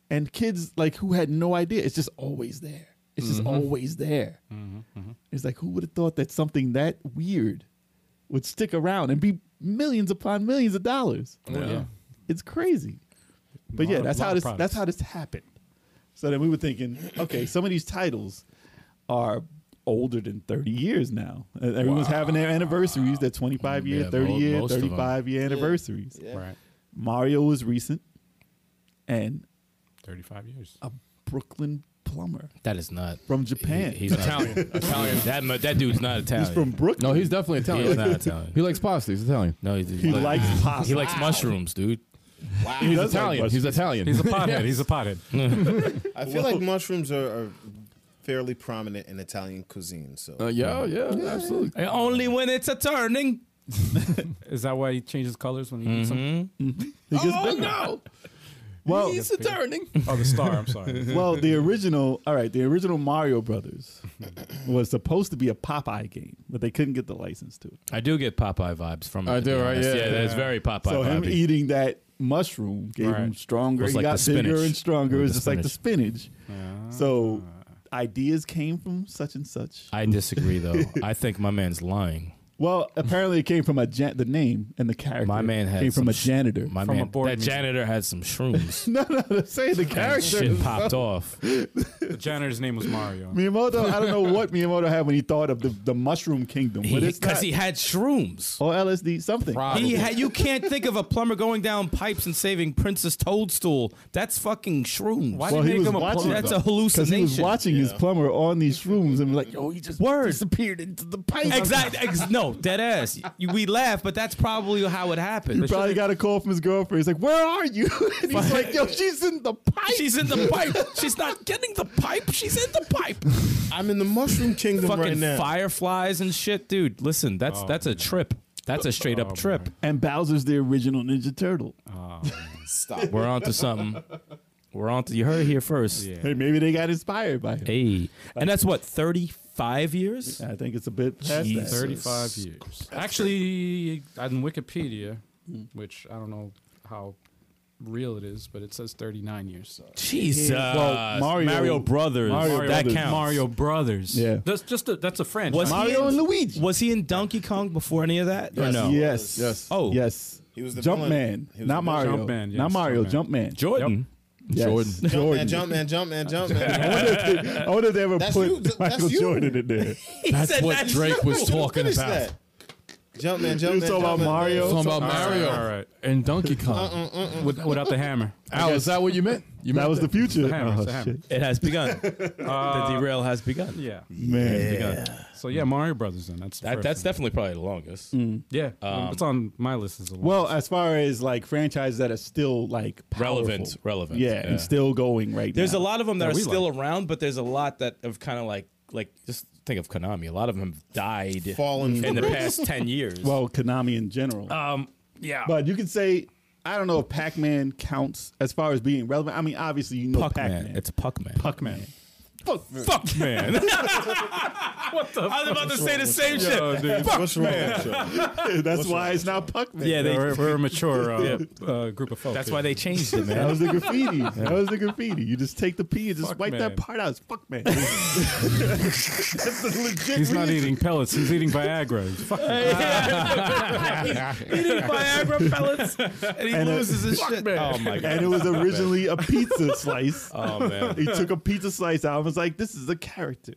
S6: and kids like who had no idea it's just always there it's
S5: Mm-hmm.
S6: just always there it's like who would have thought that something that weird would stick around and be millions upon millions of dollars
S5: Oh, Yeah.
S6: it's crazy but
S2: Lot
S6: yeah
S2: of-
S6: that's
S2: lot
S6: how
S2: of
S6: this
S2: products.
S6: that's how this happened so then we were thinking okay some of these titles are older than 30 years now Uh, everyone's having their anniversaries their 25 year
S5: Yeah,
S6: 30
S5: mo-
S6: year
S5: most of 'em.
S6: 35 year anniversaries
S2: Right,
S6: mario was recent and
S2: thirty-five years.
S6: a brooklyn plumber
S5: That is not.
S6: from japan
S5: He's Italian. Italian. That mu- that dude's not Italian.
S6: he's from brooklyn
S4: No, he's definitely Italian.
S5: He is not Italian.
S4: He likes pasta. He's Italian.
S5: No, he's, he's
S6: he
S5: like-
S6: likes pasta
S5: He likes mushrooms, dude.
S4: he's
S6: does like
S4: Italian.
S6: mushrooms.
S4: he's Italian.
S2: He's a pothead. He's a pothead.
S3: I feel like mushrooms are, are fairly prominent in Italian cuisine. So
S4: Uh, yeah, yeah, absolutely.
S5: Only when it's a turning.
S2: Is that why he changes colors when he eats them?
S6: He gets bigger.
S4: no!
S6: well
S4: a turning.
S2: Oh, the star. I'm sorry.
S6: well, the original, all right, the original Mario Brothers was supposed to be a Popeye game, but they couldn't get the license to it.
S5: I do get Popeye vibes from it.
S4: I
S5: to
S4: do,
S5: be
S4: right?
S5: honest.
S4: Yeah,
S5: yeah,
S4: yeah.
S5: it's very Popeye.
S6: so him
S5: vibey.
S6: eating that mushroom gave him
S2: Right.
S6: stronger.
S5: Was
S6: He
S5: like
S6: got
S5: the
S6: bigger
S5: spinach.
S6: and stronger. It's
S5: the Ah.
S6: just like the spinach. So ideas came from such and such.
S5: I disagree, though. I think my man's lying.
S6: Well, apparently it came from a jan- the name and the character.
S5: My man had
S6: came from
S5: some
S6: a
S5: sh-
S6: janitor.
S5: My
S2: From a
S5: man,
S2: board
S5: that
S2: meeting.
S5: janitor had some shrooms.
S6: no, no, no, say the
S5: and
S6: character.
S5: shit popped off.
S2: The janitor's name was Mario.
S6: Miyamoto, I don't know what Miyamoto had when he thought of the, the Mushroom Kingdom, but it's
S5: Because
S6: not,
S5: he had shrooms.
S6: or LSD, something.
S5: He had, you can't think of a plumber going down pipes and saving Princess Toadstool. That's fucking shrooms.
S2: Why
S6: Well,
S2: did
S6: he
S2: he make
S6: was
S2: him a
S6: watching
S2: plumber?
S5: That's a
S6: Because
S5: hallucination.
S6: he was watching his plumber on these shrooms and was like, yo, he just
S5: Word.
S6: disappeared into the pipe.
S5: Exactly. Ex- no, dead ass. You- We laugh, but that's probably how it happened.
S6: He probably got a call from his girlfriend. He's like, where are you? And he's like, yo, she's in the pipe.
S5: She's in the pipe. She's not getting the pipe. She's in the pipe.
S3: I'm in the mushroom kingdom
S5: Fucking
S3: right now.
S5: fireflies and shit, dude. Listen, that's that's a trip. That's a straight up trip.
S6: and Bowser's the original Ninja Turtle.
S3: Stop.
S5: We're onto something. We're onto you heard it here first.
S2: Yeah.
S6: Hey, maybe they got inspired by him.
S5: Hey, and that's what thirty five years.
S6: I think it's a bit past
S5: Jesus.
S6: that.
S2: 35 years. Actually, on Wikipedia, which I don't know how real it is, but it says 39 years. So.
S5: Jesus,
S6: Well, Mario-
S5: Brothers.
S6: Mario
S5: that
S6: Brothers.
S5: counts.
S2: Mario Brothers.
S6: Yeah.
S2: That's just a, that's a French.
S5: Was he
S6: Mario
S5: in,
S6: and Luigi.
S5: Was he in Donkey Kong before any of that? Or no?
S6: Yes.
S4: Yes.
S5: Oh,
S6: Yes.
S3: He was the villain.
S6: Jumpman.
S3: He was
S6: Not
S3: the
S6: Mario.
S2: Jumpman, yes,
S6: Not Mario.
S2: Jumpman.
S6: Jumpman.
S5: Jordan.
S6: Yes.
S4: Jordan.
S3: Jordan. Jumpman, Jumpman, Jumpman,
S6: I
S3: Jumpman.
S6: wonder if they, I wonder if Oh, they ever
S3: That's
S6: put
S3: you. That's
S6: Michael
S3: you.
S6: Jordan in there.
S5: That's
S2: said
S5: what
S2: that's
S5: Drake was
S3: Should've
S5: talking
S3: finished
S5: about.
S3: that. Jumpman, Jumpman.
S6: talking about
S3: Jumpman.
S6: Mario?
S4: Talking about
S2: All right,
S4: Mario
S2: all right.
S4: and Donkey Kong.
S2: With, without the hammer.
S4: Al, is that what you meant? You
S6: That
S4: meant
S6: was the future.
S2: hammer, it's
S6: Oh,
S2: the hammer.
S6: shit.
S5: It has begun.
S6: Uh,
S5: the derail has begun.
S2: Yeah.
S6: Man.
S2: So, yeah, Mario Brothers, then. That's the
S5: That,
S2: first
S5: that's
S2: one.
S5: definitely probably the longest.
S6: Mm.
S2: Yeah. it's on my list as well.
S6: Well, as far as like franchises that are still like powerful.
S5: Relevant, relevant,
S6: yeah,
S5: yeah.
S6: and still going right
S5: There's a
S6: now.
S5: lot of them that,
S2: That
S5: are
S2: we
S5: still around, but there's a lot that have kind of like like just think of Konami. A lot of them have died
S3: Fallen
S5: in
S3: from
S5: the
S3: grace.
S5: past ten years.
S6: well Konami in general,
S5: Uh,
S2: um, yeah.
S6: but you can say I don't know if Pac Man counts as far as being relevant. I mean, obviously you know
S5: Puckman,
S6: Pac Man.
S5: it's Puckman.
S6: Puckman.
S5: Fuck, fuck man. what the I was about to say the same shit.
S3: What's wrong with Chilla?
S6: That's why it's not Puckman.
S5: Yeah, they-
S2: we're, we're a mature uh, uh, group of folks.
S5: That's
S2: here.
S5: why they changed it,
S6: That
S5: man.
S6: was the graffiti. That was the graffiti. You just take the P and just
S2: Fuck
S6: wipe
S2: man.
S6: that part out. It's fuck man. That's the legit.
S2: He's not eating pellets. He's eating Viagra. He's fucking-
S5: Eating Viagra pellets, and he loses his shit. Oh my god.
S6: uh, And it was originally a pizza slice.
S5: Oh man.
S6: He took a pizza slice out and was like, "This is a character."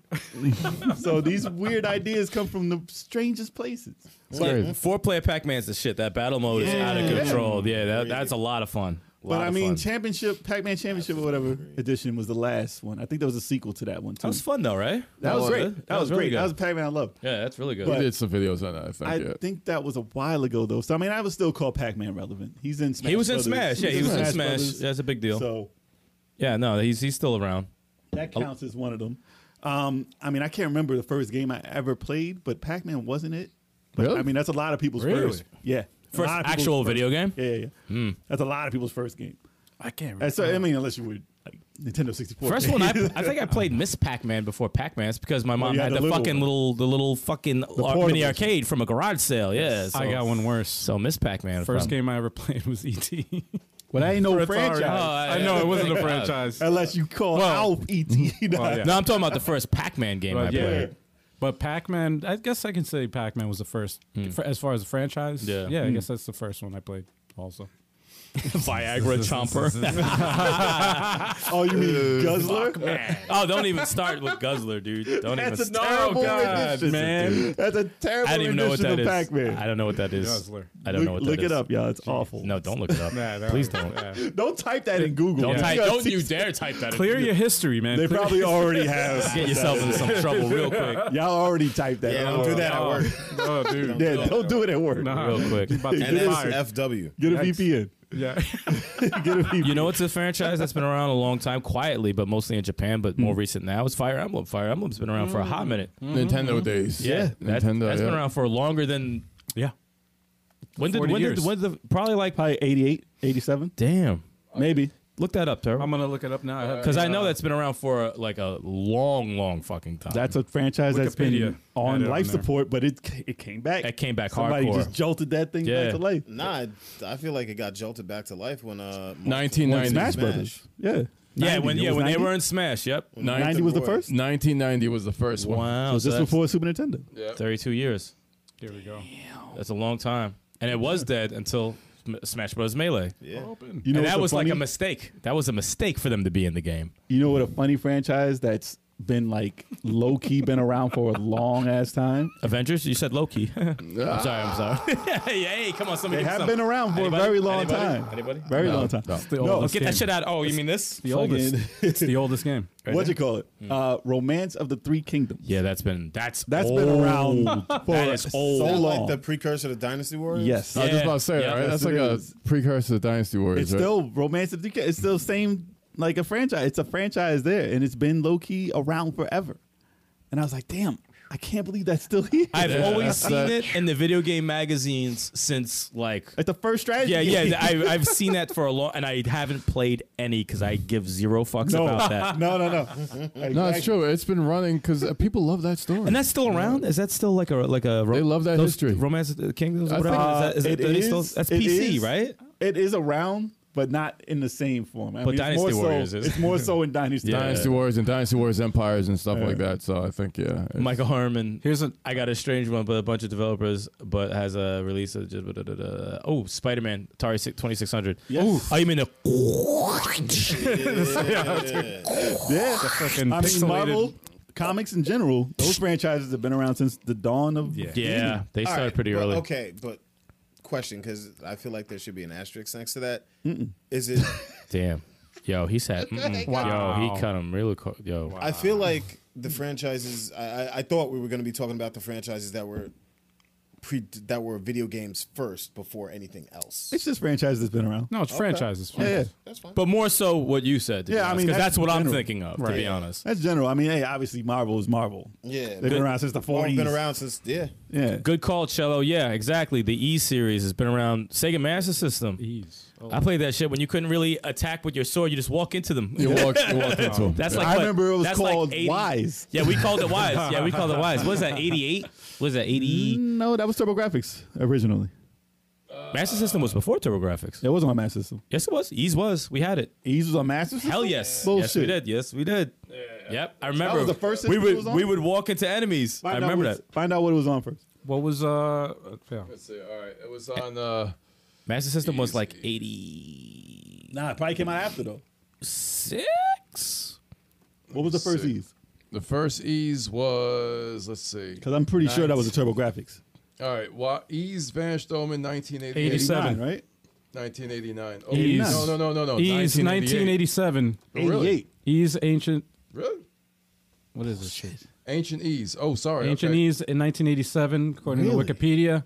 S6: so these weird ideas come from the strangest places.
S5: Like, four player Pac Man's the shit. That battle mode is out of control. Yeah, that, that's a lot of fun. A
S6: But
S5: lot
S6: I
S5: of
S6: mean,
S5: fun.
S6: championship Pac-Man Championship or whatever edition was the last one. I think there was a sequel to that one too.
S5: that was fun though, right?
S6: That was
S5: Oh,
S6: great.
S5: good.
S6: That, was,
S5: really
S6: great. That was
S5: good.
S6: Pac-Man I loved.
S5: yeah, that's really good.
S4: We did some videos on that. I think.
S6: I
S4: yeah.
S6: think that was a while ago though. So I mean, I would still call Pac-Man relevant. He's in Smash.
S5: he was in
S6: Brothers.
S5: Smash. Yeah, he was in Smash. That's a big deal.
S6: Brothers. So
S5: yeah, no, he's he's still around.
S6: that counts as one of them. Um, I mean, I can't remember the first game I ever played, but Pac-Man wasn't it. But
S4: Really?
S6: I mean, that's a lot of people's
S2: Really?
S6: first. Yeah, A
S5: First
S6: lot of people's
S5: actual
S6: first.
S5: video game? Hmm.
S6: Yeah, yeah, yeah. That's a lot of people's first game.
S2: I can't remember.
S6: And so I mean, unless you were like Nintendo 64.
S5: First one, I, I think I played Miss Pac Man before Pac Man. It's because my mom
S6: you
S5: had, the,
S6: had the little
S5: fucking
S6: one.
S5: little, the little fucking ar- mini
S6: portable.
S5: arcade from a garage sale. Yeah, so,
S2: I got one worse.
S5: So Miss Pac Man.
S2: First game I ever played was E E.T.
S6: but I ain't no
S5: Oh,
S6: franchise.
S5: I,
S2: I know it wasn't a franchise.
S6: Unless you call
S2: Well-
S6: Alf E
S5: Oh,
S6: E.T.
S2: Well, yeah.
S5: No, I'm talking about the first Pac Man game I
S2: But yeah,
S5: played.
S2: but Pac-Man. I guess I can say Pac-Man was the first, for, as far as the franchise.
S5: Yeah.
S2: yeah. I guess that's the first one I played. Also,
S5: Viagra Chomper.
S6: Oh, you mean Guzzler?
S5: oh, don't even start with Guzzler, dude. Don't even
S6: That's a
S5: start. Oh,
S6: terrible
S2: God,
S6: edition.
S2: man.
S6: That's a terrible
S5: I don't even know what
S6: edition
S5: that
S6: of
S5: is.
S6: Pac-Man.
S5: I don't know what that is.
S2: Guzzler.
S5: I don't
S6: look,
S5: know what that
S6: look it
S5: is.
S6: up, y'all. It's awful.
S5: No, don't look it up. Please don't.
S6: don't type that in Google.
S5: Don't,
S6: You
S5: type,
S6: gotta
S5: don't
S6: see-
S5: you dare type that. in.
S2: clear your history, man.
S6: They
S2: Clear-
S6: probably already have.
S5: Get yourself into some trouble real quick.
S6: Y'all already typed that.
S7: Yeah,
S6: in.
S7: don't do that at work.
S2: oh, dude.
S6: Yeah, don't do it at work.
S2: Nah,
S5: Real quick.
S2: you're about to
S7: And
S2: get
S7: it's
S2: fired.
S7: FW.
S6: Get a VPN.
S2: yeah.
S6: Get a VPN.
S5: You know, it's a franchise that's been around a long time, quietly, but mostly in Japan. But more recent now is Fire Emblem. Fire Emblem's been around for a hot minute.
S4: Nintendo days.
S5: that,
S4: Nintendo.
S5: has
S4: yeah.
S5: been around for longer than
S2: yeah.
S5: when did
S2: 40
S5: when
S2: years.
S5: did when did the, probably like
S6: Probably 88, 87,
S5: damn.
S6: maybe.
S5: Look that up,
S2: I'm
S5: Terry.
S2: gonna look it up now.
S5: Because I know that's been around for uh, like a long, long fucking time.
S6: That's a franchise that's
S2: Wikipedia
S6: been
S2: had it
S6: on
S2: on
S6: life
S2: there.
S6: support, but it ca- it came back.
S5: It came back
S6: Somebody
S5: hardcore.
S6: just jolted that thing
S5: Yeah.
S6: back to life.
S7: Nah, I- I feel like it got jolted back to life when uh Mortal
S4: 1990.
S6: Smash,
S7: Smash.
S6: Brothers. Yeah.
S5: yeah,
S6: 90,
S5: when
S6: it
S5: yeah
S6: was
S5: when
S6: 90?
S5: they were in Smash. Yep.
S4: Nin-
S6: 90 was the first?
S4: 1990 was the first one.
S5: Wow,
S6: So
S5: that's
S6: just before Super Nintendo.
S5: thirty-two years.
S2: Here we go.
S5: That's a long time, and it was dead until Sm- Smash Bros. Melee.
S6: You know
S5: and that was
S6: what's a
S5: like a
S6: funny-
S5: mistake. That was a mistake for them to be in the game.
S6: You know what a funny franchise that's been like low key been around for a long ass time.
S5: Avengers? You said Loki. I'm sorry. I'm sorry. hey, hey, come on, somebody.
S6: They
S5: do
S6: have
S5: something.
S6: been around for
S5: Anybody?
S6: a very long
S5: Anybody?
S6: time.
S5: Anybody?
S6: Very long time.
S4: no.
S2: The
S6: No,
S2: oldest
S5: Get that
S2: game.
S5: shit out. Oh, you mean this?
S2: The oldest.
S6: Fucking-
S2: it's the oldest game.
S6: What'd you call it?
S5: Mm.
S6: Uh, Romance of the Three Kingdoms.
S5: Yeah, that's been that's
S6: That's
S5: old.
S6: been around for
S5: That is old.
S6: so
S7: Is that
S6: long.
S7: like the precursor to Dynasty Warriors?
S6: yes.
S4: I was just
S5: Yeah.
S4: about to say
S5: Yeah.
S4: that, right? That's
S6: Yes,
S4: like
S6: it
S4: a
S6: is.
S4: precursor to Dynasty Warriors.
S6: It's
S4: right?
S6: still Romance of the Three Kingdoms. It's still same like a franchise. It's a franchise there, and it's been low key around forever. And I was like, damn, I can't believe that's still here.
S5: I've
S4: Yeah,
S5: always
S4: that's
S5: seen
S4: that-
S5: it in the video game magazines since like
S6: like the first strategy.
S5: yeah
S6: game.
S5: yeah I, I've seen that for a long and I haven't played any because I give zero fucks
S6: No.
S5: about that.
S6: no, no, no.
S4: No, it's true. It's been running because people love that story.
S5: And that's still around? Is that still like a like a ro-
S4: They love that
S5: those
S4: history.
S5: Romance of the Kingdoms or
S4: I
S5: whatever?
S4: think-
S5: is that, is
S6: it
S5: that, are they
S6: is-
S5: still, that's
S6: it
S5: PC,
S6: is-
S5: right?
S6: It is around, but not in the same form. I
S5: But
S6: mean, it's more
S5: Dynasty Warriors
S6: so,
S5: is.
S6: It's more so in Dynasty.
S5: Yeah.
S6: Warriors.
S4: Dynasty Warriors and Dynasty Warriors Empires and stuff like that. So I think yeah, it's-
S5: Michael Harmon.
S2: Here's an.
S5: I got a strange one, but a bunch of developers, but has a release of just, oh Spider Man Atari six- 2600.
S6: Yes.
S5: Oh, you mean a
S6: Yeah.
S2: fucking
S6: I mean,
S2: pixelated-
S6: Marvel comics in general. Those franchises have been around since the dawn of.
S2: Yeah.
S5: yeah? They
S7: All
S5: started
S7: right,
S5: pretty
S7: but-
S5: early.
S7: Okay, but question because I feel like there should be an asterisk next to that. Is it?
S5: Damn. Yo, he said, mm-mm. yo,
S2: Wow.
S5: he cut him really quick. Yo,
S7: I feel like the franchises. I, I, I thought we were going to be talking about the franchises that were pre that were video games first before anything else.
S6: It's just franchises that's been around.
S2: No, it's franchises.
S6: Yeah, yeah.
S7: That's fine.
S5: but more so what you said. To
S6: Yeah, I
S5: yeah,
S6: mean,
S5: because
S6: that's
S5: that's, what I'm
S6: general.
S5: thinking of. To be honest,
S6: That's general. I mean, hey, obviously Marvel is Marvel.
S7: Yeah,
S6: They've
S7: but-
S6: been around since the
S7: Oh,
S6: forties.
S7: been around since yeah.
S6: Yeah.
S5: good call, Cello. Yeah, exactly. The E series has been around. Sega Master System.
S2: Ease.
S5: I played that shit when you couldn't really attack with your sword. You just walk into them.
S4: You walk, you walk into him.
S5: That's like
S6: I
S5: what?
S6: remember it was
S5: That's
S6: called
S5: like 80
S6: Wise.
S5: Yeah, we called it wise. Yeah, we called it wise. What was that? Eighty eight? Was that eighty?
S6: No, that was TurboGrafx originally.
S5: Master System was before TurboGrafx.
S6: It wasn't on Master System.
S5: Yes, it was. Ease was. We had it.
S6: Ease was on Master System.
S5: Hell yes.
S6: Bullshit.
S5: Yes, we did. Yes, we did. Yep, I remember.
S6: was the first
S5: we
S6: system
S5: would
S6: it was on?
S5: we would walk into enemies.
S6: Find
S5: I
S6: out
S5: remember
S6: what's-
S5: that.
S6: Find out what it was on first.
S2: What was uh? Yeah.
S4: Let's see. All right. It was on. Uh,
S5: Master System was
S4: Ease.
S5: like eighty
S6: Nah, it probably came out after though.
S5: six.
S6: What was the first
S4: Sick.
S6: Ease?
S4: the first ease was. Let's see.
S6: Because I'm pretty sure that was a TurboGrafx.
S4: All right. Well, ease vanished Omen 1988.
S2: 87.
S6: 89, right?
S4: 1989. Oh,
S2: Ease.
S4: No, no, no, no, no.
S2: Ease 1987.
S4: Oh, really?
S6: 88.
S2: Ease ancient.
S4: Really?
S2: What is this? shit?
S4: Ancient ease. Oh, sorry.
S2: Ancient
S4: okay.
S2: Ease in 1987, according
S6: Really?
S2: to Wikipedia.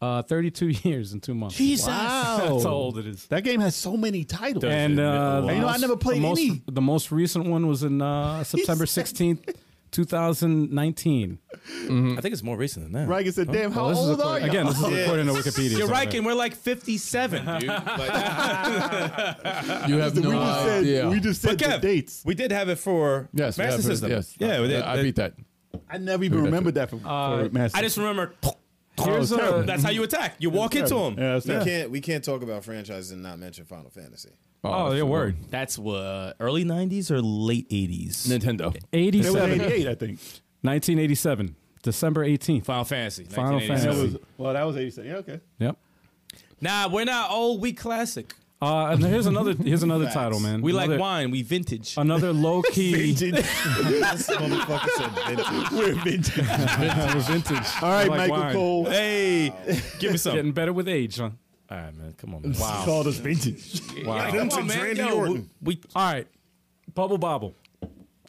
S2: Uh, 32 years and two months.
S6: Jesus.
S2: That's how old it is.
S6: That game has so many titles.
S2: And uh,
S6: You know, I never played
S2: the most,
S6: any.
S2: The most recent one was in uh, September 16th, 2019.
S5: I think it's more recent than that.
S6: Right, it's a damn. How
S2: Well, Oh, this is
S6: old are
S2: according-
S6: you?
S2: Again, this is according to Wikipedia.
S5: You're
S2: so-
S5: right, and we're like
S2: Uh-huh.
S5: 57, dude. Like,
S4: You have no
S6: we just said,
S4: idea.
S6: we just
S5: but
S6: said the
S5: Kev,
S6: dates.
S5: we did have it for
S4: Yes,
S5: Master
S4: yeah,
S5: System.
S4: Yes.
S5: Yeah, we did.
S4: I, beat that.
S6: I never even
S4: Who got
S6: remembered that from for Master.
S5: I just remember.
S2: Here's
S6: Oh, terrible.
S2: a,
S5: That's how you attack. You walk into
S6: terrible.
S5: them.
S6: Yeah, that's
S7: We
S6: terrible.
S7: can't we can't talk about franchises and not mention Final Fantasy.
S2: Oh,
S4: I
S2: your
S4: forgot.
S2: word.
S5: That's what early 90s or late 80s.
S4: Nintendo.
S6: They were
S2: 87,
S6: 88, I think.
S2: 1987, December 18th.
S5: Final Fantasy.
S2: Final
S5: 1987.
S6: That
S2: Fantasy.
S6: was well, that was 87. Yeah, okay.
S2: Yep.
S5: Nah, we're not old. We classic.
S2: Uh, and here's another. Here's another title, man.
S5: We
S2: another,
S5: like wine. We vintage.
S2: Another low key.
S7: this motherfucker said vintage.
S6: We're vintage.
S2: vintage.
S6: All right,
S2: Like
S6: Michael
S2: wine.
S6: Cole
S5: hey, give me some.
S2: Getting better with age, huh?
S5: All right, man. Come on. Man.
S6: called us vintage.
S5: Wow. Come
S7: Vintage
S5: on, man.
S7: Randy
S5: Yo,
S7: Orton.
S5: we,
S2: All right, Bubble Bobble.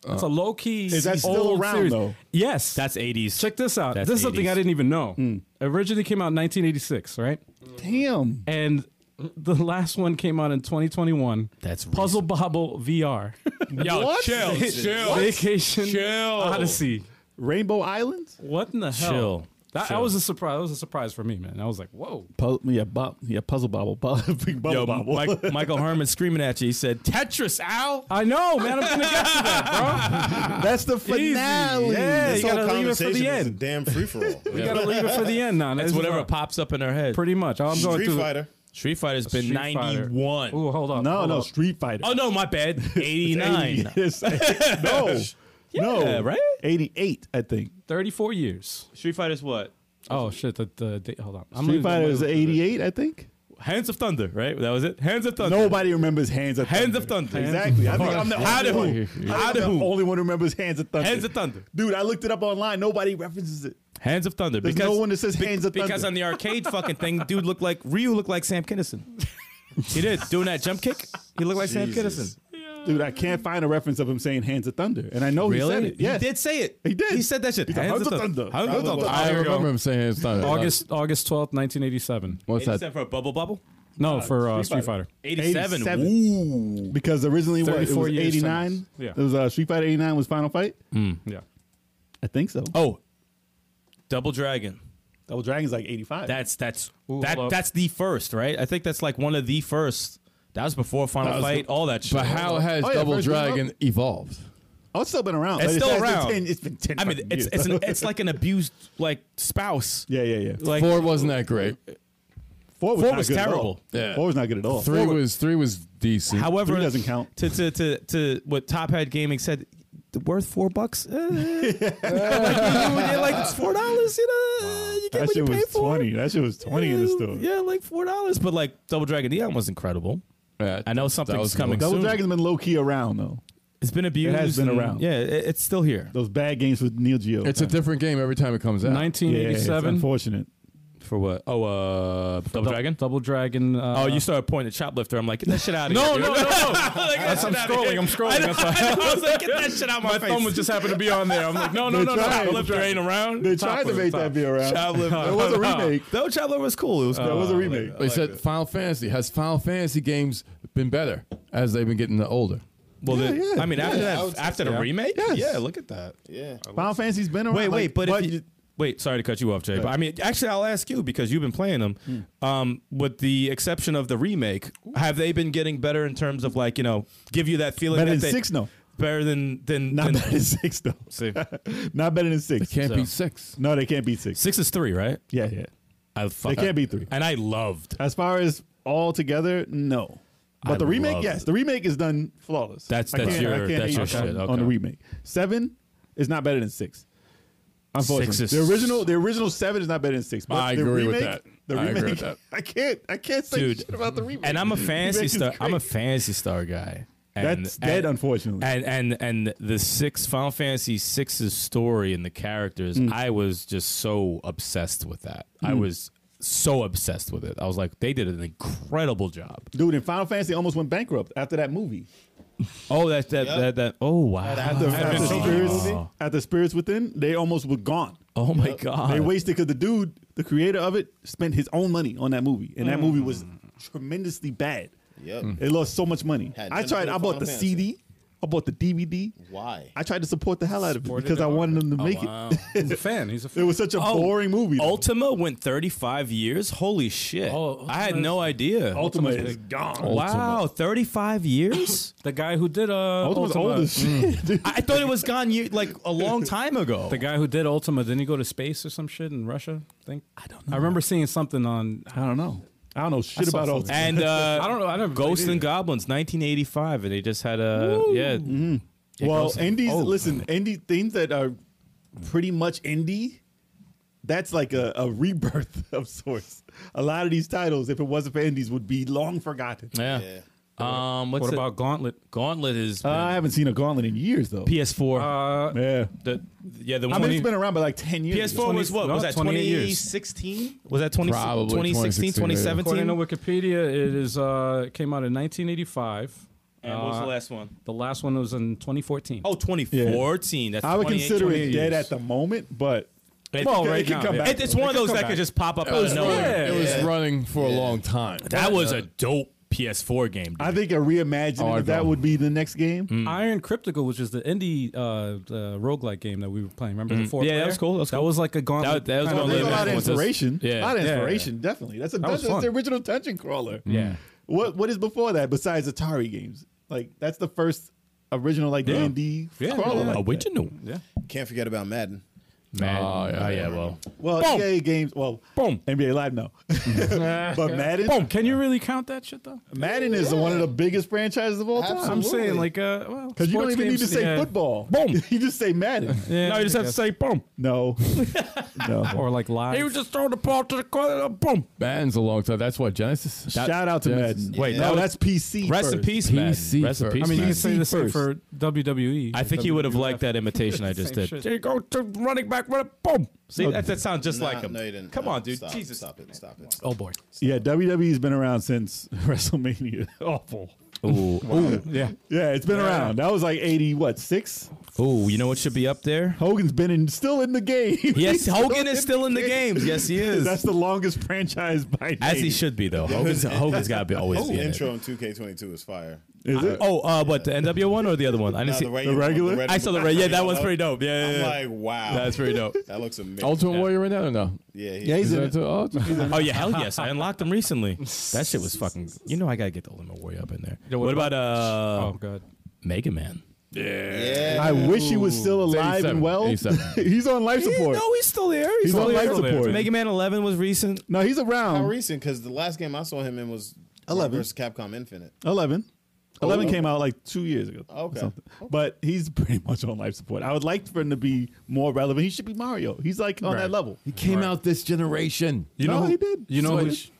S2: It's a low key.
S6: Uh, Is that still around, though?
S2: Yes.
S5: that's 80s.
S2: Check this out.
S5: That's
S2: this is something
S5: 80s.
S2: I didn't even know.
S6: Hmm.
S2: Originally came out in 1986, right?
S6: Damn.
S2: And the last one came out in 2021.
S5: That's
S2: Puzzle Bobble VR.
S5: Yo,
S6: What?
S5: chill, chill,
S2: Vacation
S5: Chill.
S2: Odyssey.
S6: Rainbow Island?
S2: What in the hell?
S5: Chill.
S2: That, that
S5: Chill.
S2: was a surprise. That was a surprise for me, man. I was like, whoa.
S6: Pu- yeah, bo- yeah, puzzle bobble, bu- big bubble
S5: Yo,
S6: bobble.
S5: Mike, Michael Herman screaming at you. He said, "Tetris, Al."
S2: I know, man. I'm gonna get to that,
S6: That's the
S2: bro. Easy.
S6: finale.
S2: Yeah,
S7: This
S2: you
S7: whole
S2: gotta leave it for
S7: conversation
S2: the
S7: is a
S2: end.
S7: damn free for all.
S2: You gotta leave it for the end now.
S5: That's
S2: This is
S5: whatever
S2: all-
S5: pops up in her head.
S2: Pretty much. I'm going
S7: Street
S2: through.
S7: Fighter.
S5: Street Fighter's been
S2: Street Fighter.
S5: 91.
S2: Ooh, hold on.
S6: No,
S2: hold
S6: no,
S2: on.
S6: Street Fighter.
S5: Oh no, my bad. 89.
S6: Yes. no,
S5: Yeah,
S6: no,
S5: right?
S6: Eighty-eight, I think.
S2: 34 years.
S5: Street Fighter's what?
S2: Oh shit. The, the date. Hold on. I'm
S6: Street
S2: losing-
S6: Fighter
S2: I'm
S6: is
S2: losing it.
S6: eighty-eight, I think.
S5: Hands of Thunder, right? That was it. Hands of Thunder.
S6: Nobody remembers Hands of
S5: Hands
S6: Thunder.
S5: of Thunder.
S6: Exactly. I think I'm the
S5: How to
S6: only
S5: who?
S6: one.
S5: How
S6: I'm
S5: to
S6: the
S5: who?
S6: only one who remembers Hands of Thunder.
S5: Hands of Thunder.
S6: Dude, I looked it up online. Nobody references it.
S5: Hands of Thunder.
S6: There's
S5: because
S6: no one that says Hands of Thunder.
S5: because on the arcade fucking thing, dude looked like Ryu looked like Sam Kinison. he did doing that jump kick. He looked like
S7: Jesus.
S5: Sam
S6: Dude, I can't find a reference of him saying Hands of Thunder, and I know
S5: Kinison.
S6: he said
S5: Really?
S6: it. Yes.
S5: He did say it.
S6: He did.
S5: He said that shit.
S6: He said, "Hands of Thunder."
S5: Hands of
S7: Thunder.
S5: Thunder.
S4: I remember him saying it's not
S2: August August 12th, 1987.
S4: What's that?
S5: 87 for a bubble bubble.
S2: No, for uh, Street Fighter.
S5: 87.
S6: 87.
S5: Ooh.
S6: Because originally what, it
S2: 34
S6: was
S2: years
S6: 89.
S2: sentence. Yeah.
S6: It was uh, Street Fighter 89 was Final Fight.
S2: Yeah.
S6: I think so.
S5: Mm. Oh, Double Dragon.
S6: Double Dragon's like 85.
S5: That's that's
S2: Ooh,
S5: that
S2: hello.
S5: that's the first, right? I think that's like one of the first. That was before Final Fight, all that shit.
S4: But how has
S6: Oh, yeah,
S4: Double
S6: first game up.
S4: Dragon evolved?
S6: oh, it's still been around.
S5: It's
S6: Like,
S5: still
S6: been
S5: around.
S6: 10 it's been 10
S5: I mean,
S6: fucking
S5: it's
S6: years.
S5: it's, an, it's like an abused like spouse.
S6: yeah, yeah, yeah.
S5: Like
S4: Four wasn't that great.
S6: Four was,
S5: Four
S6: not
S5: was
S6: good at all.
S5: terrible.
S4: Yeah.
S6: Four was not good at all.
S4: Three was three was decent.
S5: However,
S6: Three doesn't count.
S5: To to to, to what Top Hat Gaming said, worth four bucks. Eh. like, you- you- like it's four dollars. You know, you get
S6: That
S5: what you
S6: shit
S5: pay
S6: was
S5: for.
S6: 20. That shit was 20 in the store.
S5: Yeah, like four dollars. But like Double Dragon Neon was incredible.
S4: Yeah,
S5: I know
S4: that
S5: something's
S4: was
S5: coming.
S4: cool.
S6: Double
S5: Soon.
S6: Dragon's been low key around though.
S5: It's been abused.
S6: been
S5: and-
S6: around.
S5: Yeah, it, it's still here.
S6: Those bad games with Neo Geo.
S4: It's a different game every time it comes out.
S2: 1987.
S6: Yeah, it's unfortunate.
S5: For what? Oh, uh, Double
S2: Dou-
S5: Dragon.
S2: Double Dragon. Uh,
S5: Oh, you started pointing at shoplifter. I'm like, get that shit out of
S2: No,
S5: here.
S2: no, no, no.
S5: That's,
S2: I'm scrolling. I'm scrolling. That's why.
S5: I, know, I was like, get that shit out of my, face.
S2: thumb was just happened to be on there. I'm like, no, no, no,
S6: They're
S2: no.
S6: trying.
S2: Shoplifter ain't around.
S6: They tried to
S2: was
S6: make
S2: top.
S6: that be around.
S5: Shoplifter.
S6: It was a remake.
S5: No, Traveler was cool. It was
S6: That
S5: cool.
S6: was a remake.
S4: They said Final Fantasy has Final Fantasy games been better as they've been getting older.
S5: well, then,
S6: yeah,
S5: I mean, after that, after the remake,
S6: Yes.
S5: yeah, look at that.
S7: Yeah.
S6: Final Fantasy's been around.
S5: uh, Wait,
S6: like,
S5: wait, but if you- Wait, sorry to cut you off, Jay. But I mean, actually, I'll ask you because you've been playing them.
S6: Hmm.
S5: Um, with the exception of the remake, have they been getting better in terms of like you know give you that feeling
S6: Better
S5: that they-
S6: than six, no.
S5: better than than,
S6: Not
S5: than
S6: better than six though.
S5: see,
S6: Not better
S4: They
S6: than six.
S4: can't
S5: So-
S4: beat six.
S6: No, they can't beat six.
S5: six is three, right?
S6: Yeah, yeah.
S5: I fuck,
S6: can't beat three.
S5: and I loved.
S6: As far as all together, no. But
S5: I
S6: the remake,
S5: love
S6: yes,
S5: it.
S6: the remake is done flawless.
S5: That's-
S6: I
S5: that's
S6: can't- I
S5: your-
S6: can't
S5: that's
S6: hate
S5: your
S6: on-
S5: shit,
S6: on
S5: okay.
S6: the remake. Seven is not better than six. Unfortunately,
S5: Six is-
S6: the original the original seven is not better than six. But
S4: I
S6: the
S4: agree with
S6: remake,
S4: that.
S6: The
S4: I
S6: remake,
S4: agree with that.
S6: I can't I can't say
S5: Dude.
S6: shit about the remake.
S5: And I'm a fancy
S6: Remake is
S5: star. I'm a
S6: great.
S5: fancy star guy. And,
S6: That's dead,
S5: and-
S6: unfortunately.
S5: and and and the six Final Fantasy six's story and the characters, I was just so obsessed with that. I was so obsessed with it. I was like, they did an incredible job.
S6: Dude, and Final Fantasy almost went bankrupt after that movie.
S5: Oh, that that that, that oh wow.
S6: After, after,
S3: been so
S6: Spirits, after Spirits Within, they almost were gone.
S5: oh my god.
S6: They wasted because the dude, the creator of it, spent his own money on that movie, and that movie was tremendously bad.
S7: Yep.
S6: It lost so much money.
S7: Had
S6: I
S7: nothing
S6: tried.
S7: to do
S6: I
S7: with
S6: bought the
S7: Final Fantasy.
S6: CD. I bought the DVD.
S7: Why?
S6: I tried to support the hell out of it Oh,
S2: Supported
S6: because
S2: it
S6: I wanted them to make it.
S2: He's a fan. He's a
S6: It
S2: fan.
S6: was such a
S5: Oh,
S6: boring movie. though.
S5: Ultima went 35 years. Holy shit!
S2: Oh,
S5: I had
S2: Ultima's-
S5: no idea.
S6: Ultima is gone.
S5: Wow, 35 years.
S2: the guy who did uh,
S6: Ultima's
S2: Ultima.
S6: old as shit. dude.
S5: I thought it was gone ye- like a long time ago.
S2: The guy who did Ultima, didn't he go to space or some shit in Russia? I think. I don't know. I remember seeing something on.
S6: I don't know. I don't know shit about Ultima.
S5: And uh,
S2: I don't know. I never played
S5: Ghosts
S2: either.
S5: and Goblins, 1985, and they just had a yeah.
S6: Mm-hmm. well,
S5: goes-
S6: indies.
S5: oh.
S6: Listen, indie things that are pretty much indie. That's like a, a rebirth of sorts. A lot of these titles, if it wasn't for indies, would be long forgotten.
S5: yeah, Um, what's
S2: What
S5: it-
S2: about Gauntlet?
S5: Gauntlet? Is
S6: Uh, I haven't seen a Gauntlet in years, though.
S5: PS4?
S2: Uh,
S6: yeah,
S5: the, yeah, the
S6: I
S5: one.
S6: mean it's been around by like ten years.
S5: PS4 was what?
S2: no,
S5: was that
S2: 28 years.
S5: 2016? Was that 20,
S4: Probably
S5: 2016,
S4: 2016, yeah.
S2: according to
S5: 2017?
S2: Wikipedia, it is uh, it came out in 1985.
S5: And what was
S2: Uh,
S5: the last one?
S2: The last one was in 2014.
S5: Oh, 2014. That's
S6: I would
S5: 28,
S6: consider it
S5: 28
S6: dead
S5: years.
S6: at the moment, but
S5: It-
S6: Well,
S5: it
S6: right
S5: can
S6: now,
S5: come
S6: yeah.
S5: back. It- it's one of those that could just pop up out of nowhere.
S4: It was
S7: Yeah.
S4: running for a long time.
S5: That was a dope PS4 game. dude.
S6: I think a reimagining
S4: Oh, I
S6: of that
S4: know.
S6: would be the next game.
S5: Mm.
S2: Iron Cryptical, which is the indie uh, the roguelike game that we were playing. Remember
S6: Mm.
S2: the four?
S5: Yeah, that
S2: player?
S5: was cool, that was cool.
S2: That was like a gauntlet.
S5: That- that was
S2: kind of
S5: gauntlet,
S2: thing.
S6: There's a
S5: yeah.
S6: lot of
S5: Everyone says-
S6: inspiration.
S5: yeah.
S6: a lot of
S2: Yeah.
S6: inspiration. Definitely, that's a
S2: was
S6: dungeon, that's the
S2: fun.
S6: original dungeon crawler.
S2: Yeah.
S6: What what is before that besides Atari games? Like that's the first original like D and D
S2: Yeah,
S6: crawler.
S2: yeah.
S6: like that.
S5: Original.
S2: Yeah.
S7: Can't forget about Madden.
S5: Man.
S4: Oh, yeah, yeah.
S5: Oh, yeah, well.
S6: Well,
S5: Boom.
S6: EA games. Well,
S5: Boom.
S6: NBA Live no, but Madden.
S2: Boom. Can you really count that shit though?
S6: Madden is one of the biggest franchises of all time.
S7: Absolutely.
S2: I'm saying like uh, well,
S6: Because you don't even need to say football.
S5: Boom.
S6: you just say Madden.
S2: Yeah,
S5: No, you just
S2: I
S5: have to say boom.
S6: No, no.
S2: or like live.
S5: He was just throwing the ball to the corner. uh, Boom.
S4: Bands a long time. That's what Genesis. That,
S6: Shout out to
S4: Genesis.
S6: Madden.
S5: Wait,
S6: no,
S5: that was-
S6: that's PC.
S5: Rest in
S6: first.
S5: peace, man. Rest
S4: PC
S5: in
S4: first.
S5: peace.
S2: I mean, you can
S5: man.
S2: say the same
S6: first.
S2: for E. WWE.
S5: I think you would have
S2: WWF.
S5: liked that imitation I just
S2: Same
S5: did.
S2: shit.
S5: There you go to running back, run it, boom. See, that, that sounds just
S7: Nah,
S5: like him.
S7: No, you didn't.
S5: Come
S7: No,
S5: on, dude.
S7: Stop,
S5: Jesus.
S7: Stop it. Stop it. Stop
S2: Oh boy.
S6: Yeah, WWE's been around since WrestleMania. Awful.
S5: Ooh,
S2: Yeah.
S6: Yeah, it's been around. That was like eighty what six?
S5: ooh, ooh, you know what should be up there?
S6: Hogan's been in, still in the game.
S5: Yes, Hogan is still in the games. Yes, he
S6: That's
S5: is.
S6: the longest franchise by
S5: As he
S6: name.
S5: should be, though. Hogan's, Hogan's got to be always
S7: it.
S5: be
S7: The
S5: in
S7: Oh, intro in 2K22 is fire.
S6: Is
S5: It.
S6: it?
S5: Oh, uh, what the NWO one or the other one? I didn't
S7: Nah,
S5: see.
S7: right-
S6: regular?
S7: red-
S5: I saw the red. Yeah, that one's
S7: I'm
S5: pretty dope. Yeah, yeah, yeah.
S7: like, wow.
S5: that's pretty dope.
S7: that looks amazing.
S4: Ultimate Warrior in that or no?
S7: Yeah, he-
S6: yeah, he's
S4: Is
S6: in.
S4: that
S6: it.
S4: too- oh, it's-
S5: Oh yeah, hell yes! I unlocked them recently. That shit was fucking. You know I gotta get the Ultimate Warrior up in there. what, about, uh
S2: Oh god.
S5: Mega Man?
S7: yeah.
S6: I wish he was still alive
S4: 87,
S6: and well.
S4: 87.
S6: he's on life support.
S5: no, he's still there.
S6: He's on life support.
S5: Mega Man 11 was recent.
S6: No, he's
S7: How
S6: around.
S7: recent? Because the last game I saw him in was
S6: 11.
S7: versus Capcom Infinite.
S6: Eleven. Eleven
S7: okay.
S6: came out like two years ago. or
S7: Okay.
S6: something. But he's pretty much on life support. I would like for him to be more relevant. He should be Mario. He's like on that level.
S4: He came out this generation.
S6: You no, he did.
S2: You know
S4: Switch.
S2: which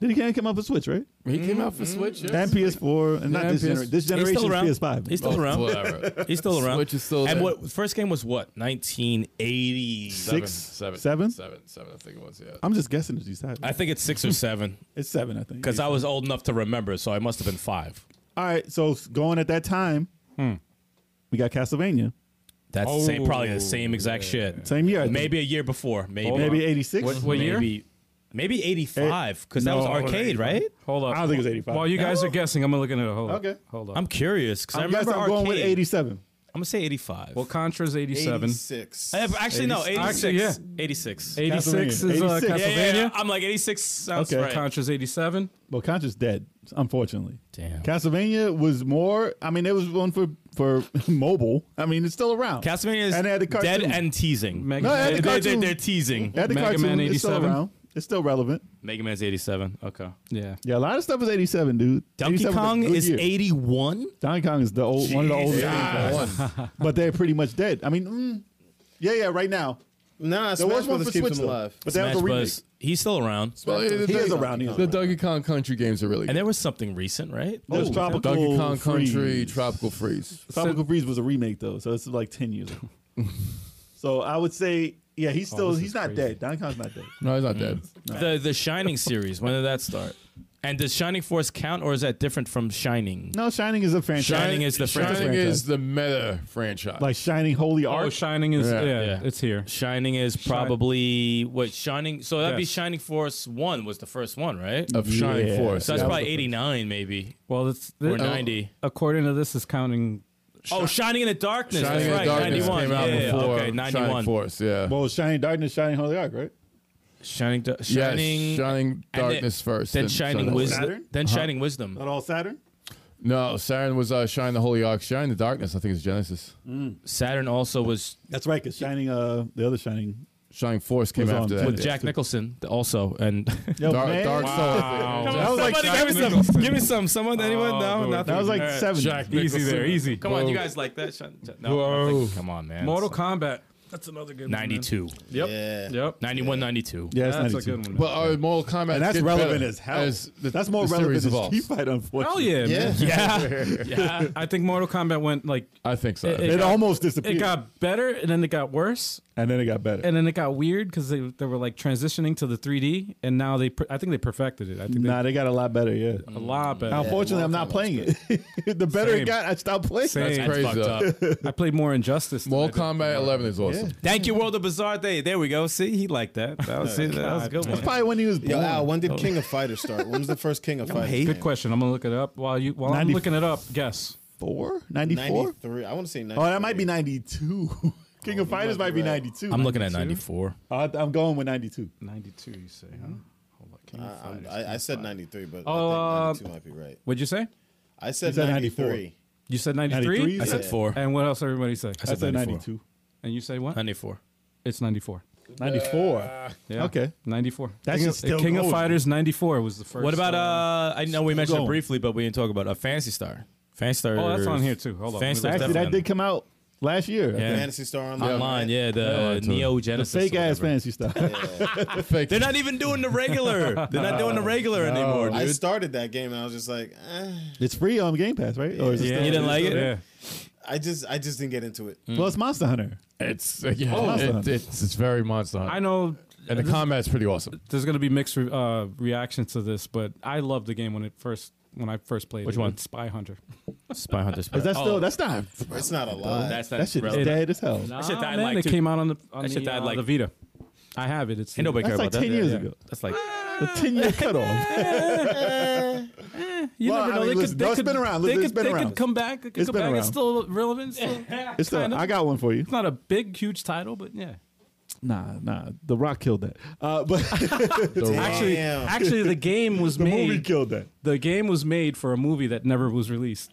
S6: Did he can't come up with Switch, right?
S4: He came out for Switch. yes.
S6: And PS4, and not
S4: Yeah, PS4.
S6: this generation. This
S5: he's
S6: generation
S5: still around.
S6: is PS5.
S5: He's still around.
S4: Whatever.
S5: He's still around.
S4: Switch is still
S5: And
S4: there.
S5: what first game was what? 1980.
S6: Six?
S4: Seven.
S6: Seven?
S4: Seven. Seven. I think it was. Yeah.
S6: I'm just guessing it's these titles.
S5: I think it's six or seven
S6: It's seven, I think.
S5: because I was old enough to remember, so I must have been five.
S6: All right, so going at that time, we got Castlevania.
S5: That's the same, probably the same exact shit.
S6: Oh, Same year, I think.
S5: Maybe a year before. Maybe
S6: maybe eighty six.
S2: What- what year?
S5: Maybe, maybe 85 because that was
S6: No,
S5: arcade, right?
S2: Hold up.
S6: I don't think it's 85.
S2: While you guys are guessing, I'm looking at it. Hold up.
S6: Okay.
S2: Hold up.
S5: I'm curious because I
S6: I guess
S5: remember
S6: I'm going with
S5: arcade.
S6: eighty seven.
S5: I'm gonna say 85.
S2: Well, Contra's 87.
S3: 86.
S5: I have- actually, no, 86.
S2: Actually, yeah.
S5: 86.
S2: 86 is uh,
S6: Castlevania. 86.
S5: Yeah, yeah, yeah,
S2: Castlevania.
S5: I'm like 86 sounds
S6: Okay.
S5: right.
S2: Contra's 87.
S6: Well, Concha's dead, unfortunately.
S5: Damn.
S6: Castlevania was more. I mean, it was one for for mobile. I mean, it's still around.
S5: Castlevania is
S6: and they had the cartoon.
S5: dead and teasing.
S2: Mega
S6: No, I had
S5: they,
S6: the
S2: Man-
S5: they, they,
S6: cartoon.
S5: they're teasing.
S6: They had the
S2: Mega
S6: cartoon.
S2: Man
S6: It's still
S2: 87.
S6: around. It's still relevant.
S5: Mega Man's 87. Okay.
S2: yeah.
S6: Yeah, a lot of stuff was '87, dude.
S5: Donkey
S6: 87 was a
S5: Kong
S6: good
S5: is
S6: year.
S5: 81.
S6: Donkey Kong is the old one of the oldest,
S3: Yeah, one.
S6: games, but they're pretty much deid. I mean, mm, yeah, yeah, right now
S3: Nah,
S6: there
S3: Smash
S6: was one
S3: Brothers
S6: for
S3: keeps
S6: Switch
S3: him
S6: though,
S3: alive.
S6: but that
S5: Smash
S6: was a remake.
S5: Bros. He's still around.
S4: Well, the,
S6: He
S4: Donkey-
S6: is around. He's
S4: the Donkey Kong Country games are really
S5: And
S4: good.
S5: there was something recent, right?
S6: There's Tropical
S4: Donkey Kong Country,
S6: Freeze.
S4: Tropical Freeze.
S6: Tropical Freeze was a remake though, so it's like ten years ago. so I would say, yeah, he's still
S2: this is
S6: he's not
S2: crazy.
S6: dead. Donkey Kong's not dead.
S4: No, he's not dead.
S6: Mm.
S5: The the Shining series. When did that start? And does Shining Force count, or is that different from Shining?
S6: No, Shining is a franchise.
S5: Shining is the franchise.
S4: Shining is the meta franchise.
S6: like Shining Holy
S2: Oh,
S6: Ark.
S2: Shining is, yeah,
S4: Yeah.
S5: Yeah.
S2: it's here.
S5: Shining is probably what Shining. So that'd be
S2: Yes.
S5: Shining Force One was the first one, right?
S4: of Shining
S6: Yeah.
S4: Force.
S5: so that's
S4: Yeah.
S5: probably eighty nine, maybe
S2: Well, it's,
S5: or
S2: th- uh,
S5: ninety.
S2: according to this, is counting.
S5: oh, Shining in the Darkness.
S4: Shining in
S5: that's
S4: the
S5: right.
S4: Darkness
S5: ninety one.
S4: came out
S5: yeah, yeah,
S4: before
S5: okay, ninety
S4: Shining
S5: one.
S4: Force. Yeah.
S6: well, Shining Darkness, Shining Holy Ark, right?
S5: Shining. Dar-
S4: Yes,
S5: Shining.
S4: Shining
S5: and then-
S4: Darkness first.
S5: Then Shining
S4: Holy-
S6: Wisdom.
S5: Wisdom.
S4: Uh-huh.
S5: Then Shining Wisdom.
S6: Not all Saturn.
S4: No, Saturn was uh, Shine the Holy Ark. Shine the Darkness, I think, is Genesis.
S5: Saturn also was
S6: That's right, because Shining, uh, the other Shining.
S4: Shining Force came
S6: Was on
S4: after that.
S5: with
S6: Yeah.
S5: Jack Nicholson also, and
S6: Yo,
S4: Dark,
S6: man,
S4: Dark Souls.
S6: That was like
S5: Somebody give me some. Give me some. Someone, anyone? no, nothing.
S6: that was like seven.
S2: Easy there, easy.
S5: Come on, you guys like that? Shun- shun- No, I
S4: Whoa.
S5: think- come on, man.
S2: Mortal Kombat. That's another good
S5: 92.
S2: Yep.
S3: Yeah.
S2: Yep.
S5: 91, 92.
S6: Yeah, that's,
S2: That's,
S6: 92.
S2: a good one. man.
S4: But uh, Mortal Kombat
S6: And that's
S4: gets
S6: relevant
S4: better
S6: as hell.
S4: the-
S6: that's more
S4: the
S6: relevant
S4: series
S6: than
S4: evolves.
S6: Street Fighter,
S2: Hell
S5: Oh,
S6: unfortunately.
S2: yeah, man.
S5: Yeah.
S2: I think Mortal Kombat went like
S4: I think so.
S2: It-
S6: It,
S2: got-
S6: almost disappeared.
S2: it got better and then it got worse
S6: and then it got better.
S2: and then it got weird because they, they were like transitioning to the 3D and now they per- I think they perfected it. I think
S6: nah, they got a lot better, yeah.
S2: they a lot better.
S6: Unfortunately, I'm not playing it. the better
S2: Same.
S6: it got, I stopped playing.
S2: Same.
S4: That's crazy.
S5: Fucked
S4: though.
S5: up.
S2: I played more Injustice. than
S4: Mortal
S2: I did.
S4: Kombat 11 is awesome.
S5: Thank you, World of Bizarre Day. There we go. See, he liked that. That was,
S2: Oh,
S5: see, that was a good one.
S6: Probably when he was born.
S7: Yo, Al, when did King of Fighters start? When was the first King of Fighters?
S2: Good question. I'm gonna look it up while you while I'm
S6: 90
S2: looking it up. Guess.
S6: Four? 94?
S7: 93. I want to say 93.
S6: Oh, that might be 92. King of Fighters Oh, might be 92.
S5: I'm looking at 94.
S6: I- I'm going with 92.
S2: 92. You say, huh? Hold on. King
S7: I,
S3: Uh,
S2: of Fighters.
S7: I, I said 93, but
S2: Oh,
S7: I think 92 might be right.
S2: What'd you say?
S7: I said,
S6: He Uh, said 94.
S7: 93.
S2: You said 93.
S6: 93?
S5: I said
S7: Yeah.
S5: 4.
S2: And what else everybody say?
S6: I said 92.
S2: And you say what?
S5: 94.
S2: It's 94.
S6: 94.
S2: Yeah.
S6: Okay.
S2: 94.
S6: That
S2: King,
S6: shit's still
S2: King of
S6: going.
S2: Fighters 94 was the first.
S5: What about, uh, I know we mentioned it
S6: going.
S5: briefly, but we didn't talk about a Fantasy Star. Fantasy Star.
S2: Oh, that's on here too. Hold on.
S5: Fantasy
S2: Let me look
S5: Star's
S6: Actually,
S2: that
S5: definitely
S6: that
S5: on
S6: did come out last year. I think.
S7: Fantasy Star Online.
S5: Online,
S7: right?
S5: yeah, the
S4: too.
S5: Neo
S6: The
S5: Genesis.
S6: fake
S5: or whatever.
S6: ass fantasy stuff.
S4: Fake.
S5: They're not even doing the regular. They're not doing the regular anymore,
S7: I
S5: dude.
S7: started that game and I was just like, eh.
S6: it's free on Game Pass, right? Or is it
S5: Yeah.
S6: still-
S5: You didn't like it?
S2: Yeah.
S7: I just, I just didn't get into it.
S6: Well, it's Monster Hunter.
S4: It's, uh, yeah,
S6: Monster
S4: it-
S6: Hunter.
S4: it's, it's very Monster Hunter.
S2: I know
S4: And the combat's pretty awesome.
S2: there's going to be mixed re- uh, reactions to this, but I loved the game when it first when I first played
S5: Which
S2: it.
S5: one?
S2: Spy Hunter.
S6: Oh,
S5: Spy Hunter. Spy
S6: Is that
S5: Oh,
S6: still? That's not.
S7: It's not a lot.
S5: That's not
S6: That shit is
S5: relevant.
S6: dead as hell.
S2: Nah,
S5: shit died
S2: man,
S5: like
S2: it
S5: two-
S2: came out on the on
S5: that shit
S2: the,
S5: died
S2: uh,
S5: like-
S2: the Vita. I have it. It's
S5: Ain't nobody care
S6: That's like
S5: about that.
S6: ten years
S5: Yeah, yeah.
S6: ago.
S5: That's like
S6: A ten year cutoff.
S2: You
S6: Well,
S2: never
S6: I
S2: know.
S6: mean,
S2: they
S6: listen,
S2: could, they
S6: no, it's
S2: could,
S6: been around.
S2: They
S6: It's
S2: could,
S6: been
S2: they
S6: around.
S2: could come back. It could
S6: It's
S2: come
S6: been
S2: back. It's
S6: around.
S2: still relevant. It's still,
S6: It's still,
S2: kinda.
S6: I got one for you.
S2: It's not a big, huge title, but yeah.
S6: Nah, nah. The Rock killed that. Uh, but
S2: Actually,
S7: Damn.
S2: actually, the game was
S6: the movie
S2: made.
S6: killed that.
S2: The game was made for a movie that never was released.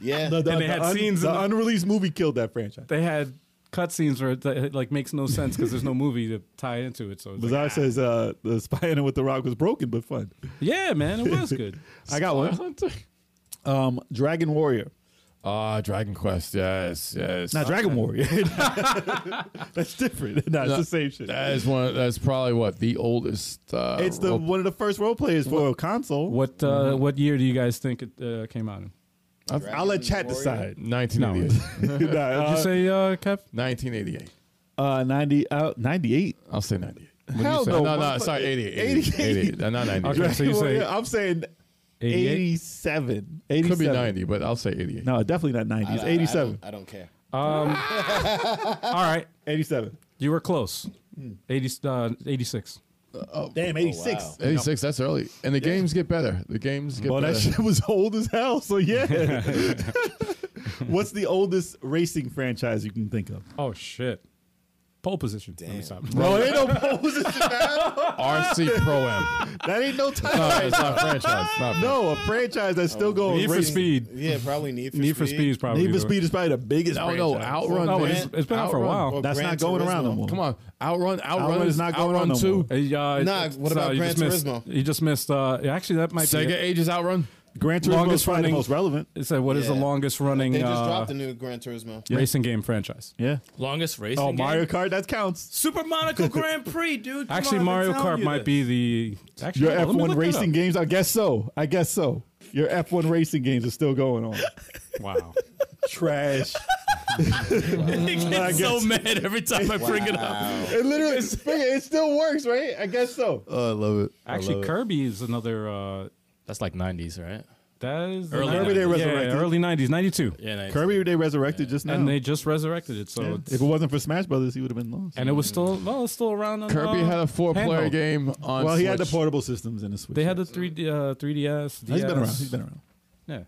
S7: yeah.
S6: The, the,
S2: And they
S6: the
S2: had scenes
S6: The
S2: in the-
S6: unreleased movie killed that franchise.
S2: They had cutscenes where it it, like makes no sense because there's no movie to tie into it. So it's
S6: Bizarre
S2: like, ah.
S6: says uh, the spying with the Rock was broken but fun.
S2: yeah, man, it was good.
S6: I got one. Um, Dragon Warrior.
S4: Ah, Dragon Quest. Yes, yes.
S6: Not Dragon Warrior. That's different. No, it's
S4: No,
S6: the same shit.
S4: That is one. That's probably what the oldest. Uh,
S6: It's the
S4: role-
S6: one of the first role players for a console.
S2: What uh, what year do you guys think it uh, came out in?
S6: I'll let chat decide.
S4: 1988.
S6: Nah,
S2: Did
S6: uh,
S2: you say uh, Kev?
S4: 1988.
S6: uh, 90, uh, 98.
S4: I'll say 98. What
S6: Hell
S4: do you say?
S6: no,
S4: no, no,
S6: motherfucker.
S4: sorry, 88. 88. 88. Uh, Not 98.
S2: Okay. So you
S6: Well,
S2: say
S6: yeah, I'm saying
S2: 88?
S6: 87. 87.
S4: Could be 90, but I'll say 88.
S6: No, definitely not 90. It's
S7: I- I
S6: 87.
S7: don't- I, don't care.
S2: All right,
S6: 87.
S2: you were close. 80, uh, 86.
S6: Damn, 86.
S4: 86. That's early. And the games get better. The games get
S6: Well,
S4: better.
S6: that shit was old as hell. So yeah, What's the oldest racing franchise you can think of?
S2: Oh shit. Pole position. Let me stop.
S6: No, ain't no poses.
S4: RC Pro M.
S6: That ain't no time.
S4: No, it's not franchise. It's not
S6: No, a franchise that's still going.
S2: Need for
S6: racing.
S2: Speed.
S3: Yeah, probably Need for
S2: Need for
S3: Speed.
S2: Speed is probably.
S6: Need for
S2: the-
S6: Speed is probably the biggest.
S4: franchise. Oh, No, no,
S6: franchise.
S4: Outrun.
S2: No,
S4: man.
S2: it's, it's been out for a
S4: Outrun.
S2: while.
S3: Or
S6: That's
S3: Gran
S6: not going around
S3: Turismo.
S6: no more.
S4: Come on, Outrun, Outrun,
S6: Outrun is not going
S4: Outrun
S6: on no
S4: two.
S6: more.
S2: Hey, uh,
S3: Nah,
S2: it's,
S3: what
S2: uh,
S3: about
S2: you
S3: Gran
S2: just missed,
S3: Turismo?
S2: You just missed. Uh, actually, that might
S4: Sega
S2: be. it.
S4: Ages Outrun.
S6: Gran Turismo is
S2: Longest
S6: probably the
S2: running-
S6: most relevant.
S2: It said, "What is the
S3: Yeah.
S2: longest running
S3: They just
S2: uh,
S3: dropped the new Gran Turismo.
S2: racing game franchise?"
S6: Yeah.
S5: Longest race.
S6: Oh, Mario Kart. That counts.
S5: Super Monaco Grand Prix, dude. Come
S2: Actually,
S5: on, I've been
S2: Mario
S5: telling
S2: Kart
S5: you
S2: might
S5: this.
S2: be the. Actually,
S6: Your
S2: hold on, let me
S6: F1
S2: look that
S6: racing
S2: up.
S6: games. I guess so. I guess so. Your F1 racing games are still going on.
S2: Wow.
S6: Trash.
S5: He gets so mad every time I bring it up.
S6: It literally, it still works, right? I guess so.
S7: Oh, I love it.
S2: Actually, Kirby is another. Uh,
S5: That's like '90s, right?
S2: that is the
S5: Early
S2: nineties.
S5: Kirby they
S2: Yeah,
S6: resurrected.
S2: early '90s, '92,
S5: Yeah, nice.
S6: Kirby, they resurrected just now.
S2: and they just resurrected it. So,
S6: Yeah.
S2: it's,
S6: if it wasn't for Smash Brothers, he would have been lost.
S2: and it was still well, it's still around. On,
S4: Kirby
S2: uh,
S4: had a four-player
S2: handheld.
S4: game on.
S6: well, he had the
S4: Switch.
S6: portable systems in the Switch.
S2: They had the 3D, uh, 3DS. DS,
S6: Oh, He's been around. He's been around.
S2: Yeah,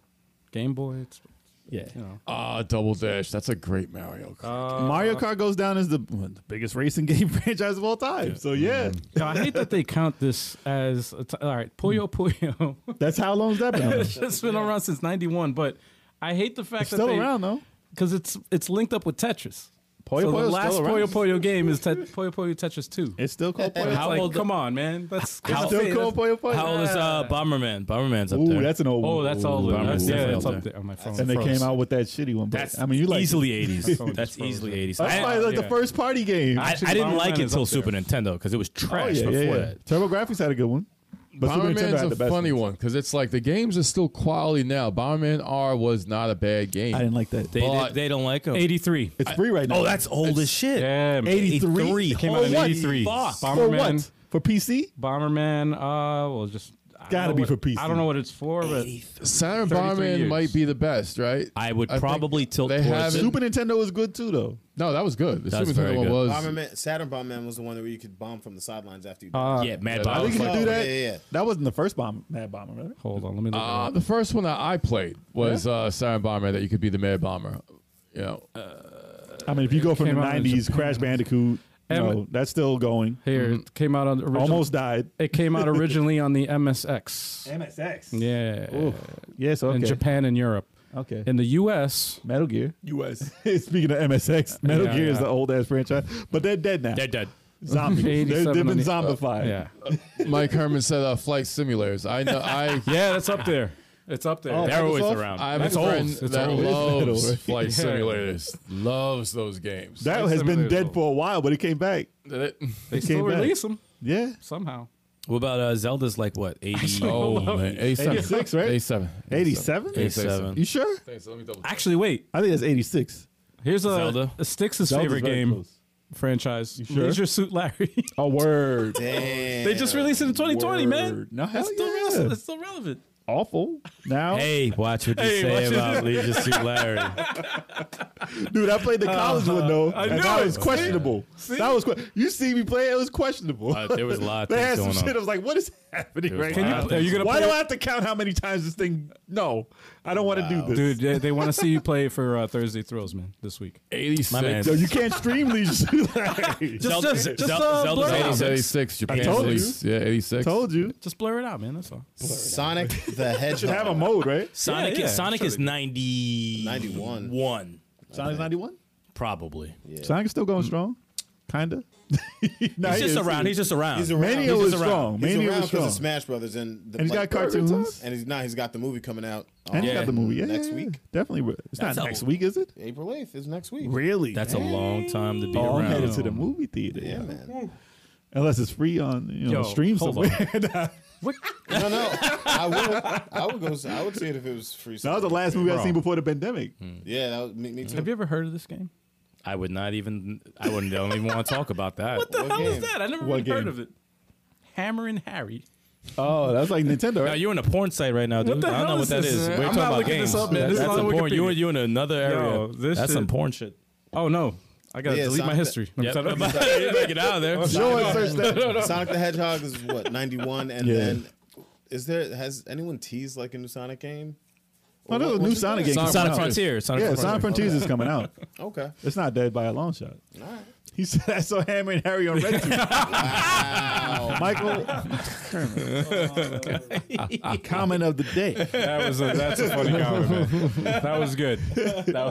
S2: Game Boy. It's,
S5: Yeah.
S2: you know.
S4: Ah, Double Dash. That's a great Mario. Kart.
S2: Uh,
S6: Mario Kart goes down as the, well, the biggest racing game franchise of all time. So yeah,
S2: Yeah, Mm-hmm. I hate that they count this as a t- all right. Puyo Puyo.
S6: that's how long's that been? around?
S2: it's been around since '91, but I hate the fact
S6: It's
S2: that
S6: still
S2: they,
S6: around though.
S2: because it's it's linked up with Tetris.
S6: Puyo
S2: so the
S6: Puyo's
S2: last
S6: still
S2: Puyo
S6: around.
S2: Puyo game is te- Puyo Puyo Tetris Two.
S6: It's still called Puyo.
S2: It's
S5: How
S2: like,
S5: old-
S2: come on, man. That's
S5: How-
S2: that's-
S5: still
S2: that's-
S6: called Puyo Puyo?
S5: How old is uh, Bomberman? Bomberman's up there.
S6: Ooh, that's an old.
S2: Oh,
S6: one.
S2: that's all.
S5: Ooh,
S2: That's, yeah,
S5: that's
S2: it's
S5: up
S2: up
S5: there.
S2: there on my phone.
S6: And they
S2: Froze.
S6: came out with that shitty one. But
S5: That's
S6: I mean, you like
S5: easily
S2: phone
S5: 80s.
S2: just
S5: That's
S2: froze
S5: easily
S2: up.
S5: 80s.
S6: That's
S5: I,
S6: probably like
S2: yeah.
S6: the first party game.
S5: I,
S2: Actually,
S5: I didn't
S2: Bomberman
S5: like it
S2: is
S5: until
S2: up
S5: Super Nintendo because it was trash
S6: oh yeah,
S5: before
S6: yeah, yeah.
S5: that.
S6: Turbo Graphics had a good one, but Super Nintendo
S4: Bomberman's
S6: had the
S4: a
S6: best.
S4: funny
S6: ones.
S4: one because it's like the games are still quality now. Bomberman R was not a bad game.
S6: I didn't like that.
S5: They,
S4: But-
S5: they don't like them.
S2: Eighty-three.
S6: It's free right now.
S5: Oh, that's old as shit.
S2: Yeah, man.
S6: 83?
S2: It came out in
S6: For what?
S2: '83.
S5: Fuck.
S6: for
S2: Bomberman.
S6: what? For PC?
S2: Bomberman. Uh, well, just I don't
S6: Gotta
S2: know
S6: be
S2: what-
S6: for PC.
S2: I don't know what it's for, but
S4: Saturn
S2: 33
S4: Bomberman
S2: years.
S4: might be the best, right?
S5: I would
S4: think
S5: probably tilt
S4: they
S5: towards
S4: have
S5: it.
S6: Super Nintendo was good too, though.
S4: No, that was good. The
S5: That was
S4: Super Nintendo
S5: very
S4: one
S5: good.
S4: was.
S3: Bomberman, Saturn Bomberman was the one that where you could bomb from the sidelines after you. Oh,
S2: uh,
S5: yeah, Mad
S4: Yeah,
S5: Bomber.
S4: I
S6: I think
S4: was
S6: you
S4: like-
S6: could do that.
S3: yeah, yeah.
S6: That wasn't the first bomb, Mad Bomber, right?
S2: hold on. Let me look. it
S4: Uh,
S2: up.
S4: the first one that I played was uh, Saturn Bomberman that you could be the Mad Bomber. You know,
S6: I mean, if you go from the
S2: Came out in
S6: '90s, Crash Bandicoot, you
S2: Em-
S6: know, that's still going.
S2: Here, it came out on original,
S6: Almost died.
S2: It came out originally on the MSX.
S6: MSX. Yeah.
S2: Yeah,
S6: Yes. Okay.
S2: in Japan and Europe.
S6: Okay.
S2: In the U.S.,
S6: Metal Gear.
S4: U.S.
S6: Speaking of MSX, Metal
S2: Yeah,
S6: Gear is
S2: yeah.
S6: the old ass franchise, but they're dead now.
S5: They're dead.
S6: Zombies. They- They've
S2: 87 on
S6: been
S2: the-
S6: zombified.
S2: yeah,
S4: Mike Herman said uh, flight simulators. I know. I
S2: yeah, that's up there. It's up there.
S6: Oh,
S5: They're always
S6: Microsoft?
S5: around.
S4: I have
S2: That's
S4: a
S2: old.
S4: friend
S2: It's
S4: that
S2: old.
S4: loves
S6: Right.
S4: flight
S2: Yeah.
S4: simulators. Loves those games.
S6: That has been
S2: Similar
S6: dead
S2: though.
S6: for a while, but it came back.
S2: they
S6: It
S2: still
S6: came back.
S2: release them
S6: Yeah.
S2: somehow.
S5: What about uh, Zelda's like what? 80?
S4: oh man, eighty-seven.
S6: 86, right?
S4: Eighty-seven.
S6: 87?
S5: 87.
S6: You sure?
S4: So let me double.
S2: Actually, wait.
S6: I think that's 86.
S2: Here's a,
S5: Zelda.
S2: a Styx's
S6: Zelda's
S2: favorite
S6: very
S2: game
S6: close.
S2: franchise.
S6: sure?
S2: Leisure Suit Larry.
S6: A word.
S3: Damn.
S2: they just released it in 2020, man.
S6: No, hell
S2: It's still,
S6: yeah.
S2: relevant. it's still relevant.
S6: awful. Now,
S5: Hey, watch what you
S2: Hey, watch
S5: say
S2: it.
S5: about Leisure Suit Larry.
S6: dude, I
S5: Uh,
S6: played the college one though,
S2: I
S6: and
S2: knew
S6: that
S2: it.
S6: was questionable. That was que- you see me play, it was questionable.
S5: Uh, there was a lot of
S6: they
S5: things
S6: had some
S5: going on.
S6: shit. I was like, what is happening
S5: was
S6: right
S5: a lot
S6: now?
S5: of things. Are you
S2: gonna
S6: Why
S2: play
S6: do I have to count how many times this thing? No, I don't want to do this,
S2: Dude, they, they want to see you play for uh, Thursday Thrills, man, this week.
S5: My man.
S4: Eighty-six.
S6: Yo, you can't stream these. like,
S2: Just,
S5: Zelda-
S2: just, just,
S5: Zelda-
S2: uh,
S5: Zelda's
S2: blur it out.
S5: amazing.
S4: Eighty-six. Japan
S6: told you.
S4: release. Yeah, eighty-six.
S6: told you.
S2: Just blur it out, man. That's all.
S7: Sonic the
S6: Should have a
S7: Hedgehog.
S6: mode, right?
S5: Sonic,
S2: yeah,
S5: Sonic
S2: sure
S5: is 90,
S7: 91.
S5: One,
S6: Sonic's ninety one.
S5: probably.
S6: Sonic's still going strong, kinda. Nah,
S5: He's
S6: he
S5: Mm. just
S6: is.
S5: around. He's just around.
S3: He's around. he's
S6: Mania was
S3: just around.
S6: strong.
S3: He's around
S6: Mania was
S3: because
S6: strong.
S3: of Smash Brothers and the
S6: And he's got
S3: like-
S6: cartoons.
S3: And he's now he's got the movie coming out.
S6: And he's
S3: um,
S6: got the movie. Yeah,
S3: next
S6: yeah,
S3: week.
S6: Definitely. It's not
S5: That's
S6: next
S5: old.
S6: week, is it?
S7: April 8th is next week.
S6: Really?
S5: That's a long time to be
S6: Oh, I'm
S5: around.
S6: headed to the movie theater.
S7: Yeah, man.
S6: Unless it's free on you know
S2: Yo,
S6: stream
S2: hold
S6: somewhere.
S7: No, no. I would. I would go. I would see it if it was free.
S6: that was the last movie I seen before the pandemic.
S7: Yeah, that was me, me too.
S2: Have you ever heard of this game?
S5: I would not even. I wouldn't. Don't even want to talk about that.
S2: What the
S7: What
S2: hell is
S7: game?
S2: that? I never
S6: What
S2: even heard
S6: game?
S2: of it. Hammer and Harry.
S6: Oh, that's like Nintendo.
S5: Now you're in a porn site right now, dude.
S2: the
S5: I don't
S2: hell
S5: know what
S2: is
S5: that
S2: this?
S5: is. We're
S2: I'm
S5: talking
S2: not
S5: about
S2: looking
S5: games.
S2: this up, man. This is
S5: that's
S2: on
S5: some porn.
S2: Wikipedia.
S5: You you in another area.
S2: Yo, this
S5: that's some
S2: shit-
S5: porn shit.
S2: Oh no, I gotta
S7: Yeah,
S2: delete my
S7: Sonic-
S2: history.
S5: Yep. Get out of there.
S6: Joy search that.
S7: Sonic the Hedgehog is what ninety one, and
S6: Yeah.
S7: then is there has anyone teased like a new Sonic game?
S6: Oh, no,
S7: What-
S6: new
S7: what's it
S6: Sonic
S7: called?
S6: game. coming
S5: Sonic
S6: out.
S5: Frontier, Sonic
S6: yeah,
S5: Frontier.
S6: Sonic Frontiers is coming out.
S7: Okay.
S6: It's not dead by a long shot.
S7: All right.
S6: He said, "I saw Hammer and Harry on RedTube." Michael, comment of the day.
S2: That was a, that's a funny comment. man. That was good.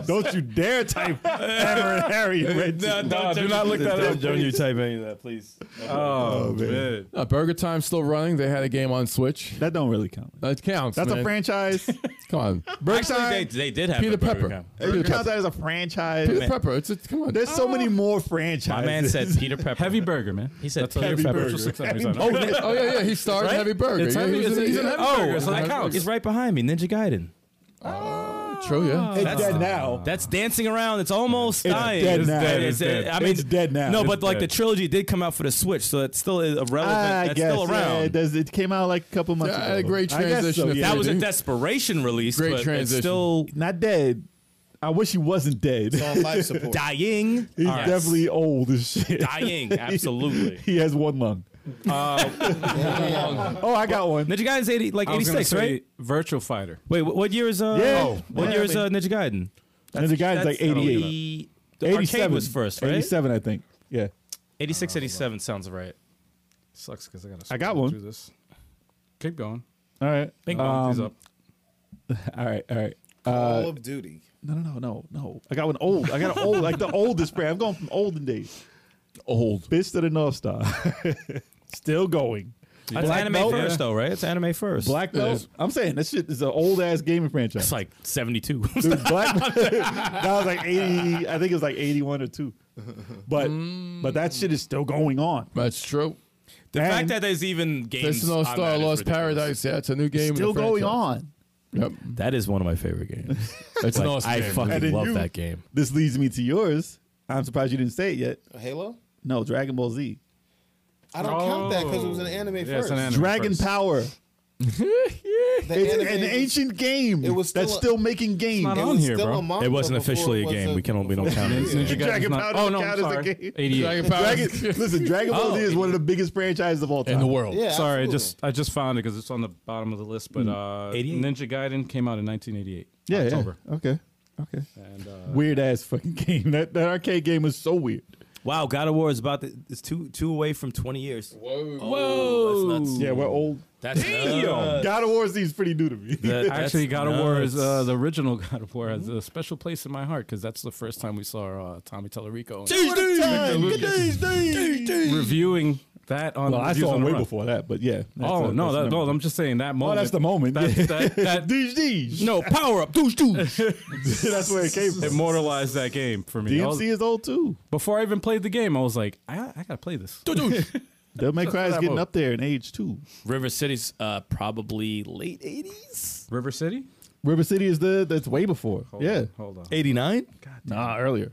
S6: Don't you dare type Hammer and Harry on RedTube.
S2: No, do not look that up.
S8: Don't you type any of that, please.
S2: Oh, man.
S4: Uh, Burger Time's still running. They had a game on Switch.
S6: That don't really count.
S4: That counts.
S6: That's
S4: man.
S6: a franchise.
S4: Come on, Burger Time.
S5: Actually, they, they did have
S4: Peter
S5: a burger
S4: Pepper.
S5: Camp.
S4: Peter
S6: you
S4: Pepper.
S6: count that as a franchise.
S4: Peter Pepper. It's a, come on.
S6: There's so
S7: Oh.
S6: many more franchises.
S5: My man said Peter Pepper.
S2: Heavy burger, man.
S5: He said
S2: that's what
S5: Heavy
S2: your
S5: Burger.
S2: Just looks like he's on it.
S4: Oh, yeah, oh yeah, yeah. He starred in Heavy Burger.
S2: It's
S4: yeah,
S2: heavy.
S4: he was
S2: It's,
S4: in-
S2: he's in
S4: yeah.
S2: heavy burger, so that counts.
S5: He's Oh, right behind me. Ninja Gaiden.
S4: Oh, True. Yeah.
S6: It's dead now.
S5: That's dancing around. It's almost dying.
S6: dead now.
S2: It's dead.
S5: I mean,
S6: It's dead now.
S5: No, but
S2: It's
S5: like
S2: dead.
S5: the trilogy did come out for the Switch, so it's still is irrelevant.
S6: I
S5: That's
S6: guess.
S5: still
S6: Yeah, it,
S5: around.
S6: does, it came out like a couple months
S4: Yeah, I
S6: ago.
S4: had a great
S6: I guess
S4: transition
S6: so,
S4: to
S6: yeah.
S5: that was a
S4: dude.
S5: desperation release.
S4: Great
S5: but
S4: transition.
S5: It's still
S6: not dead. I wish he wasn't dead.
S7: It's on life support.
S5: dying.
S6: He's
S5: All right.
S6: definitely old as shit.
S5: dying. Uh, Absolutely.
S6: He has one lung. oh, I got one.
S5: Ninja Gaiden's eighty, like
S2: I
S5: eighty
S2: was gonna
S5: six,
S2: say
S5: right?
S2: Virtual Fighter.
S5: Wait, wh- what year is uh?
S6: Yeah.
S5: oh, what
S6: Yeah,
S5: year
S6: I
S5: is uh, Ninja Gaiden?
S6: And the guy's like 88.
S5: The, the
S6: 87
S5: arcade was first, right?
S6: 87, I think. Yeah.
S5: 86, 87 sounds right.
S2: Sucks because I gotta.
S6: I got
S2: scroll
S6: one.
S2: Through this. Keep going.
S6: All right.
S5: Bing
S2: Um,
S5: bong.
S2: He's up.
S6: All right. All right.
S7: Call of Duty.
S6: No, no, no, no, no. I got one old. I got an old, like the oldest brand. I'm going from olden days. Old. Fist of the North Star. Still going.
S5: That's anime first, though, right? It's anime first.
S6: Black Belt.
S4: is.
S6: I'm saying this shit is an old ass gaming franchise.
S5: It's like 72.
S6: Dude, Black that was like 80. I think it was like 81 or two. But but that shit is still going on.
S4: That's true.
S5: the fact
S6: And
S5: that there's even games.
S4: This is no
S5: on
S4: Star
S5: that is
S4: Lost
S5: ridiculous.
S4: Paradise. Yeah, it's a new game. in the
S6: still going
S4: franchise.
S6: on.
S4: Yep.
S5: That is one of my favorite games.
S4: It's an
S5: like,
S4: awesome
S5: I
S4: game.
S6: And
S5: fucking
S6: then
S5: love
S6: you-
S5: that game.
S6: This leads me to yours. I'm surprised you didn't say it yet.
S7: Halo?
S6: No, Dragon Ball Z.
S7: I don't count that because it was an anime
S2: Yeah, it's
S7: first.
S2: an anime
S6: Dragon
S2: first.
S6: Power.
S7: The
S6: It's
S7: anime
S6: an
S7: was-
S6: ancient game.
S7: it was
S6: that's
S7: still a-
S6: still making games.
S2: not
S7: it
S2: on
S7: was
S2: here,
S7: still
S2: bro.
S7: a manga
S5: It wasn't
S7: before
S5: officially a
S7: it
S5: game.
S7: was
S5: We can we don't count it.
S2: Ninja Gaiden's
S6: Dragon
S2: not.
S6: Power
S2: Oh no, I'm
S6: doesn't count as a
S2: sorry.
S6: game.
S2: 88.
S4: Dragon Power
S6: Dragon, listen, Dragon Ball Z is one of the biggest franchises of all time.
S4: in the world.
S7: Yeah,
S2: Sorry, I
S7: absolutely.
S2: just I just found it because it's on the bottom of the list. But uh,
S5: 88?
S2: Ninja Gaiden came out in 1988.
S6: Yeah, yeah.
S2: October.
S6: Okay. Okay.
S2: And uh,
S6: Weird ass fucking game. That that arcade game was so weird.
S5: Wow, God of War is about the, it's two two away from 20 years.
S4: Whoa.
S5: Whoa. That's nuts.
S6: Yeah, we're old.
S5: That's nuts.
S6: God of War Z is pretty new to me.
S5: That-
S2: actually,
S5: that's
S2: God of War is uh,
S5: nuts.
S2: the original God of War has a special place in my heart because that's the first time we saw uh, Tommy Tellerico and reviewing that on.
S6: well, I
S2: reviews
S6: saw
S2: on
S6: him
S2: the
S6: way
S2: run.
S6: before that, but yeah. That's
S2: Oh
S6: a-
S2: no,
S6: that's
S2: that,
S6: another-
S2: no, I'm just saying that
S6: Oh,
S2: moment.
S6: that's the moment.
S2: That, that, that,
S6: These these.
S5: No, power up. Douche, douche.
S6: that's where it came from.
S2: immortalized that game for me. I was-
S6: DMC is old too.
S2: before I even played the game, I was like, I, I gotta play this.
S6: Devil May Cry is
S2: that
S6: getting
S2: mode.
S6: up there in age too.
S5: River City's uh, probably late 80s?
S2: River City.
S6: River City is the that's way before. yeah.
S2: on, hold on.
S5: 89?
S6: Nah, earlier.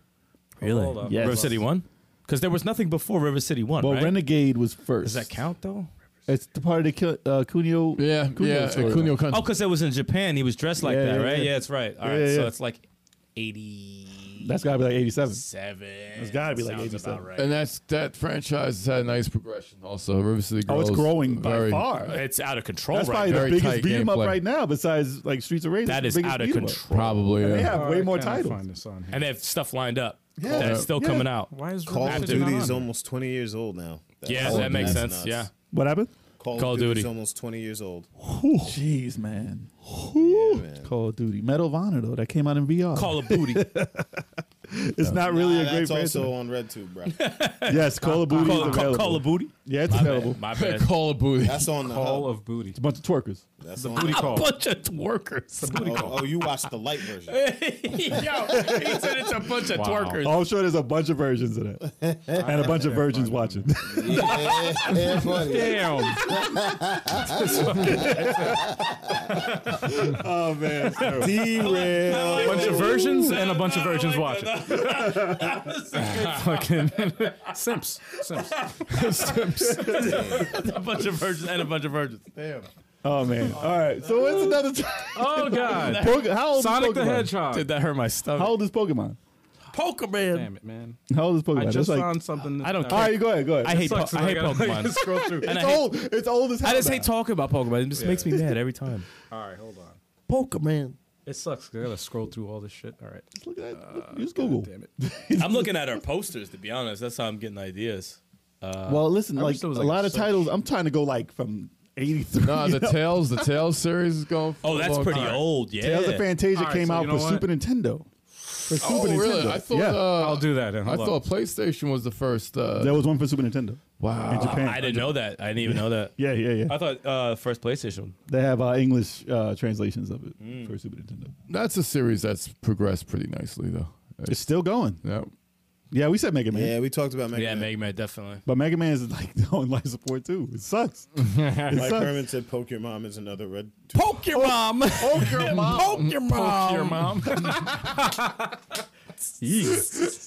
S5: Really?
S2: Hold up.
S6: Yes.
S5: River City 1? Because there was nothing before River City 1,
S6: Well,
S5: right?
S6: Renegade was first.
S5: Does that count, though?
S6: It's the part of the Ki- uh, Kunio.
S4: Yeah, yeah. uh,
S6: story.
S4: Cuneo Country.
S5: Oh, because it was in Japan. He was dressed like
S6: Yeah,
S5: that,
S6: yeah,
S5: right?
S6: yeah.
S5: Yeah, that's right. All right,
S6: Yeah, yeah,
S5: so
S6: yeah.
S5: it's like 87.
S6: That's gotta be like eighty-seven.
S5: It's
S6: gotta be like
S5: Sounds
S6: 87.
S5: about right.
S4: And that's that franchise has had a nice progression. Also, River City
S6: Oh,
S4: Girls.
S6: it's growing by
S4: very-
S6: far.
S5: It's out of control
S6: That's
S5: right
S6: probably
S5: now.
S6: the
S4: Very
S6: biggest
S4: tight
S6: beat 'em up
S4: gameplay.
S6: right now, besides like Streets of Rage.
S5: That
S6: It's
S5: is
S6: the biggest
S5: out of
S6: beat 'em up.
S5: control.
S4: Probably.
S6: They
S4: Yeah.
S6: have way more
S2: I can't Find
S6: titles.
S2: this on here.
S5: And they have stuff lined up
S6: Yeah.
S5: that's still
S6: Yeah.
S5: coming out.
S2: Why is
S7: Call
S2: River
S7: of
S2: City not
S7: Duty
S2: on
S7: is
S2: there?
S7: almost 20 years old now.
S5: Yeah,
S7: That's
S5: that makes sense.
S7: nuts.
S5: Yeah.
S6: What happened?
S7: Call,
S5: Call
S7: of
S5: of
S7: Duty is
S5: Duty.
S7: almost 20 years old.
S6: Jeez, man.
S7: Yeah, man.
S6: Call of Duty, Medal of Honor though that came out in VR.
S5: Call of Booty.
S6: it's not really a
S7: Nah,
S6: great
S7: that's
S6: franchise.
S7: also on RedTube, bro.
S6: yes, Call of Duty is
S5: call, call,
S6: available.
S5: call of Booty.
S6: yeah, it's available.
S5: My bad.
S4: Call of Booty.
S7: That's on the
S2: Call
S7: hub.
S2: of Booty.
S6: It's a bunch of twerkers.
S7: That's
S2: The
S7: on
S2: booty
S7: the hub.
S5: A
S2: call.
S5: bunch of twerkers.
S7: Oh, oh, you watched the light version.
S5: Yo, he said it's a bunch of twerkers.
S6: Oh, I'm sure there's a bunch of versions of that, and a bunch of virgins watching.
S7: yeah, yeah, buddy.
S2: Damn.
S6: oh man, it's terrible.
S2: a bunch of virgins and a bunch of virgins watching. Fucking simps. Simps.
S5: a bunch of virgins and a bunch of virgins.
S6: oh man. All right, so what's another? T-
S2: Oh god.
S6: Poke- how old is
S2: Sonic
S6: Pokemon?
S2: the Hedgehog.
S5: Did that hurt my stomach?
S6: How old is Pokemon?
S5: Pokemon.
S2: Damn it, man.
S6: How old is
S2: I
S6: Pokemon? It's
S2: just
S6: like-
S2: found something. that-
S5: I don't
S6: All
S5: care.
S6: right, go ahead, go ahead.
S5: I hate, po-
S2: Sucks that
S5: I
S2: I
S5: hate
S2: gotta-
S5: Pokemon.
S2: Scroll through.
S5: And I
S6: it's
S5: hate-
S6: old. It's old as hell.
S5: I just hate
S6: now.
S5: talking about Pokemon. It just makes me mad every time.
S2: All right, hold on.
S5: Pokemon.
S2: It sucks. 'cause I gotta scroll through all this shit. All right.
S6: Just look at look, use Google.
S2: Damn it.
S5: I'm looking at our posters to be honest. That's how I'm getting ideas.
S6: well, listen,
S2: I
S6: like,
S2: wish there was,
S6: a
S2: like, a
S6: lot of
S2: search.
S6: titles. I'm trying to go like from '83.
S4: Nah, the Tales, the Tales series is going. For
S5: Oh, that's pretty old. Yeah.
S6: Tales of Fantasia
S2: All right,
S6: came
S2: so
S6: out
S2: you
S6: for
S2: know what?
S6: Super Nintendo. For Super
S4: Oh,
S6: Nintendo.
S4: really? I thought.
S6: yeah.
S4: Uh,
S2: I'll do that. and
S4: I
S2: hold up.
S4: thought PlayStation was the first. Uh,
S6: there was one for Super Nintendo.
S4: wow.
S6: In Japan.
S5: Uh, I didn't know that. I didn't even know that.
S6: Yeah, yeah, yeah.
S5: I thought uh, first PlayStation.
S6: They have uh, English uh, translations of it
S5: Hmm.
S6: for Super Nintendo.
S4: That's a series that's progressed pretty nicely, though.
S6: It's still going.
S4: yeah.
S6: Yeah, we said Mega Man.
S3: Yeah, we talked about Mega
S5: yeah,
S3: Man.
S5: Mega Man definitely.
S6: But Mega Man is like on life support too. It sucks. it
S3: Mike
S6: sucks.
S3: Herman said Poke Your Mom is another red.
S5: Poke your mom.
S6: Oh,
S5: Poke your mom. Poke your mom.
S2: your mom.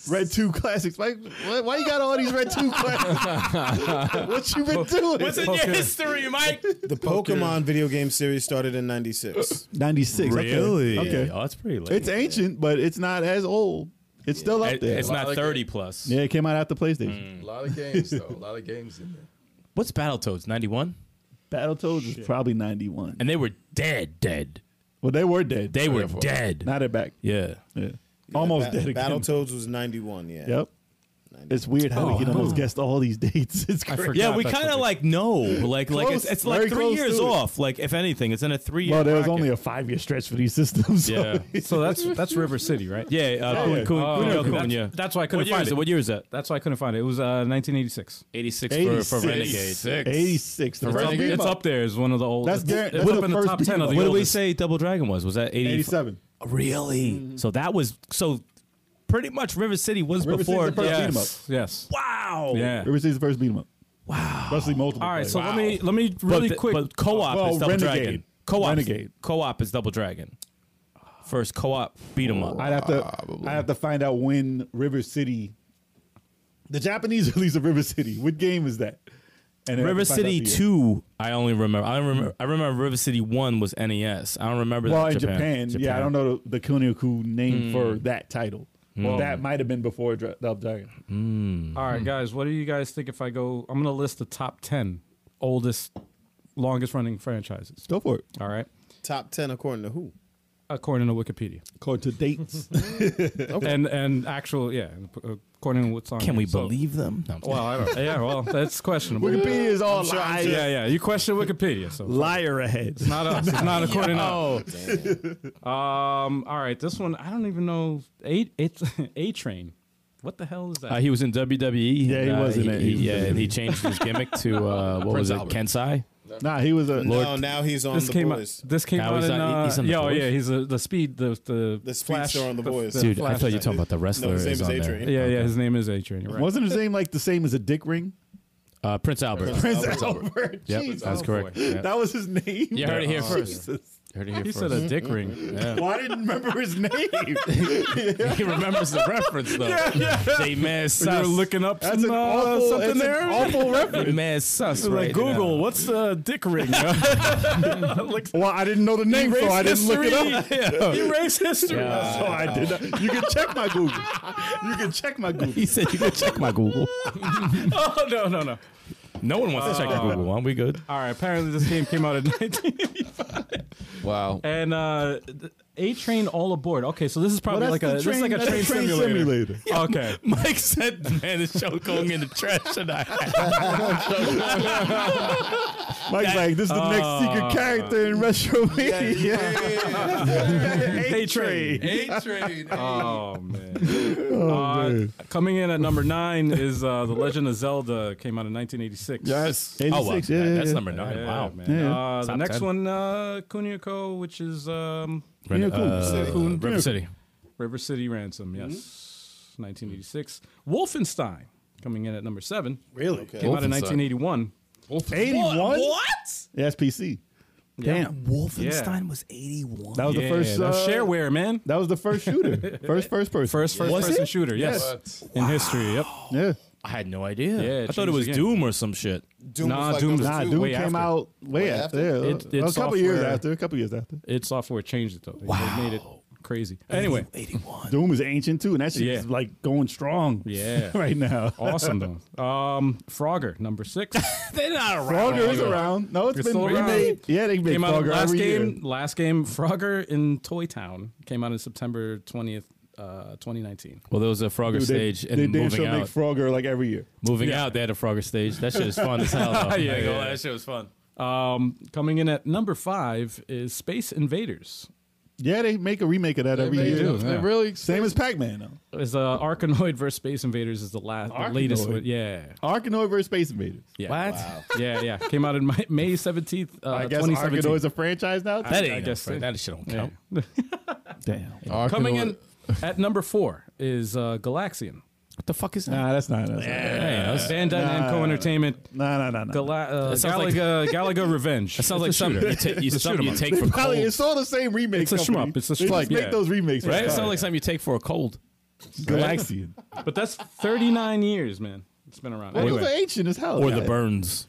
S6: Red Two classics. Why, why, why you got all these Red Two classics? what you been doing?
S5: What's in your history, Mike?
S3: The Pokemon video game series started in 96.
S6: Ninety six. Okay.
S5: Oh, that's pretty late.
S6: It's ancient, but it's not as old. It's still up
S5: It-
S6: there.
S5: it's not
S4: Like-
S5: 30 plus.
S6: yeah, it came out after PlayStation.
S4: A lot of games, though. A lot of games in there.
S5: What's Battletoads? 91?
S6: Battletoads is probably ninety one.
S5: And they were dead, dead.
S6: Well, they were dead.
S5: They were
S4: Therefore.
S5: dead.
S6: now they're back.
S5: yeah.
S6: Yeah. almost
S3: Ba-
S6: dead again.
S3: Battletoads was 91, yeah.
S6: Yep. It's weird how
S5: Oh,
S6: we can almost guess all these dates. It's crazy.
S2: forgot.
S5: Yeah,
S2: God,
S5: we
S2: that's
S5: kind of
S2: what
S5: like know, like like
S6: Close,
S5: it's, it's
S6: very
S5: like three
S6: close
S5: years
S6: to it.
S5: off. Like if anything, it's in a three.
S6: Well, there was only a five year stretch for these systems. so-
S5: yeah,
S2: So that's that's River City, right?
S5: yeah. Uh, Kun-
S6: yeah.
S5: Kun-
S2: Oh,
S5: Kunio
S2: okay.
S5: Kun,
S2: That's-
S5: yeah.
S2: that's why I couldn't
S5: What year
S2: find
S5: is
S2: it.
S5: it? What year is that?
S2: That's why I couldn't find it. It was uh, 1986.
S5: 86, For,
S6: 86.
S5: for Renegade.
S4: Six.
S6: 86. The
S4: For
S6: first
S4: Renegade?
S6: beat
S2: It's
S6: up.
S2: up there as one of the old.
S6: That's
S2: it's,
S6: Gar-
S2: it's
S6: that's
S2: up
S6: the
S2: in the
S6: first
S2: top ten of
S6: beat-em-up.
S2: the
S5: What did we
S2: oldest.
S5: say Double Dragon was? Was that 80?
S6: 87.
S5: Really?
S6: Mm-hmm.
S5: So that was so pretty much River City was
S6: River City's
S5: before.
S6: the first beat 'em up.
S2: Yes. Yes.
S5: Wow.
S2: Yeah.
S6: River City's the first beat 'em up. Wow. Especially multiple.
S2: All right.
S6: players.
S2: So let me let me really
S5: but,
S2: quick.
S5: But co-op
S6: Well,
S5: is Double
S6: Renegade.
S5: Dragon. Co-op.
S6: Renegade.
S5: Co-op is Double Dragon. First co-op beat 'em up.
S6: I'd have to Oh, I have to find out when River City the Japanese release of River City. What game is that? And then I
S5: River
S6: have to find out
S5: City
S6: the year.
S5: Two, I only remember. I remember. I remember River City One was NES. I don't remember.
S6: Well,
S5: that
S6: in Japan, yeah, I don't know the, the Kunioku name for that title.
S5: Hmm.
S6: Well, that might have been before Dra- Double Dragon.
S2: all
S3: Hmm.
S2: right, guys. What do you guys think if I go? I'm gonna list the top ten oldest, longest running franchises.
S6: Go for it.
S2: All right,
S3: Top 10 according to who?
S2: according to Wikipedia
S6: According to dates,
S2: and and actual yeah, according to what's on.
S5: Can
S2: here.
S5: we
S2: So-
S5: believe them? No, I'm
S2: Well, I don't. Yeah. Well, that's questionable.
S6: Wikipedia is all
S3: sure I'm
S6: liar,
S3: sure-
S2: Yeah, yeah. You question Wikipedia, so
S6: liar ahead.
S2: Not us. It's not according to us.
S3: Oh,
S2: Um. All right. This one, I don't even know. A it's A Train. What the hell is that?
S5: Uh, he was in WWE.
S6: Yeah, he
S5: and, uh,
S6: was in it. He was
S5: yeah, and he changed his gimmick to uh, what was it, Kensai?
S6: Nah, he was a
S3: no, now he's on
S2: this
S3: the
S2: came
S3: boys.
S2: out. This came
S5: Now
S2: out.
S5: he's
S2: in,
S5: on-
S2: uh,
S5: he's on The
S2: yeah, oh,
S5: Boys?
S2: yeah. He's a, the speed. The the
S3: The speed
S2: flash,
S3: star on The Boys.
S5: Dude, I
S2: flash
S5: thought you were
S2: thing.
S5: talking about the wrestler.
S3: No, his name
S5: is
S3: is
S5: on there.
S3: Adrian.
S2: Yeah, yeah. His name is A Train. You're right.
S6: wasn't his name like the same as a dick ring?
S5: Uh, Prince Albert.
S6: Prince
S3: Albert.
S6: Albert.
S5: Yep,
S6: Jeez.
S5: that's correct. Yeah.
S6: That was his name.
S5: You heard it here first.
S6: Oh, Jesus.
S5: Heard it here
S2: He
S5: first.
S2: said a dick ring.
S6: Well, I didn't remember his name.
S5: he remembers the reference though. They mad
S2: You're
S5: sus.
S2: looking up
S6: That's
S2: some,
S6: an
S2: uh,
S6: awful,
S2: something
S6: it's
S2: there.
S6: An awful reference.
S5: They mad sus.
S2: like
S5: right
S2: Google,
S5: now.
S2: what's a dick ring?
S6: Well, I didn't know the name, so I didn't look it up.
S2: Erase history.
S6: So I did not. You can check my Google. You can check my Google.
S5: He said you can check my Google.
S2: Oh no, no, no.
S5: No one wants to
S2: Uh,
S5: check your Google. Aren't we good?
S2: All right. Apparently, this game came out in 19.
S4: Wow.
S2: And uh, A Train All Aboard. Okay, so this is probably
S6: Well,
S2: like a
S6: that's
S2: this is
S6: the
S2: like a
S6: train-
S2: train,
S6: that's the train
S2: simulator.
S6: simulator.
S2: Okay.
S5: Mike said, "Man, this show going in the trash tonight."
S6: Mike's like, this is the next secret character in WrestleMania.
S2: A Train. Oh man. Uh, Coming in at number nine is uh, The Legend of Zelda. Came out in 1986.
S4: Yes.
S5: Oh, wow.
S6: yeah, yeah,
S5: that's
S6: yeah.
S5: number nine.
S2: Yeah,
S5: wow,
S2: man. Uh, the
S5: Top
S2: next
S5: 10.
S2: one, uh, Kunio-ko, which is um,
S5: Ren-
S6: cool.
S5: uh,
S6: Cool.
S5: River City.
S2: River City Ransom. Yes,
S6: Mm-hmm.
S2: 1986. Wolfenstein coming in at number seven.
S3: Really?
S2: Came
S3: Okay.
S2: out in
S4: Wolfenstein.
S2: 1981.
S6: 81?
S5: What?
S6: Yeah, that's PC. Damn.
S5: Wolfenstein was eighty-one.
S6: That was the
S2: Yeah,
S6: first.
S2: that's
S6: Uh,
S2: shareware, man.
S6: That was the first shooter. First first person.
S2: First first-person shooter. Yes,
S4: What?
S2: in history. Yep.
S6: Yeah.
S5: I had no idea.
S2: Yeah, it
S5: I thought
S2: changed
S5: it was
S2: the game.
S5: Doom or some shit.
S7: Doom
S2: Nah,
S7: was like
S2: Doom's-
S7: number
S6: Nah,
S7: two.
S6: Doom
S2: way
S6: came
S2: after.
S6: out way,
S7: Way
S6: after.
S7: after?
S6: Yeah.
S2: It-
S6: a
S2: it's
S6: couple years
S2: software.
S6: after. A couple years after.
S2: Its software changed it though. They- They made it crazy. Anyway,
S6: Doom is ancient too, and that shit
S2: Yeah.
S6: is like going strong.
S2: Yeah.
S6: right now.
S2: awesome though. Um, Frogger number six.
S5: They're not around.
S6: Frogger is around. No,
S2: It's
S6: it's been
S2: still around.
S6: remade. Yeah, they make
S2: came out
S6: Frogger
S2: last
S6: every
S2: game.
S6: year.
S2: Last game, Frogger in Toy Town came out in September twentieth, uh, twenty nineteen.
S5: Well, there was a Frogger
S6: Dude, they,
S5: stage,
S6: they
S5: and
S6: damn
S5: moving
S6: sure
S5: out,
S6: make Frogger like every year.
S5: moving out, they had a Frogger stage. That shit is fun as hell. Though.
S2: Yeah, yeah, yeah.
S5: that shit was fun.
S2: Um, coming in at number five is Space Invaders.
S6: Yeah, they make a remake of that every
S4: They
S6: year.
S4: do. They really
S6: Same as Pac Man though.
S2: Is uh, Arkanoid versus Space Invaders is the last, the latest one. Yeah,
S6: Arkanoid versus Space Invaders.
S2: yeah. yeah, yeah. Came out in May- May seventeenth, uh,
S6: I guess
S2: twenty seventeen.
S6: Arkanoid's a franchise now.
S5: That
S2: I
S5: ain't. I
S2: guess
S5: guess
S2: it-
S5: that shit don't count.
S6: Damn.
S4: Arkanoid-
S2: Coming in at number four is uh, Galaxian.
S5: What the fuck is that?
S6: Nah, that's not. That's
S5: Hey, that's-
S2: Bandai Namco Entertainment.
S6: not. No, no, no, no.
S2: Gala- uh,
S5: That sounds like-
S2: Galaga, Galaga Revenge.
S5: That sounds like something you, ta- you, something you take
S6: They
S5: for
S2: Oh.
S6: probably,
S5: cold.
S6: it's all the same remake.
S2: It's a
S6: company.
S2: shmup. It's a
S6: They just
S2: shmup,
S6: make
S2: yeah.
S6: those remakes.
S5: Right? It
S6: It's
S5: sounds like something you take for a cold.
S6: Galaxian.
S2: But that's 39 years, man. It's been around.
S6: Well, those are
S2: Anyway,
S6: ancient as hell.
S5: Or the
S6: Yeah.
S5: burns.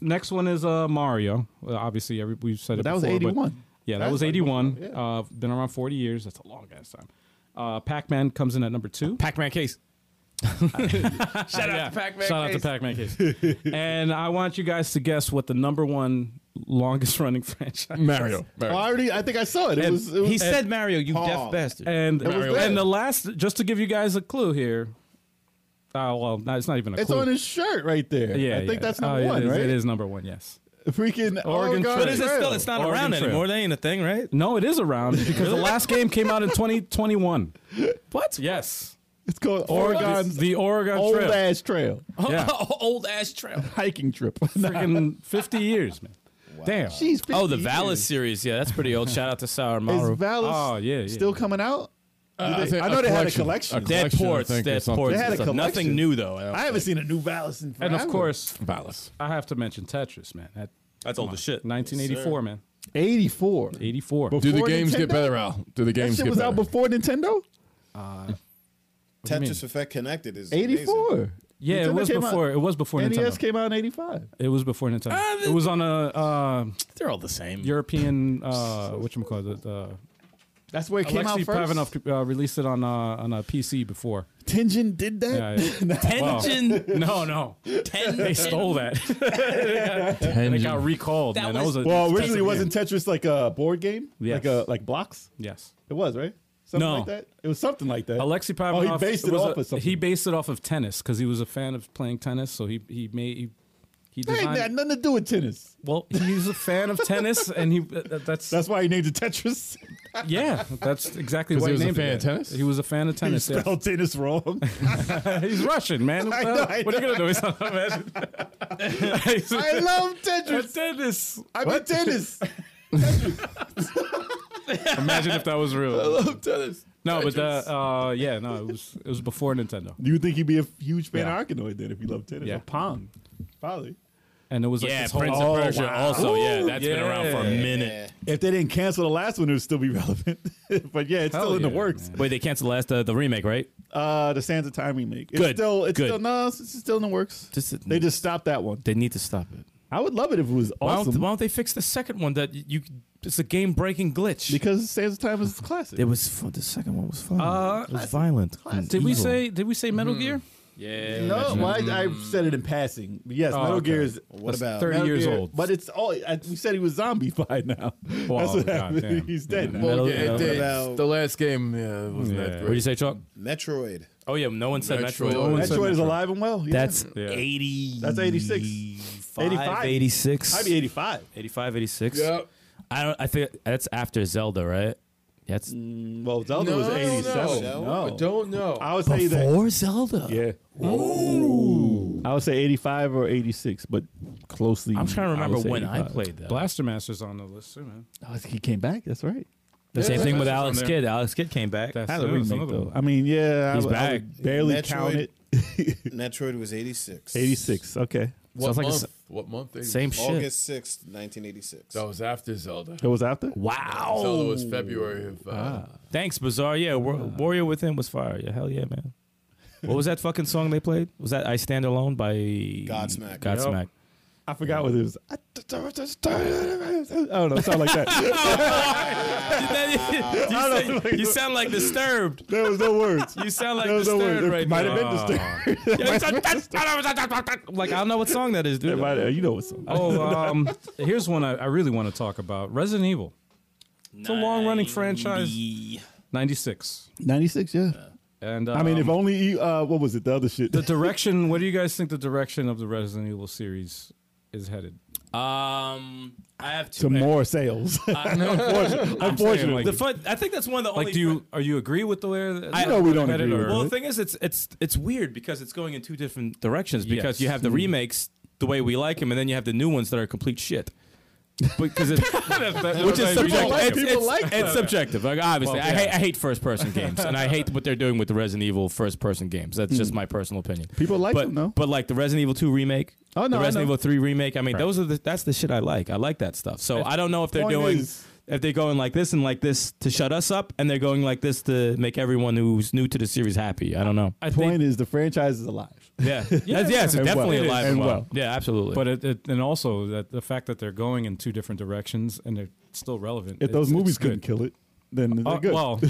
S2: next one is uh, Mario. Well, obviously, every, we've said it
S6: that was
S2: before, but-
S6: 81.
S2: Yeah, that
S6: That's
S2: was
S6: like
S2: 81.
S6: before,
S2: Uh, been around 40 years. That's a long ass time. Uh, Pac Man comes in at number two.
S5: Pac Man case.
S2: Shout out to Pac Man. Shout out to Pac Man Case. and I want you guys to guess what the number one longest running franchise
S5: Mario.
S6: Well, Oh, I already. I think I saw it. It was. It was
S5: He said Mario, you deaf bastard.
S2: And
S6: Mario.
S2: and the last, just to give you guys a clue here. Oh well, no, it's not even a
S6: it's
S2: clue.
S6: on his shirt right there.
S2: yeah,
S6: I think
S2: yeah.
S6: that's
S2: Oh,
S6: number
S2: it
S6: one,
S2: is-
S6: right?
S2: It is number one. Yes.
S6: Freaking
S2: Oregon
S6: Oregon
S2: Trail.
S5: But is it still? It's not
S2: Oregon
S5: around
S2: Trail.
S5: anymore. That ain't a thing, right?
S2: No, it is around because the last game came out in 2021.
S5: What?
S2: Yes.
S6: It's called
S2: Oregon,
S6: Oregon's
S2: the Oregon
S6: old
S2: Trail.
S6: ass trail,
S2: Yeah.
S5: Oh, Old ass trail.
S6: hiking trip.
S2: Freaking 50 years, man. Damn.
S6: Jeez,
S5: Oh, the
S6: 50 years.
S5: Valis series. Yeah, that's pretty old. Shout out to Sour
S6: Is
S5: Maru.
S6: Valis
S2: Oh, yeah, yeah.
S6: still coming out?
S4: I, think
S6: I know they had a collection.
S4: A
S5: uh, Dead
S4: collection, I
S5: ports.
S4: think, or
S5: Dead
S4: something.
S5: ports.
S6: They had a
S5: Stuff. Nothing
S6: collection.
S5: new though. I don't
S6: I haven't seen a new Valis in
S2: And
S6: forever.
S2: of course,
S4: Valis.
S2: I have to mention Tetris, man. That,
S5: That's old as shit.
S2: 1984, man.
S6: 84.
S2: 84.
S4: Do the
S6: Before
S4: games
S6: Nintendo?
S4: get better, Al? Do the
S6: That
S4: games
S6: shit
S4: get
S6: was
S4: better?
S6: out before Nintendo.
S2: mean?
S7: Tetris Effect Connected is
S6: Eighty
S7: amazing.
S6: four.
S2: yeah, it was before. It was before
S6: NES
S2: Nintendo.
S6: E came out in eighty five.
S2: It was before Nintendo.
S5: Ah,
S2: it was on a uh,
S5: They're all the same.
S2: European uh, whatchamacallit. Uh,
S6: That's where it came out
S2: Alexei
S6: first.
S2: Pavinov uh, released it on uh, on a PC before.
S6: Tengen did that.
S2: Yeah, yeah.
S5: Tension.
S2: No, no,
S5: Ten.
S2: they stole that. and it got recalled.
S5: That
S2: man.
S5: was-
S2: that was a
S6: Well, originally wasn't Tetris like a board game?
S2: Yes.
S6: Like a like blocks?
S2: yes.
S6: It was, right? Something
S2: No.
S6: like that? It was something like that.
S2: Alexei
S6: Oh,
S2: Pavinov.
S6: he based it
S2: was
S6: off
S2: a-
S6: of something.
S2: He based it off of tennis because he was a fan of playing tennis. So he he made he, he
S6: That ain't
S2: designed.
S6: got nothing to do with tennis.
S2: well, he was a fan of tennis, and he uh, that's,
S6: That's why he named it Tetris.
S2: yeah, that's exactly why
S4: he was a
S2: named
S4: fan
S2: it
S4: of
S2: that.
S4: tennis?
S2: He was a fan of
S6: he
S2: tennis. yeah.
S6: spelled tennis wrong.
S2: He's Russian, man.
S6: I know, I
S2: what are you gonna do? He's not Russian. He's a-
S6: I love
S2: a
S6: Tetris.
S2: tennis.
S6: I'm a tennis.
S2: Imagine if that was real. I love tennis. No, but the, uh, yeah, no, it was it was before Nintendo,
S6: You would think he'd be a huge fan
S2: Yeah.
S6: of Arkanoid then if he loved tennis?
S2: Yeah.
S6: Or Pong. Probably.
S2: and it was like
S5: Yeah,
S2: this whole
S5: Prince of Persia. Also, yeah,
S2: Ooh,
S5: that's been around for a
S2: yeah.
S5: minute.
S6: If they didn't cancel the last one, it would still be relevant. but yeah, it's
S2: Hell
S6: still in
S2: yeah,
S6: the works.
S2: man.
S5: Wait, they canceled last uh, the remake, right?
S6: Uh, the Sands of Time remake. It's
S5: Good,
S6: still, it's
S5: good.
S6: still, no, it's it's still in the works.
S5: This is-
S6: they just stopped that one.
S5: They need to stop it.
S6: I would love it if it was
S5: Why don't,
S6: awesome
S5: why don't they fix the second one? That you, it's a game breaking glitch.
S6: because Sands of Time is a classic.
S5: it was fun. The second one was fun.
S2: Uh,
S5: it was violent. and
S2: Did we
S5: evil.
S2: say did we say
S6: Mm-hmm.
S2: Metal Gear?
S5: Yeah.
S6: No, well, I, I said it in passing. But yes,
S2: Oh,
S6: Metal
S2: okay.
S6: Gear is
S7: What about
S2: third- 30
S6: Metal
S2: years
S6: Gear-
S2: old.
S6: But it's all I, we said he was zombified now. That's what
S2: God
S6: happened.
S2: damn.
S6: He's dead. now.
S4: Well,
S5: Metal-
S4: yeah,
S5: Metal-
S4: they-
S7: Metal-
S4: the last game yeah, wasn't
S2: Yeah.
S4: that
S5: What do you
S4: great.
S5: say, Chuck?
S7: Metroid.
S5: Oh yeah, no one said
S4: Metroid.
S5: Metroid.
S4: No one
S6: Metroid
S4: said
S6: is alive and well. Oh, yeah.
S5: That's
S2: Yeah.
S5: eighty.
S6: That's 86. 85.
S5: 86.
S6: I'd be 85.
S5: 85, 86.
S4: Yep.
S5: I don't. I think that's after Zelda, right? That's
S6: Well, Zelda was 87. No,
S4: don't know.
S6: I would say that.
S5: before Zelda.
S6: Yeah. I would say 85 or 86, but closely.
S5: I'm trying to remember
S6: would say
S5: when I
S6: 85.
S5: played that.
S2: Blaster Master's on the list too, man.
S6: Oh, he came back. That's right.
S5: The same thing with Alex
S2: there.
S5: Kidd. Alex Kidd came back.
S2: That's
S5: I
S2: it.
S5: don't-
S2: That's another
S6: Though.
S2: one.
S6: I mean, yeah,
S5: He's
S6: I, would- I would barely
S7: Metroid.
S6: count it.
S7: Metroid was 86.
S6: 86. Okay.
S4: What
S5: Sounds like a
S4: month?
S5: s-
S4: what month? they-
S5: Same shit.
S7: August 6th, 1986.
S4: That was after Zelda.
S6: It was after?
S5: Wow.
S4: Zelda was February of. Uh,
S5: Thanks, Bizarre. Yeah, War- Warrior Within was fire. Yeah, hell yeah, man. What was that fucking song they played? Was that I Stand Alone by
S7: Godsmack.
S5: Godsmack.
S6: I forgot what it was. I don't know. It sounded like that.
S5: you, say- you sound like disturbed.
S6: there was no words.
S5: You sound like
S6: There was no
S5: disturbed
S6: words. There
S5: right
S6: might
S5: now.
S6: have been disturbed.
S5: I'm like I don't know what song that is,
S6: It
S5: dude.
S6: might- uh, you know what's up.
S2: Oh, um, here's one I, I really want to talk about: Resident Evil. It's a long-running franchise. Ninety-six,
S6: 96, yeah.
S2: and
S6: I mean,
S2: um,
S6: if only you, uh, what was it? The other shit.
S2: the direction. What do you guys think the direction of the Resident Evil series is headed?
S5: Um, I have two.
S6: to more sales. Unfortunately. unfortunately.
S2: like-
S5: The fun. I think that's one of the only.
S2: Like, do you are you agree with the way? that-
S5: I-
S6: know we don't
S2: that it,
S6: agree with
S2: or-
S5: Well,
S6: Really?
S5: the thing is, it's it's it's weird because it's going in two different directions. Because
S2: Yes.
S5: you have the remakes the way we like them, and then you have the new ones that are complete shit. Because it's which is
S2: People
S5: subjective.
S2: like
S5: it's, it's- it's subjective. Like obviously,
S2: Well,
S5: I
S2: yeah.
S5: hate I hate first person games, and I hate what they're doing with the Resident Evil first person games. That's just my personal opinion.
S6: People like
S5: but,
S6: them, no?
S5: But like the Resident Evil two remake.
S6: Oh, no,
S5: the
S6: I
S5: Resident
S6: know.
S5: Evil three remake. I mean, those are the that's the shit I like. I like that stuff. So I don't know if they're
S6: point
S5: doing
S6: is-
S5: if they're going like this and like this to shut us up, and they're going like this to make everyone who's new to the series happy. I don't know.
S2: I
S6: The
S2: think,
S6: point is, the franchise is alive.
S5: Yeah, yeah, yeah. It's
S6: And
S5: definitely
S6: well.
S5: alive and
S6: And
S5: well.
S6: well.
S5: Yeah, absolutely.
S2: but it, it, and also that the fact that they're going in two different directions and they're still relevant.
S6: If those
S2: it's-
S6: movies
S2: it's good.
S6: couldn't kill it, then they're
S2: Uh,
S6: good.
S2: well,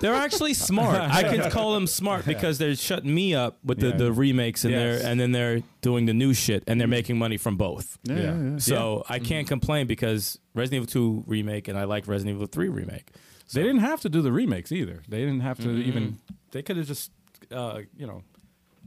S5: they're actually smart. I can call them smart because they're shutting me up with the,
S2: Yeah.
S5: the remakes and
S2: Yes.
S5: they're and then they're doing the new shit and they're making money from both.
S6: yeah,
S2: yeah.
S6: yeah. yeah.
S5: So I can't complain because Resident Evil 2 remake and I like Resident Evil 3 remake.
S2: They didn't have to do the remakes either. They didn't have to even. They could have just, uh, you know,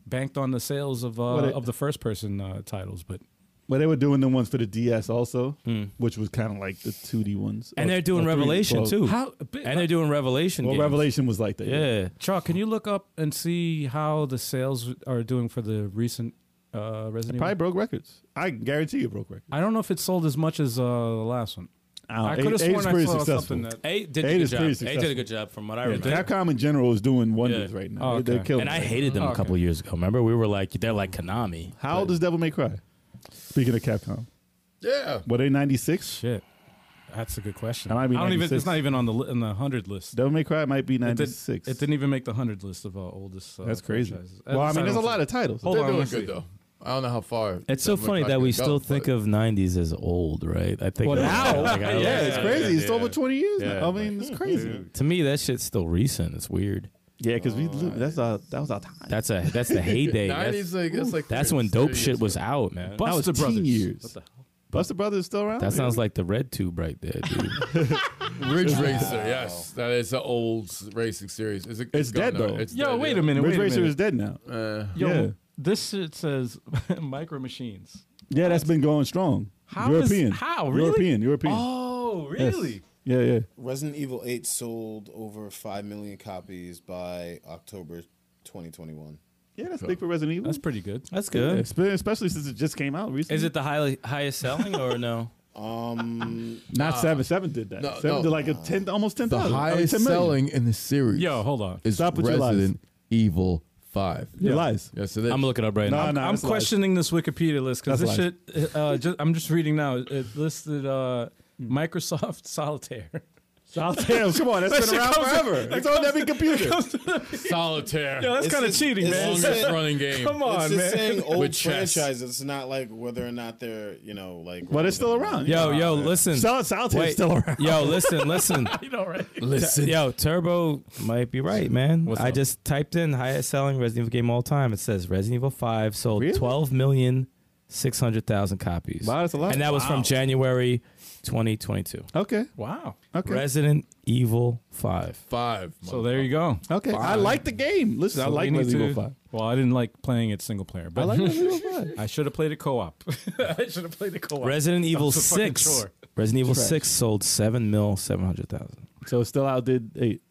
S2: banked on the sales of uh,
S6: What it-
S2: of the first person uh, titles. But
S6: Well, they were doing the ones for the DS also, which was kind of like the 2D ones.
S5: And
S6: Or-
S5: they're doing
S6: or 3D,
S5: Revelation
S6: well,
S5: too.
S2: how? But,
S5: And they're doing Revelation
S6: Well,
S5: games.
S6: Revelation was like that.
S5: Yeah.
S2: Chuck, can you look up and see how the sales are doing for the recent uh, Resident
S6: Probably
S2: Evil?
S6: broke records. I guarantee you broke records.
S2: I don't know if it sold as much as uh, the last one.
S6: I,
S2: I could have sworn I saw something that.
S5: Eight did
S6: Eight
S5: a good
S6: is
S5: job.
S6: pretty
S5: Eight did a
S6: successful.
S5: good job from what I
S6: Yeah,
S5: remember.
S6: Capcom in general is doing wonders
S5: Yeah.
S6: right now.
S2: Oh,
S6: They- They're
S2: okay.
S6: killing
S5: and I
S6: it.
S5: hated them
S2: Oh,
S5: a
S2: okay.
S5: couple years ago. Remember, we were like, they're like Konami.
S6: How old is Devil May Cry? Speaking of Capcom,
S7: Yeah.
S6: were they 96?
S2: Shit, that's a good question.
S6: That might be
S2: I don't even.
S6: 96.
S2: It's not even on the li- in the hundred list.
S6: Devil May Cry might be
S2: It, did,
S6: 96.
S2: it didn't even make the hundred list of uh, oldest. Uh,
S6: That's crazy.
S2: franchises.
S6: Well, I mean, there's a
S2: don't
S6: lot of titles.
S2: Hold
S4: They're
S2: on,
S4: doing
S2: let's see.
S4: good though. I don't know how far.
S5: It's so funny that we still think of '90s as old, right? I think
S6: Well,
S5: that's-
S6: now-
S5: like, I don't-
S6: yeah, it's crazy. it's over 20 years
S5: Yeah,
S6: now. I mean, it's crazy.
S5: To me, that shit's still recent. It's weird.
S6: Yeah, because we li- that's our that was our time.
S5: That's a that's the heyday.
S4: nineties.
S5: That's,
S4: Like it's like
S5: that's when dope shit was out, man.
S6: That was
S2: Buster
S6: 10
S2: Brothers.
S6: years. Buster Brothers is still around.
S5: that sounds like the red tube right there, dude.
S4: Ridge Racer. Yes, that is an old racing series. It's, a,
S6: It's dead,
S4: gone now.
S6: though.
S4: It's
S2: Yo,
S4: dead,
S2: wait
S4: yeah.
S2: a minute.
S6: Ridge
S2: wait a
S6: Racer
S2: minute.
S6: is dead now.
S4: Uh,
S2: Yo,
S6: Yeah.
S2: this it says micro machines.
S6: Yeah, that's been going strong.
S2: How is-
S6: European.
S2: how, really?
S6: European. European.
S2: Oh,
S6: Yes. Yeah, yeah.
S7: Resident Evil 8 sold over 5 million copies by October 2021.
S6: Yeah, that's big for Resident Evil.
S2: That's pretty good.
S5: That's
S6: Yeah,
S5: good.
S6: espe- especially since it just came out recently.
S5: Is it the high, highest selling or no?
S7: Um,
S6: not
S2: uh,
S6: seven? Seven did that.
S4: No,
S6: seven
S4: no.
S6: did like a ten, almost ten
S4: the
S6: thousand.
S4: highest selling in the series.
S2: Yo, hold on.
S4: is
S6: Stop with your lies.
S4: Resident Evil Five.
S6: Your lies.
S4: Yeah, so that,
S5: I'm looking up right now.
S6: Nah, nah,
S2: I'm
S6: that's lies.
S2: questioning this Wikipedia list because this
S6: That's
S2: shit. Uh, just, I'm just reading now. It listed uh,
S6: Hmm.
S2: Microsoft Solitaire.
S6: Solitaire. Come on, that's been around forever. It's on every computer.
S4: solitaire.
S2: Yo, that's
S7: It's
S2: kind of
S7: just-
S2: cheating,
S7: it's
S2: man.
S7: just-
S4: longest running game.
S2: Come on,
S7: it's just
S2: man.
S7: saying old
S4: With chess.
S7: franchises. It's not like whether or not they're, you know, like.
S6: But it's still around.
S5: Yo, yo, listen.
S6: Sol- Solitaire's
S5: Wait.
S6: still around.
S5: Yo, listen, listen.
S2: You know, right?
S4: Listen,
S5: Yo, Turbo might be right, man.
S2: What's
S5: I
S2: up?
S5: just typed in highest selling Resident Evil game all time. It says Resident Evil Five sold
S6: Really?
S5: twelve million six hundred thousand copies,
S6: Wow, that's a lot.
S5: and that was
S6: Wow.
S5: from January twenty twenty two.
S6: Okay.
S2: Wow.
S6: Okay.
S5: Resident Evil Five.
S4: five.
S2: So there you go.
S6: okay. I like the game. Listen, I
S2: So
S6: like
S2: we need
S6: Resident
S2: to-
S6: Evil Five.
S2: Well, I didn't like playing it single player, but
S6: I like Resident Evil Five.
S2: I should have played it co-op. I should have played it
S6: Oh,
S2: co-op.
S5: Resident Evil
S2: That's a fucking
S5: Six.
S2: chore.
S5: Resident Evil
S6: Trash.
S5: Six sold seven mil seven hundred thousand.
S6: So it still outdid eight.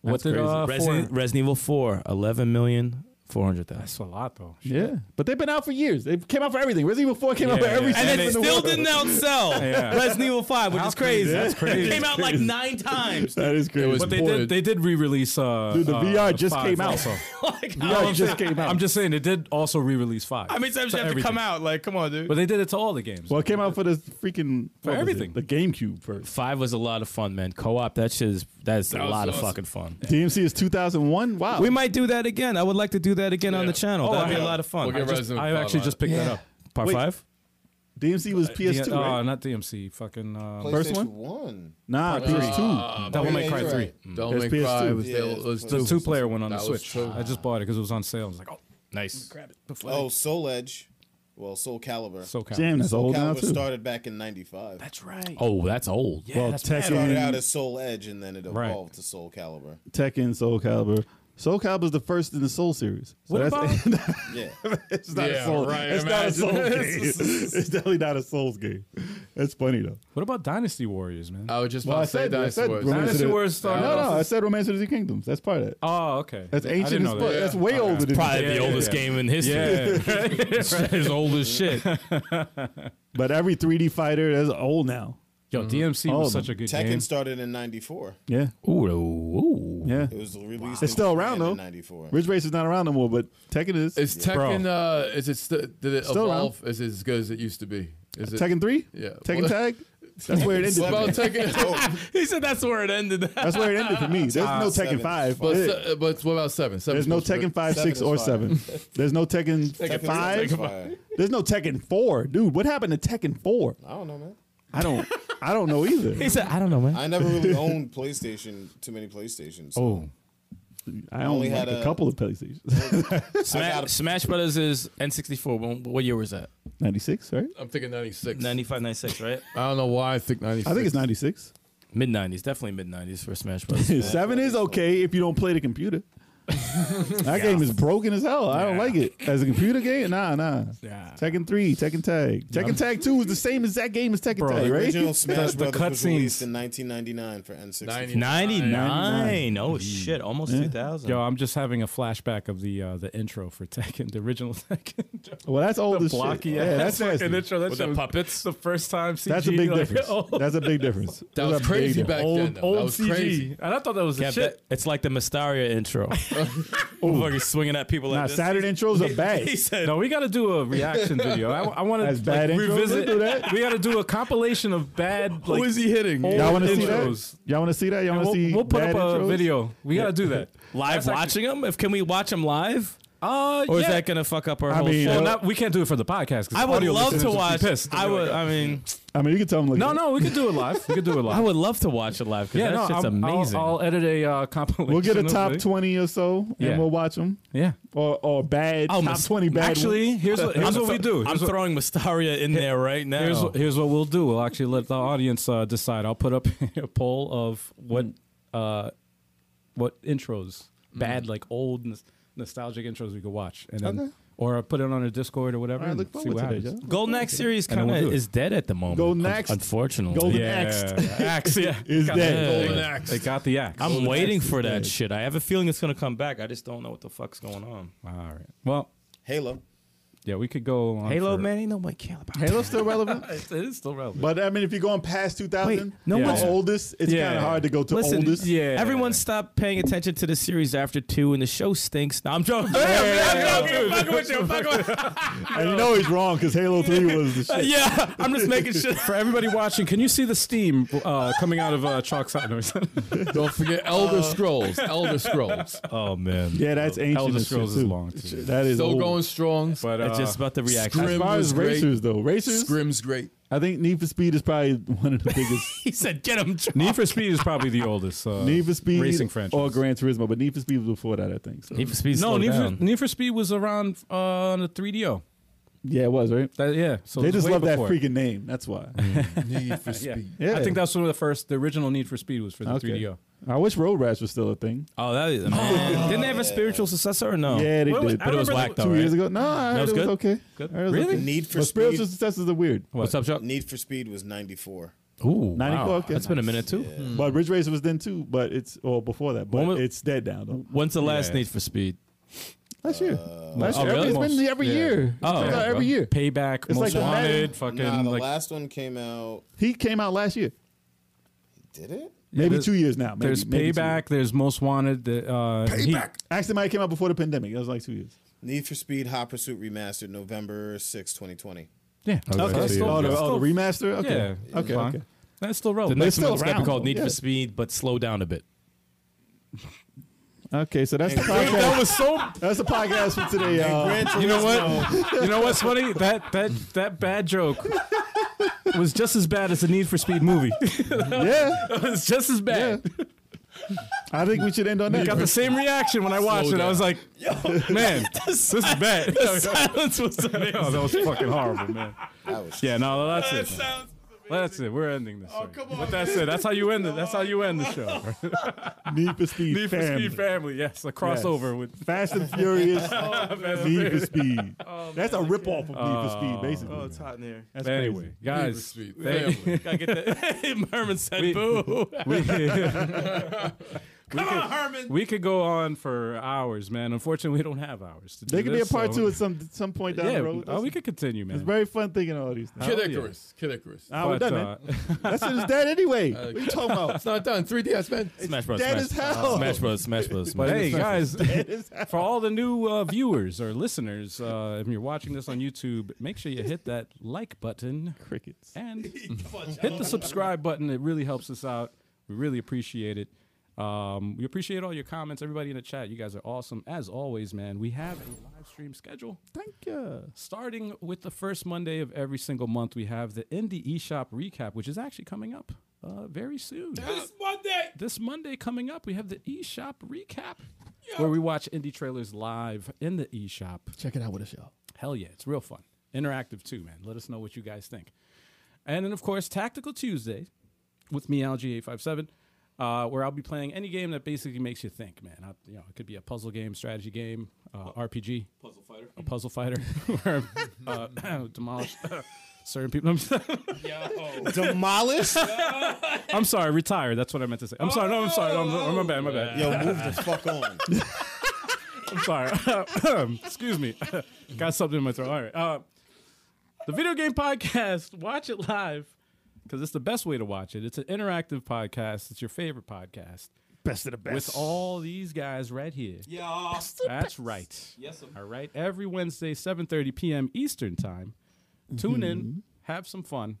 S2: what
S6: That's
S2: did
S6: crazy.
S2: uh,
S5: Resident,
S2: four?
S5: Resident Evil Four eleven million four hundred
S2: That's
S5: thousand.
S2: a lot, though.
S6: Yeah, but they've been out for years. They came out for everything. Resident Evil Four came out for
S2: Yeah,
S6: every.
S2: yeah.
S5: And
S6: single
S5: it
S6: thing in the
S5: still
S6: world.
S5: didn't outsell
S2: Yeah.
S5: Resident Evil Five, which is crazy.
S2: That's crazy.
S5: It came out like nine times.
S6: That is
S4: It was
S6: crazy.
S2: But they did.
S4: ported.
S2: They did re-release. Uh,
S6: Dude, the
S2: uh,
S6: VR just
S2: five
S6: came out.
S2: also.
S5: Like,
S6: Yeah, it just came out.
S2: I'm just saying it did also re-release five.
S5: How many times
S2: For
S5: you have to
S2: everything.
S5: come out? Like, come on, dude.
S2: But they did it to all the games.
S6: well, it came out for the freaking
S2: For
S6: what was it?
S2: everything.
S6: The GameCube first.
S5: Five was a lot of fun, man. Co-op, that shit is that's a
S4: was
S5: lot of
S4: awesome.
S5: fucking fun.
S6: DMC is 2001. Wow.
S5: We might do that again. I would like to do that again on
S4: Yeah.
S5: the channel.
S2: Oh,
S5: That'd
S2: I
S5: be a
S2: know.
S5: lot of fun.
S4: We'll
S5: I
S4: get
S5: just-
S4: Resident
S2: I
S4: Evil
S2: actually
S4: on.
S2: just picked that up.
S5: part
S6: Wait.
S5: five.
S6: DMC was PS2.
S2: oh,
S6: right?
S2: not DMC. Fucking. Uh,
S6: First one?
S7: One.
S6: Nah, PS2.
S2: Devil May
S7: yeah,
S2: Cry
S7: you're
S2: 3.
S7: right.
S4: Devil
S6: It's
S4: May
S6: PS2.
S4: Cry was,
S7: Yeah,
S4: the-
S7: it's
S4: was
S7: PS2.
S2: The
S4: two.
S2: two player one on the
S4: That was
S2: Switch.
S4: true.
S2: I just bought it because it was on sale. I was like, oh,
S5: Nice.
S7: Oh, Soul Edge. Well, Soul Calibur.
S2: so cow.
S6: Damn, that's
S7: Soul
S6: old now
S7: Calibur
S6: too.
S7: started back in '95.
S2: That's right.
S5: Oh, that's old.
S2: yeah,
S6: well,
S2: that's
S6: Tekken-
S2: bad.
S7: started out as Soul Edge and then it
S2: Right.
S7: evolved to Soul Calibur.
S6: Tekken, Soul Calibur. Soul Calibur's the first in the Soul series. So
S2: What
S6: that's-
S7: Yeah.
S6: it's not
S4: Yeah,
S6: a Soul.
S4: right,
S6: It's not a Soul game.
S4: imagine.
S6: it's definitely not a Souls game. It's funny though.
S2: What about Dynasty Warriors, man?
S4: I was just
S6: Well,
S4: about
S6: I
S4: to say
S6: said- I
S4: Dynasty
S6: said
S4: Warriors.
S6: Romance
S2: Dynasty
S6: it-
S2: Warriors
S6: Uh, No,
S2: started
S6: no,
S2: off
S6: I
S2: as-
S6: said Romance of the Kingdoms. That's part of it.
S2: Oh, okay.
S6: That's
S2: I didn't
S6: ancient as
S2: know
S6: fuck.
S2: that.
S6: That's way older than
S5: Probably
S2: Yeah,
S5: the
S2: yeah,
S5: oldest
S2: yeah.
S5: game in history. it's as old as shit.
S6: But every 3D fighter is old now.
S2: Yo, DMC
S6: All
S2: was
S6: of them.
S2: such a good
S7: Tekken
S2: game.
S7: started in '94.
S6: Yeah,
S5: Ooh, ooh.
S6: yeah.
S7: It was released.
S6: It's still around, though.
S7: '94.
S6: Ridge Race is not around no more, but Tekken is.
S4: Is Tekken? Uh, is it st- did it
S6: Still around.
S4: evolve? Is it as good as it used to be? Is it
S6: Tekken three?
S4: Yeah.
S6: Tekken
S4: Well-
S6: Tag. That's where it ended.
S4: Well, Tekken.
S7: Oh,
S5: He said that's where it ended.
S6: That's where it ended for me. There's no Tekken
S7: seven.
S6: five.
S4: But,
S6: Yeah.
S4: se- uh, but what about seven? Seven.
S6: There's no Tekken five, six,
S7: Seven
S6: or
S7: is
S6: seven. There's no Tekken, five.
S7: Fire.
S6: There's no Tekken four, dude. What happened to Tekken four?
S7: I don't know, man.
S6: I don't. I don't know either.
S5: He said, I don't know, man.
S7: I never really owned PlayStation. Too many PlayStations. So
S5: Oh,
S6: I only
S7: only
S6: had
S7: had
S6: a
S7: a-
S6: couple of PlayStations.
S5: Smash,
S7: gotta-
S5: Smash Brothers is N64. When, what year was that?
S6: Ninety six, right?
S4: I'm thinking 96.
S5: 95, 96, right?
S4: I don't know why I think 96.
S6: I think it's ninety six.
S5: Mid 90s, definitely mid 90s for Smash Brothers.
S6: Seven is okay if you don't play the computer. that game is broken as hell. I don't like it as a computer game. Nah, nah.
S5: Yeah.
S6: Tekken three, Tekken Tag, Tekken Tag two is the same exact game as Tekken
S2: Bro,
S6: Tag,
S7: the
S6: right?
S7: original Smash
S2: The- the
S7: Brothers was
S2: cutscenes.
S7: released in 1999 for N64.
S5: 99. Oh, shit. Almost 2000.
S2: Yo, I'm just having a flashback of the uh, the intro for Tekken, the original Tekken.
S6: Well, that's old as shit.
S2: blocky
S6: Yeah, that's
S2: ass
S6: nasty.
S2: fucking intro. That
S5: With
S2: shit
S5: the
S2: was
S5: puppets.
S2: the first time CG.
S6: That's a
S2: like,
S6: big
S2: oh.
S6: difference.
S2: old-
S6: That's a big difference.
S4: That was crazy back then.
S2: Old,
S4: though.
S2: old
S4: that was
S2: CG.
S4: crazy.
S2: And I thought that was the
S5: Yeah,
S2: shit.
S5: that- it's like the Mysteria intro. Fucking swinging at people like
S6: Nah,
S5: this.
S6: Saturday intros are bad.
S5: He said,
S2: No, we got to do a reaction video. I, want to
S6: That's bad intros?
S2: revisit.
S6: We'll do that.
S2: We got to do a compilation of bad. Like,
S4: Who is he hitting?
S2: old
S6: Y'all want to see
S2: intros.
S6: that? Y'all want to see that? Y'all want
S2: We'll,
S6: to see?
S2: we'll put up
S6: bad
S2: a
S6: intros?
S2: video. We got to do that.
S5: live watching them? If Can we watch them live?
S2: Uh,
S5: Or is
S2: yeah.
S5: that going to fuck up our
S6: I
S5: whole
S6: mean,
S5: show?
S2: Well, not, we can't do it for the podcast. 'cause
S5: I would
S2: uh, audio
S5: love
S2: listeners
S5: to
S2: be
S5: watch.
S2: pissed.
S5: I would. I mean,
S6: I mean, you can tell them. Like,
S2: No, no, we could do it live. We could do it live.
S5: I would love to watch it live because
S2: yeah,
S5: that
S2: no,
S5: shit's
S2: I'm- I'll-
S5: amazing.
S2: I'll, edit a uh, compilation.
S6: We'll get a
S2: of
S6: top
S2: it.
S6: twenty or so,
S2: Yeah.
S6: and we'll watch them.
S2: Yeah.
S6: Or or bad
S5: Oh,
S6: top
S5: Mas-
S6: twenty bad.
S2: Actually, here's what, here's
S5: I'm
S2: what we
S5: thro-
S2: do.
S5: I'm
S2: Here's what,
S5: throwing Mysteria in there right now.
S2: here's, what- here's what we'll do. We'll actually let the audience uh, decide. I'll put up a poll of what uh, what intros, bad like old nos- nostalgic intros we could watch, and then or put it on a Discord or whatever.
S6: I
S2: and
S6: look
S2: see
S6: forward
S2: what
S6: to that.
S2: happens.
S6: yo.
S5: Golden Axe series
S2: And then
S5: kind
S2: we'll
S5: of
S2: do it.
S5: is dead at the moment.
S6: Golden
S5: un-
S6: Axe.
S5: unfortunately.
S6: Golden
S5: Yeah.
S2: Yeah, axe. Yeah,
S6: Is
S2: Got
S6: dead.
S2: the-
S4: Golden Axe.
S2: They got the axe.
S5: I'm
S2: Golden
S5: waiting
S2: axe is
S5: for that
S2: dead.
S5: shit. I have a feeling it's gonna come back. I just don't know what the fuck's going on.
S2: All right. Well,
S7: Halo.
S2: yeah, we could go on.
S5: Halo,
S2: for-
S5: man, ain't nobody care about.
S6: Halo's still relevant,
S2: It is still relevant.
S6: but I mean, if you're going past 2000,
S5: Wait, no
S6: the
S2: one's-
S6: oldest. It's
S2: Yeah.
S6: kind of hard to go to
S5: Listen,
S6: oldest.
S2: yeah.
S5: Everyone stopped paying attention to the series after two, and the show stinks. No, I'm joking. I'm joking. Fucking with you. Fucking with
S6: and you know he's wrong because Halo Three was the shit.
S5: Yeah, I'm just making shit.
S2: For everybody watching, can you see the steam uh, coming out of uh, Chalk's eye noise?
S4: Don't forget Elder
S6: Uh,
S4: Scrolls. Elder Scrolls.
S2: oh man,
S6: Yeah, that's ancient.
S2: Elder
S6: as shit,
S2: Scrolls is
S6: too.
S2: long, too.
S6: That is
S4: Still
S6: old.
S4: going strong.
S2: but uh,
S5: It's just about the reaction.
S6: As
S4: Scrim
S6: far
S4: was
S6: as
S4: great.
S6: racers though, racers.
S4: Scrim's great.
S6: I think Need for Speed is probably one of the biggest.
S5: He said, "Get him." John."
S2: Need for Speed is probably the oldest. Uh,
S6: Need for Speed
S2: racing franchise.
S6: or Gran Turismo, but Need for Speed was before that, I think. So.
S5: Need for Speed
S2: no,
S5: slowed
S2: Need for,
S5: down.
S2: Need for Speed was around uh, on the 3DO.
S6: Yeah, it was right.
S2: That, yeah, so
S6: They
S2: it was
S6: just
S2: way
S6: love that
S2: before.
S6: freaking name. That's why.
S4: Need for
S2: Yeah.
S4: Speed.
S6: Yeah.
S2: I think that's one of the first. The original Need for Speed was for the
S6: Okay.
S2: 3DO.
S6: I wish Road Rash was still a thing.
S5: Oh, that is. Man. Didn't they have a spiritual successor or no?
S6: Yeah, they
S2: Well,
S6: did.
S2: I
S5: but it was
S2: remember
S5: whack
S6: two
S5: though.
S6: years
S5: right?
S6: ago. No, I heard
S5: was
S6: it was
S5: good?
S6: okay.
S5: Good.
S6: I heard it was
S5: Really?
S6: okay.
S7: Need for
S6: But spiritual
S7: Speed.
S6: successes are weird.
S5: What's up, Chuck?
S7: Need for Speed was '94.
S5: Ooh,
S6: 94,
S5: wow.
S6: oh, okay.
S5: That's been a minute too.
S6: But Ridge Racer was then too. But it's or before that. But
S5: When was-
S6: it's dead now though.
S5: When's the last Need for Speed?
S6: Last year. Last
S5: oh,
S6: year.
S5: really?
S6: Every, it's been every
S2: Yeah.
S6: year.
S5: Oh,
S6: It's
S5: okay.
S6: every year.
S2: Payback, Most
S6: It's like the Madden-
S2: Wanted, fucking
S7: Nah, the
S2: like
S7: last one came out.
S6: He came out last year.
S7: Did it?
S6: Maybe
S2: there's-
S6: two years now. Maybe,
S2: There's
S6: maybe two years.
S2: Payback. There's Most Wanted. The, uh, Payback.
S6: Actually, might came out before the pandemic. It was like two years.
S7: Need for Speed Hot Pursuit Remastered, November 6, 2020.
S2: Yeah.
S5: Okay.
S2: That's
S5: Yeah.
S2: still,
S6: Oh, the,
S2: that's
S6: oh,
S2: still-
S6: the remaster.
S2: yeah,
S6: Okay.
S2: it's
S6: okay.
S2: fine.
S6: Okay.
S2: That's still
S5: The
S2: relevant.
S5: next
S6: still
S5: one's got to be
S6: around,
S5: called Need
S6: yeah.
S5: for Speed, but slow down a bit.
S6: Okay, so that's the podcast.
S5: that was so.
S6: That's the podcast for today, y'all.
S2: You know what? you know what's funny? That that that bad joke was just as bad as the Need for Speed movie.
S6: Yeah,
S2: it was just as bad.
S6: I think we should end on
S2: I got
S6: that.
S2: the same reaction when I watched it. I was like, man, this is bad.
S5: silence was
S2: Oh, that was fucking horrible, man. Yeah, no, that's it. man. That's it. We're ending this. thing. But that's it. That's how you end it. That's how you end the show.
S6: Need for Speed.
S2: Need for
S6: fam.
S2: Speed Family. Yes, a crossover with
S6: Fast and Furious. Need for Speed. That's a ripoff of Need for Speed, basically.
S8: Oh, it's hot in here.
S6: That's crazy.
S2: anyway, guys.
S4: Sweet
S2: Thank-
S4: family.
S5: Gotta get that. Merman said
S2: We-
S5: boo.
S2: we, we could, we could go on for hours, man. Unfortunately, we don't have hours. To do
S6: There could be a
S2: this,
S6: part
S2: so-
S6: two at some some point down
S2: Yeah,
S6: the road.
S2: oh, we could continue, man.
S6: It's very fun thinking all these things.
S4: Kid
S2: yeah.
S4: Icarus. Kid Icarus.
S6: Nah, we're
S2: But,
S6: done,
S2: uh,
S6: man. That shit is dead anyway.
S4: Uh,
S6: What you talking about?
S4: it's not done. 3DS, man.
S5: Smash Bros.
S6: dead
S5: Smash,
S6: as hell.
S5: Smash Bros. Smash Bros. Smash
S2: But hey,
S5: Bros.
S2: guys, for all the new uh, viewers or listeners, uh, if you're watching this on YouTube, make sure you hit that like button
S6: Crickets.
S2: and hit the subscribe button. It really helps us out. We really appreciate it. Um, we appreciate all your comments, everybody in the chat. You guys are awesome as always, man. We have a live stream schedule.
S6: Thank you.
S2: Starting with the first Monday of every single month, we have the Indie eShop recap, which is actually coming up uh, very soon. This Monday! This Monday coming up, we have the eShop recap, where we watch indie trailers live in the eShop.
S4: Check it out with a show.
S2: Hell yeah, it's real fun. Interactive too, man. Let us know what you guys think. And then, of course, Tactical Tuesday with me, LG857, uh, where I'll be playing any game that basically makes you think, man. I, you know, it could be a puzzle game, strategy game, uh, RPG, puzzle fighter, a puzzle fighter, where uh, demolish uh, certain people. I'm,
S5: oh,
S7: Demolished?
S2: I'm sorry, retire. That's what I meant to say. I'm sorry. No, I'm sorry. Oh, No, I'm, my bad. My bad.
S7: Yo, move the fuck on.
S2: I'm sorry. Excuse me. Got something in my throat. All right. Uh, the Video Game Podcast, watch it live because it's the best way to watch it. It's an interactive podcast, it's your favorite podcast
S6: Best of the best.
S2: with all these guys right here.
S8: Yeah.
S2: That's right. Yes, All right. Every Wednesday, 7.30 p.m. Eastern Time. Tune
S6: Mm-hmm.
S2: in, have some fun,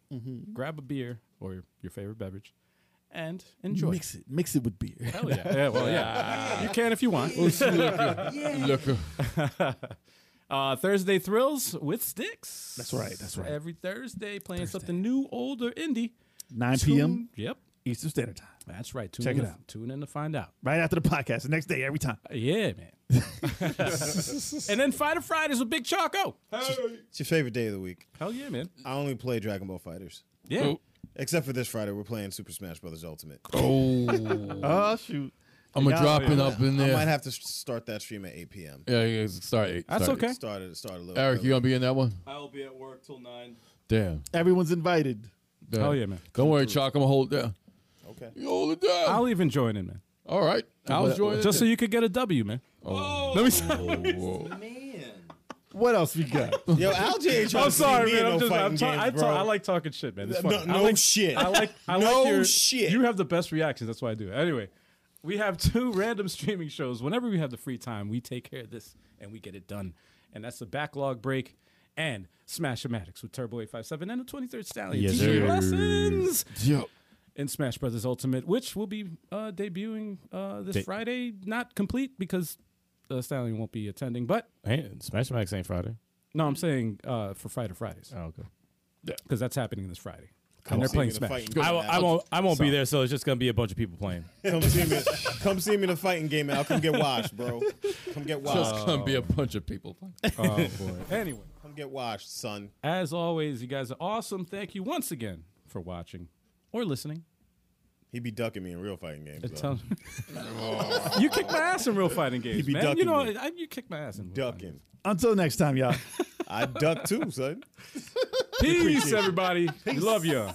S2: grab a beer or your favorite beverage, and enjoy.
S4: Mix it. Mix it with beer.
S2: Hell Oh, yeah. yeah. Well, yeah. You can if you want.
S4: Look,
S2: Uh, Thursday Thrills with Sticks.
S6: That's right, that's right.
S2: Every Thursday, playing something new, older, indie.
S6: 9
S2: Tune-
S6: p.m.
S2: Yep.
S6: Eastern Standard Time.
S2: That's right. Tune
S6: Check
S2: in
S6: it
S2: to,
S6: out.
S2: Tune in to find out.
S6: Right after the podcast, the next day, every time.
S2: Yeah, man. and then Fighter Fridays with Big Choco.
S7: It's your favorite day of the week.
S2: Hell yeah, man.
S7: I only play Dragon Ball Fighters.
S2: Yeah.
S7: Except for this Friday, we're playing Super Smash Brothers Ultimate.
S4: oh,
S6: Oh, shoot.
S4: I'm gonna
S6: Yeah,
S4: drop
S6: yeah.
S4: it up in
S7: I
S4: there.
S7: might have to s- start that stream at 8 p.m.
S4: yeah, yeah, start eight.
S2: That's
S4: start
S2: okay.
S4: eight.
S7: Start it. Start a little.
S4: Eric, you
S7: early.
S4: gonna be in that one?
S8: I'll be at work till nine.
S4: Damn.
S6: Everyone's invited.
S4: Damn.
S2: Hell yeah, man.
S4: Don't worry, Chalk. I'm gonna hold it down.
S7: Okay.
S4: You hold it down.
S2: I'll even join in, man.
S4: All right. I'll join.
S2: Just so you could get a W, man.
S8: Oh,
S2: Let me. See.
S8: man.
S6: What else we got?
S7: Yo, Alj ain't trying
S2: I'm
S7: to see
S2: sorry,
S7: me
S2: man.
S7: in
S2: I'm
S7: no
S2: just.
S7: fighting
S2: I'm talk-
S7: games,
S2: I,
S7: bro.
S2: talk- I like talking shit, man. It's
S7: no
S2: fun. I
S7: no
S2: like,
S7: shit.
S2: I like I
S7: No
S2: like your
S7: shit.
S2: You have the best reactions. That's why I do. it. Anyway, we have two random streaming shows. Whenever we have the free time, we take care of this and we get it done. And that's the backlog break and Smash-O-Matics with Turbo 857 and the 23rd Stallion.
S5: Yes,
S2: Teaching
S5: sir.
S2: lessons
S4: Yo.
S2: in Smash Brothers Ultimate, which will be uh, debuting uh, this
S5: Da-
S2: Friday. Not complete because uh, Stallion won't be attending, but
S5: Hey, Smash Max ain't Friday.
S2: no, I'm saying uh, for Friday Fridays
S5: Oh, okay.
S2: because that's happening this Friday.
S7: Come
S2: And they're
S7: see me
S2: playing
S7: in a
S2: Smash.
S7: fighting game,
S5: I, won't- I
S7: Al.
S5: won't. I won't be there, so it's just gonna be a bunch of people playing.
S7: Come see me. Come see me in a fighting game, Al. Come get washed, bro. Come get
S4: Just
S7: washed.
S4: gonna be a bunch of people.
S2: Oh boy. anyway.
S7: Come get washed, son.
S2: As always, you guys are awesome. Thank you once again for watching or listening.
S7: He be ducking me in real fighting games.
S2: It
S7: though.
S2: sounds- you kick my ass in real fighting games,
S7: be
S2: man. You
S7: ducking
S2: know,
S7: me.
S2: I, you kick my ass in real fighting.
S7: Ducking.
S6: Until next time, y'all.
S7: I duck too, son.
S2: Peace, everybody. We Love you.